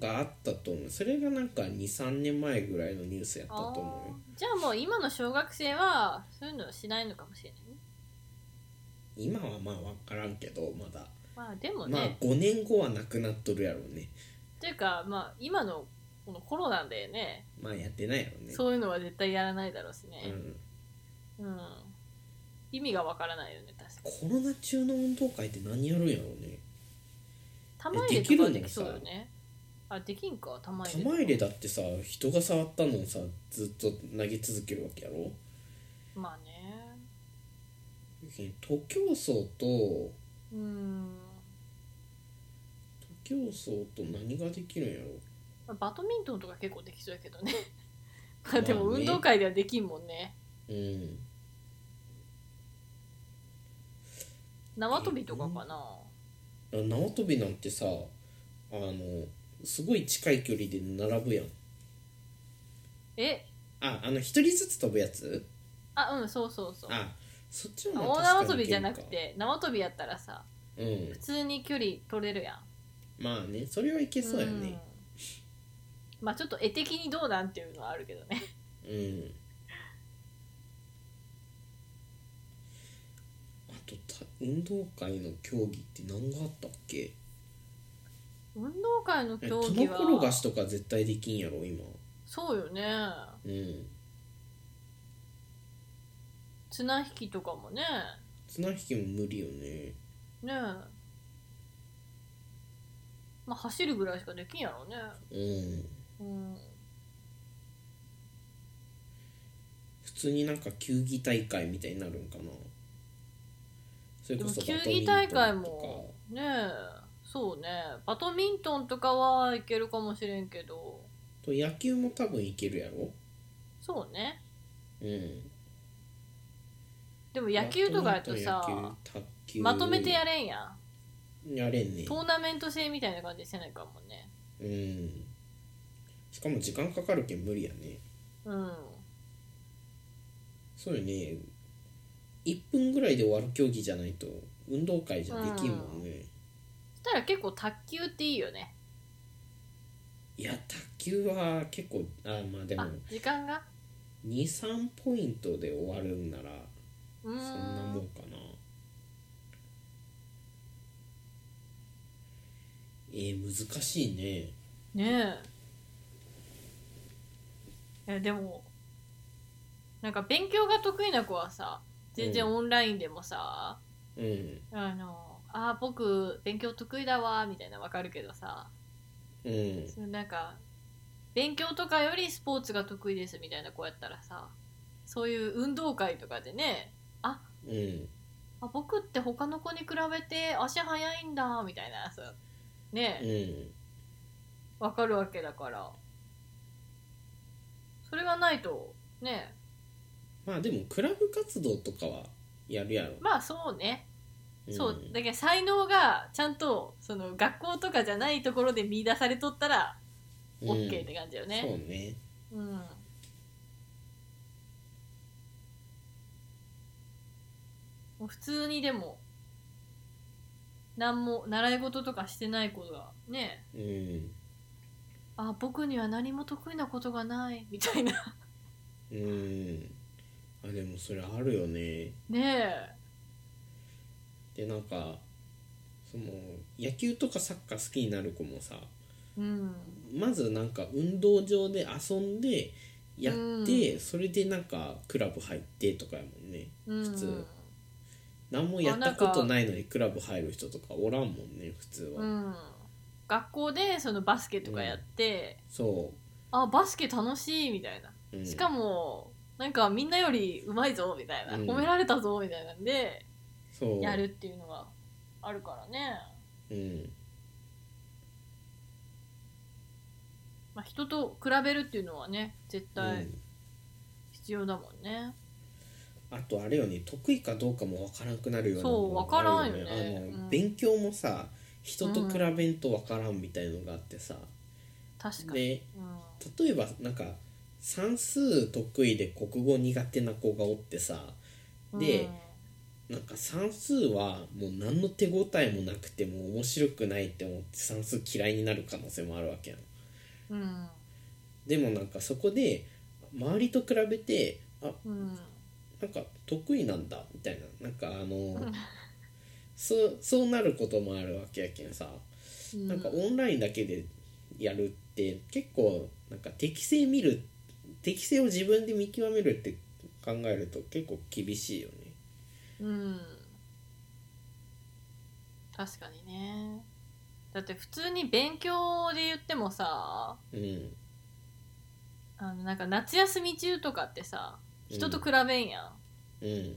S1: があったと思うそれがなんか23年前ぐらいのニュースやったと
S2: 危ないよね
S1: 思
S2: うん
S1: うよ
S2: あーじゃあもう今の小学生はそういうのはしないのかもしれないね
S1: 今はまあ分からんけどまだ、
S2: まあでもね、
S1: まあ5年後はなくなっとるやろうね
S2: というかまあ今のこのコロナでね
S1: まあやってないやろうね
S2: そういうのは絶対やらないだろうしね、
S1: ん、
S2: うん意味がわからないよね確かに
S1: コロナ中の運動会って何やるんやろうね
S2: 玉入れとかできそうよねあできんか玉入れ
S1: 玉入れだってさ人が触ったのをさずっと投げ続けるわけやろ
S2: まあね
S1: 徒競走と
S2: うん
S1: 徒競走と何ができるんやろ
S2: まあバドミントンとか結構できそうやけど ね
S1: あね
S2: でも運動会ではできんもんね
S1: うん
S2: 縄跳びとかかな、
S1: 縄跳びなんてさあのすごい近い距離で並ぶやん
S2: え
S1: ああの一人ずつ飛ぶやつ
S2: あうんそうそうそう
S1: あそっち
S2: あ
S1: の
S2: 大
S1: 方が
S2: 縄
S1: 確
S2: 跳
S1: かに
S2: び
S1: い
S2: じ
S1: け
S2: ゃ
S1: る
S2: な
S1: か
S2: くて縄跳びやったらさ
S1: うん
S2: 普通に距離取れるやん
S1: まあねそれはいけそうや
S2: ん
S1: ね
S2: まあちょっと絵的にどうなんていうのはあるけど ね
S1: うん、あとた運動会の競技って何があったっけ
S2: 運動会の
S1: え
S2: 競技
S1: 玉
S2: は
S1: 転がしとか絶対できんやろ今
S2: そうよね
S1: うん
S2: 綱引きとかもね
S1: 綱引きも無理よね
S2: ねえまあ走るぐらいしかできんやろね
S1: うん
S2: うん
S1: 普通になんか球技大会みたいになるんかなそれ
S2: で
S1: こ
S2: も
S1: そ
S2: 球
S1: バドミ
S2: 技
S1: ントンと
S2: 大会
S1: か
S2: もねえそうねバドミントンとかはいけるかもしれんけど
S1: と野球も多分いけるやろ
S2: そうね
S1: うん
S2: でも野球とかやと
S1: バドミント
S2: さ
S1: ン野球卓球
S2: まとめてやれんやん
S1: やれんね
S2: トーナメント制みたいな感じしてないかもね
S1: うんしかも時間かかるけん無理やね
S2: うん
S1: そうよね1分ぐらいで終わる競技じゃないと運動会じゃできんもんね、
S2: そしたら結構卓球っていいよね
S1: いや卓球は結構あまあでも
S2: あ時間が
S1: 23ポイントで終わるんなら
S2: うー
S1: そんなもん
S2: ん
S1: かなえー、難しいね
S2: ねえいやでもなんか勉強が得意な子はさ全然
S1: うん
S2: オンラインでもさ、
S1: うん
S2: あのあー僕勉強得意だわーみたいなのわかるけどさ
S1: うん
S2: そのなんか勉強とかよりスポーツが得意ですみたいな子やったらさそういう運動会とかでね
S1: うん
S2: あ僕って他の子に比べて足速いんだみたいなさね
S1: うん
S2: わかるわけだからそれがないとね
S1: まあでもクラブ活動とかはやるやろ、
S2: まあそうね、
S1: ん
S2: そうだけど才能がちゃんとその学校とかじゃないところで見出されとったら
S1: うん
S2: OK って感じだよ
S1: そう
S2: ね、
S1: ね
S2: うん、もう普通にでも何も習い事とかしてない子がね
S1: うん
S2: あ僕には何も得意なことがないみたいな
S1: うんあでもそれあるよね
S2: ね
S1: でなんかその野球とかサッカー好きになる子もさ
S2: えうん
S1: まずなんか運動場で遊んでやって、それでなんかクラブ入ってとかやもんね
S2: 普
S1: 通何もやったことないのにクラブ入る人とかおらんもんね普通は、
S2: うん、学校でそのバスケとかやって、
S1: そ
S2: あバスケ楽しいみたいな、
S1: う、うん
S2: しかもなんかみんなよりうまいぞみたいな、
S1: うん
S2: 褒められたぞみたいなんで
S1: そう
S2: やるっていうのがあるからね、
S1: うん
S2: まあ、人と比べるっていうのはね絶
S1: う
S2: 対
S1: ん
S2: 必要だもんね、
S1: あとあれよね得意かどうかもわからなくなるような
S2: そう
S1: もがある
S2: わからんよね
S1: あの、
S2: うん
S1: 勉強もさ人と比べんとわからんみたいのがあってさ、
S2: 確かに、
S1: で
S2: うん、
S1: 例えばなんか算数得意で国語苦手な子がおってさでなんか算数はもう何の手応えもなくても面白くないって思って算数嫌いになる可能性もあるわけやん
S2: うん、うん
S1: でもなんかそこで周りと比べてあ
S2: うん
S1: なんか得意なんだみたいななんかあの
S2: ん
S1: そうそうなることもあるわけやけんさ
S2: うん、
S1: なんかオンラインだけでやるって結構なんか適性見る適性を自分で見極めるって考えると結構厳しいよね
S2: うん確かにねだって普通に勉強で言ってもさ
S1: うん
S2: あのなんか夏休み中とかってさ人と比べんやん、
S1: うん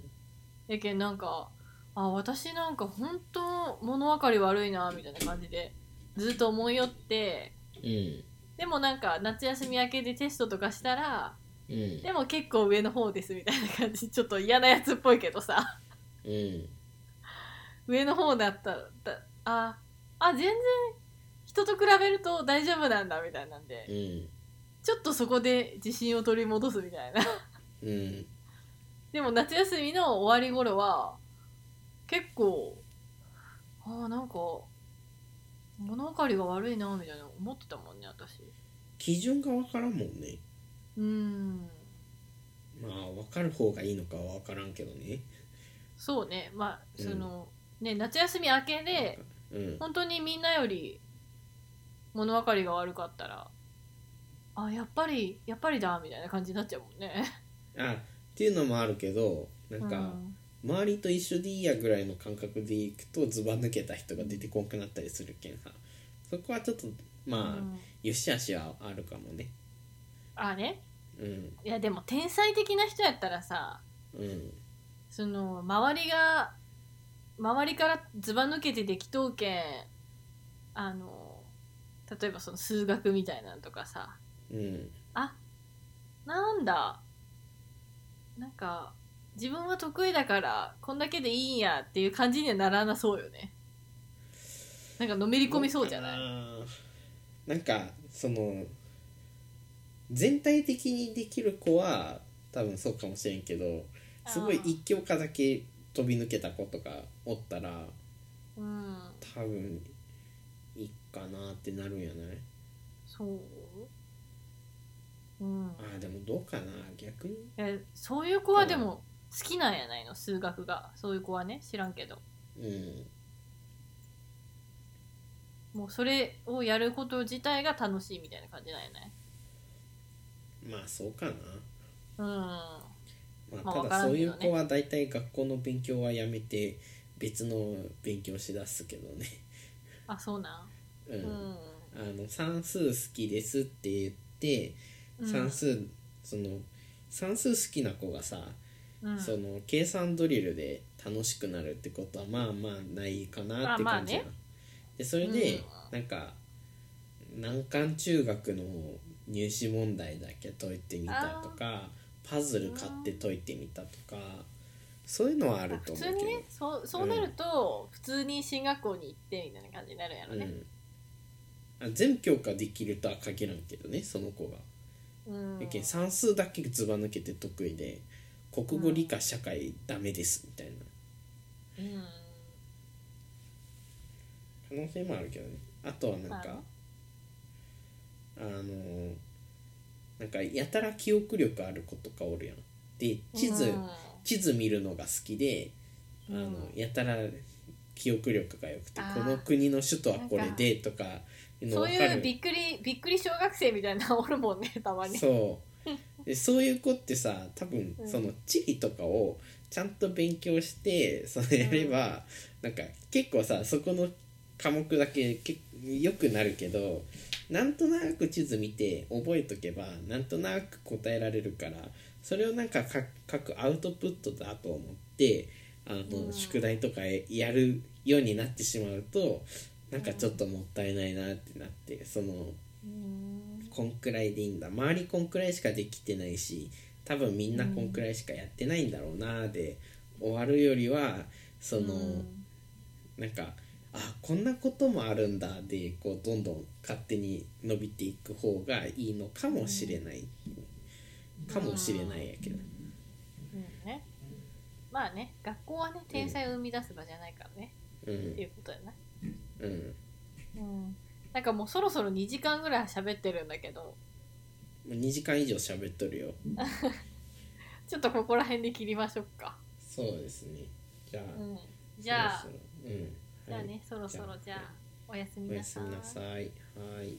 S2: やけんなんかあ私なんか本当物分かり悪いなみたいな感じでずっと思いよって
S1: うん
S2: でもなんか夏休み明けでテストとかしたら
S1: うん
S2: でも結構上の方ですみたいな感じちょっと嫌なやつっぽいけどさ
S1: うん
S2: 上の方だったらだああ全然人と比べると大丈夫なんだみたいなんで
S1: うん
S2: ちょっとそこで自信を取り戻すみたいな
S1: うん
S2: でも夏休みの終わり頃は結構ああなんか物分かりが悪いなみたいな思ってたもんね私
S1: 基準が分からんもんね
S2: うーん
S1: まあ分かる方がいいのかは分からんけどね
S2: そうねまあ
S1: うん
S2: その、ね夏休み明けで
S1: うん
S2: 本当にみんなより物分かりが悪かったらあやっぱりやっぱりだみたいな感じになっちゃうもんね
S1: あっていうのもあるけどなんか、
S2: うん
S1: 周りと一緒でいいやぐらいの感覚でいくとずば抜けた人が出てこなくなったりするけんさそこはちょっとまあ、
S2: うん
S1: よしあしはあるかもね
S2: あね
S1: うん
S2: いやでも天才的な人やったらさ
S1: うん
S2: その周りが周りからずば抜けてできとうけんあの例えばその数学みたいなのとかさ
S1: うん
S2: あなんだなんか自分は得意だからこんだけでいいんやっていう感じにはならなそうよねなんかのめり込みそうじゃない
S1: いなんかその全体的にできる子は多分そうかもしれんけどすごい
S2: あー
S1: 一教科だけ飛び抜けた子とかおったら
S2: うん
S1: 多分いいかなってなるんやない
S2: そううん
S1: あーでもどうかな逆に
S2: えそういう子はでも好きなんやないの数学がそういう子はね知らんけど
S1: うん
S2: もうそれをやること自体が楽しいみたいな感じなんやね。
S1: まあそうかな、
S2: うん。
S1: ま
S2: まあ
S1: あ、
S2: わ
S1: た
S2: か
S1: だ
S2: らん
S1: そう
S2: け
S1: い
S2: ど
S1: う
S2: ね
S1: 子は大体学校の勉強はやめて別の勉強しだすけどね
S2: あ、そうなん。
S1: う、
S2: うんん。
S1: あの算数好きですって言って
S2: うん
S1: 算数、その算数好きな子がさ、
S2: うん、
S1: その計算ドリルで楽しくなるってことはまあまあないかなって
S2: まあまあ
S1: 感
S2: ね
S1: じな、でそれで、
S2: うん
S1: なんか難関中学の入試問題だけ解いてみたとかパズル買って解いてみたとかそういうのはある
S2: 普
S1: と思う
S2: 通にね
S1: け、
S2: そうそうなると、普通に進学校に行ってみたいな感じになるんやろ
S1: ど、
S2: ね。
S1: うん、あ全教科できるとは限らんけどねその子が。
S2: うん。
S1: やけん算数だけずば抜けて得意で国語理科社会ダメですみたいな
S2: うん。
S1: 可能性もあるけどねあとはなんか、
S2: は
S1: あのーなんかやたら記憶力ある子とかおるやんで地図、
S2: うん
S1: 地図見るのが好きであの、
S2: うん
S1: やたら記憶力が良くて
S2: あー
S1: この国の首都はこれでとかいうの
S2: そう
S1: 分か
S2: いう
S1: る
S2: びっくりびっくり小学生みたいなのおるもんねたまに。
S1: そうでそういう子ってさ多分
S2: うん
S1: その地理とかをちゃんと勉強してそれやれば、なんか結構さそこの科目だけけよくなるけどなんとなく地図見て覚えとけばなんとなく答えられるからそれをなんかか各アウトプットだと思ってあの、
S2: うん
S1: 宿題とかやるようになってしまうとなんかちょっともったいないなってなってその。
S2: うん。
S1: こんくらいでいいんだ周りこんくらいしかできてないし多分みんなこんくらいしかやってないんだろうなーで終わるよりはその、
S2: うん
S1: なんかあこんなこともあるんだでこうどんどん勝手に伸びていく方がいいのかもしれない、かもしれないやけど、
S2: うんねまあね学校はね天才を生み出す場じゃないからね、
S1: う
S2: ってい
S1: ん
S2: うことやな
S1: うん、
S2: うんなんかもうそろそろ2時間ぐらい喋ってるんだけど
S1: もう2時間以上喋っとるよ
S2: ちょっとここら辺で切りましょうか、
S1: そうですねじゃあ、
S2: うん、じゃあ
S1: そろそろうん
S2: じゃあねそろそろじ
S1: じ
S2: ゃ
S1: ゃ
S2: あ
S1: あ
S2: おやすみ
S1: おや
S2: な
S1: す
S2: さ
S1: みないさいはい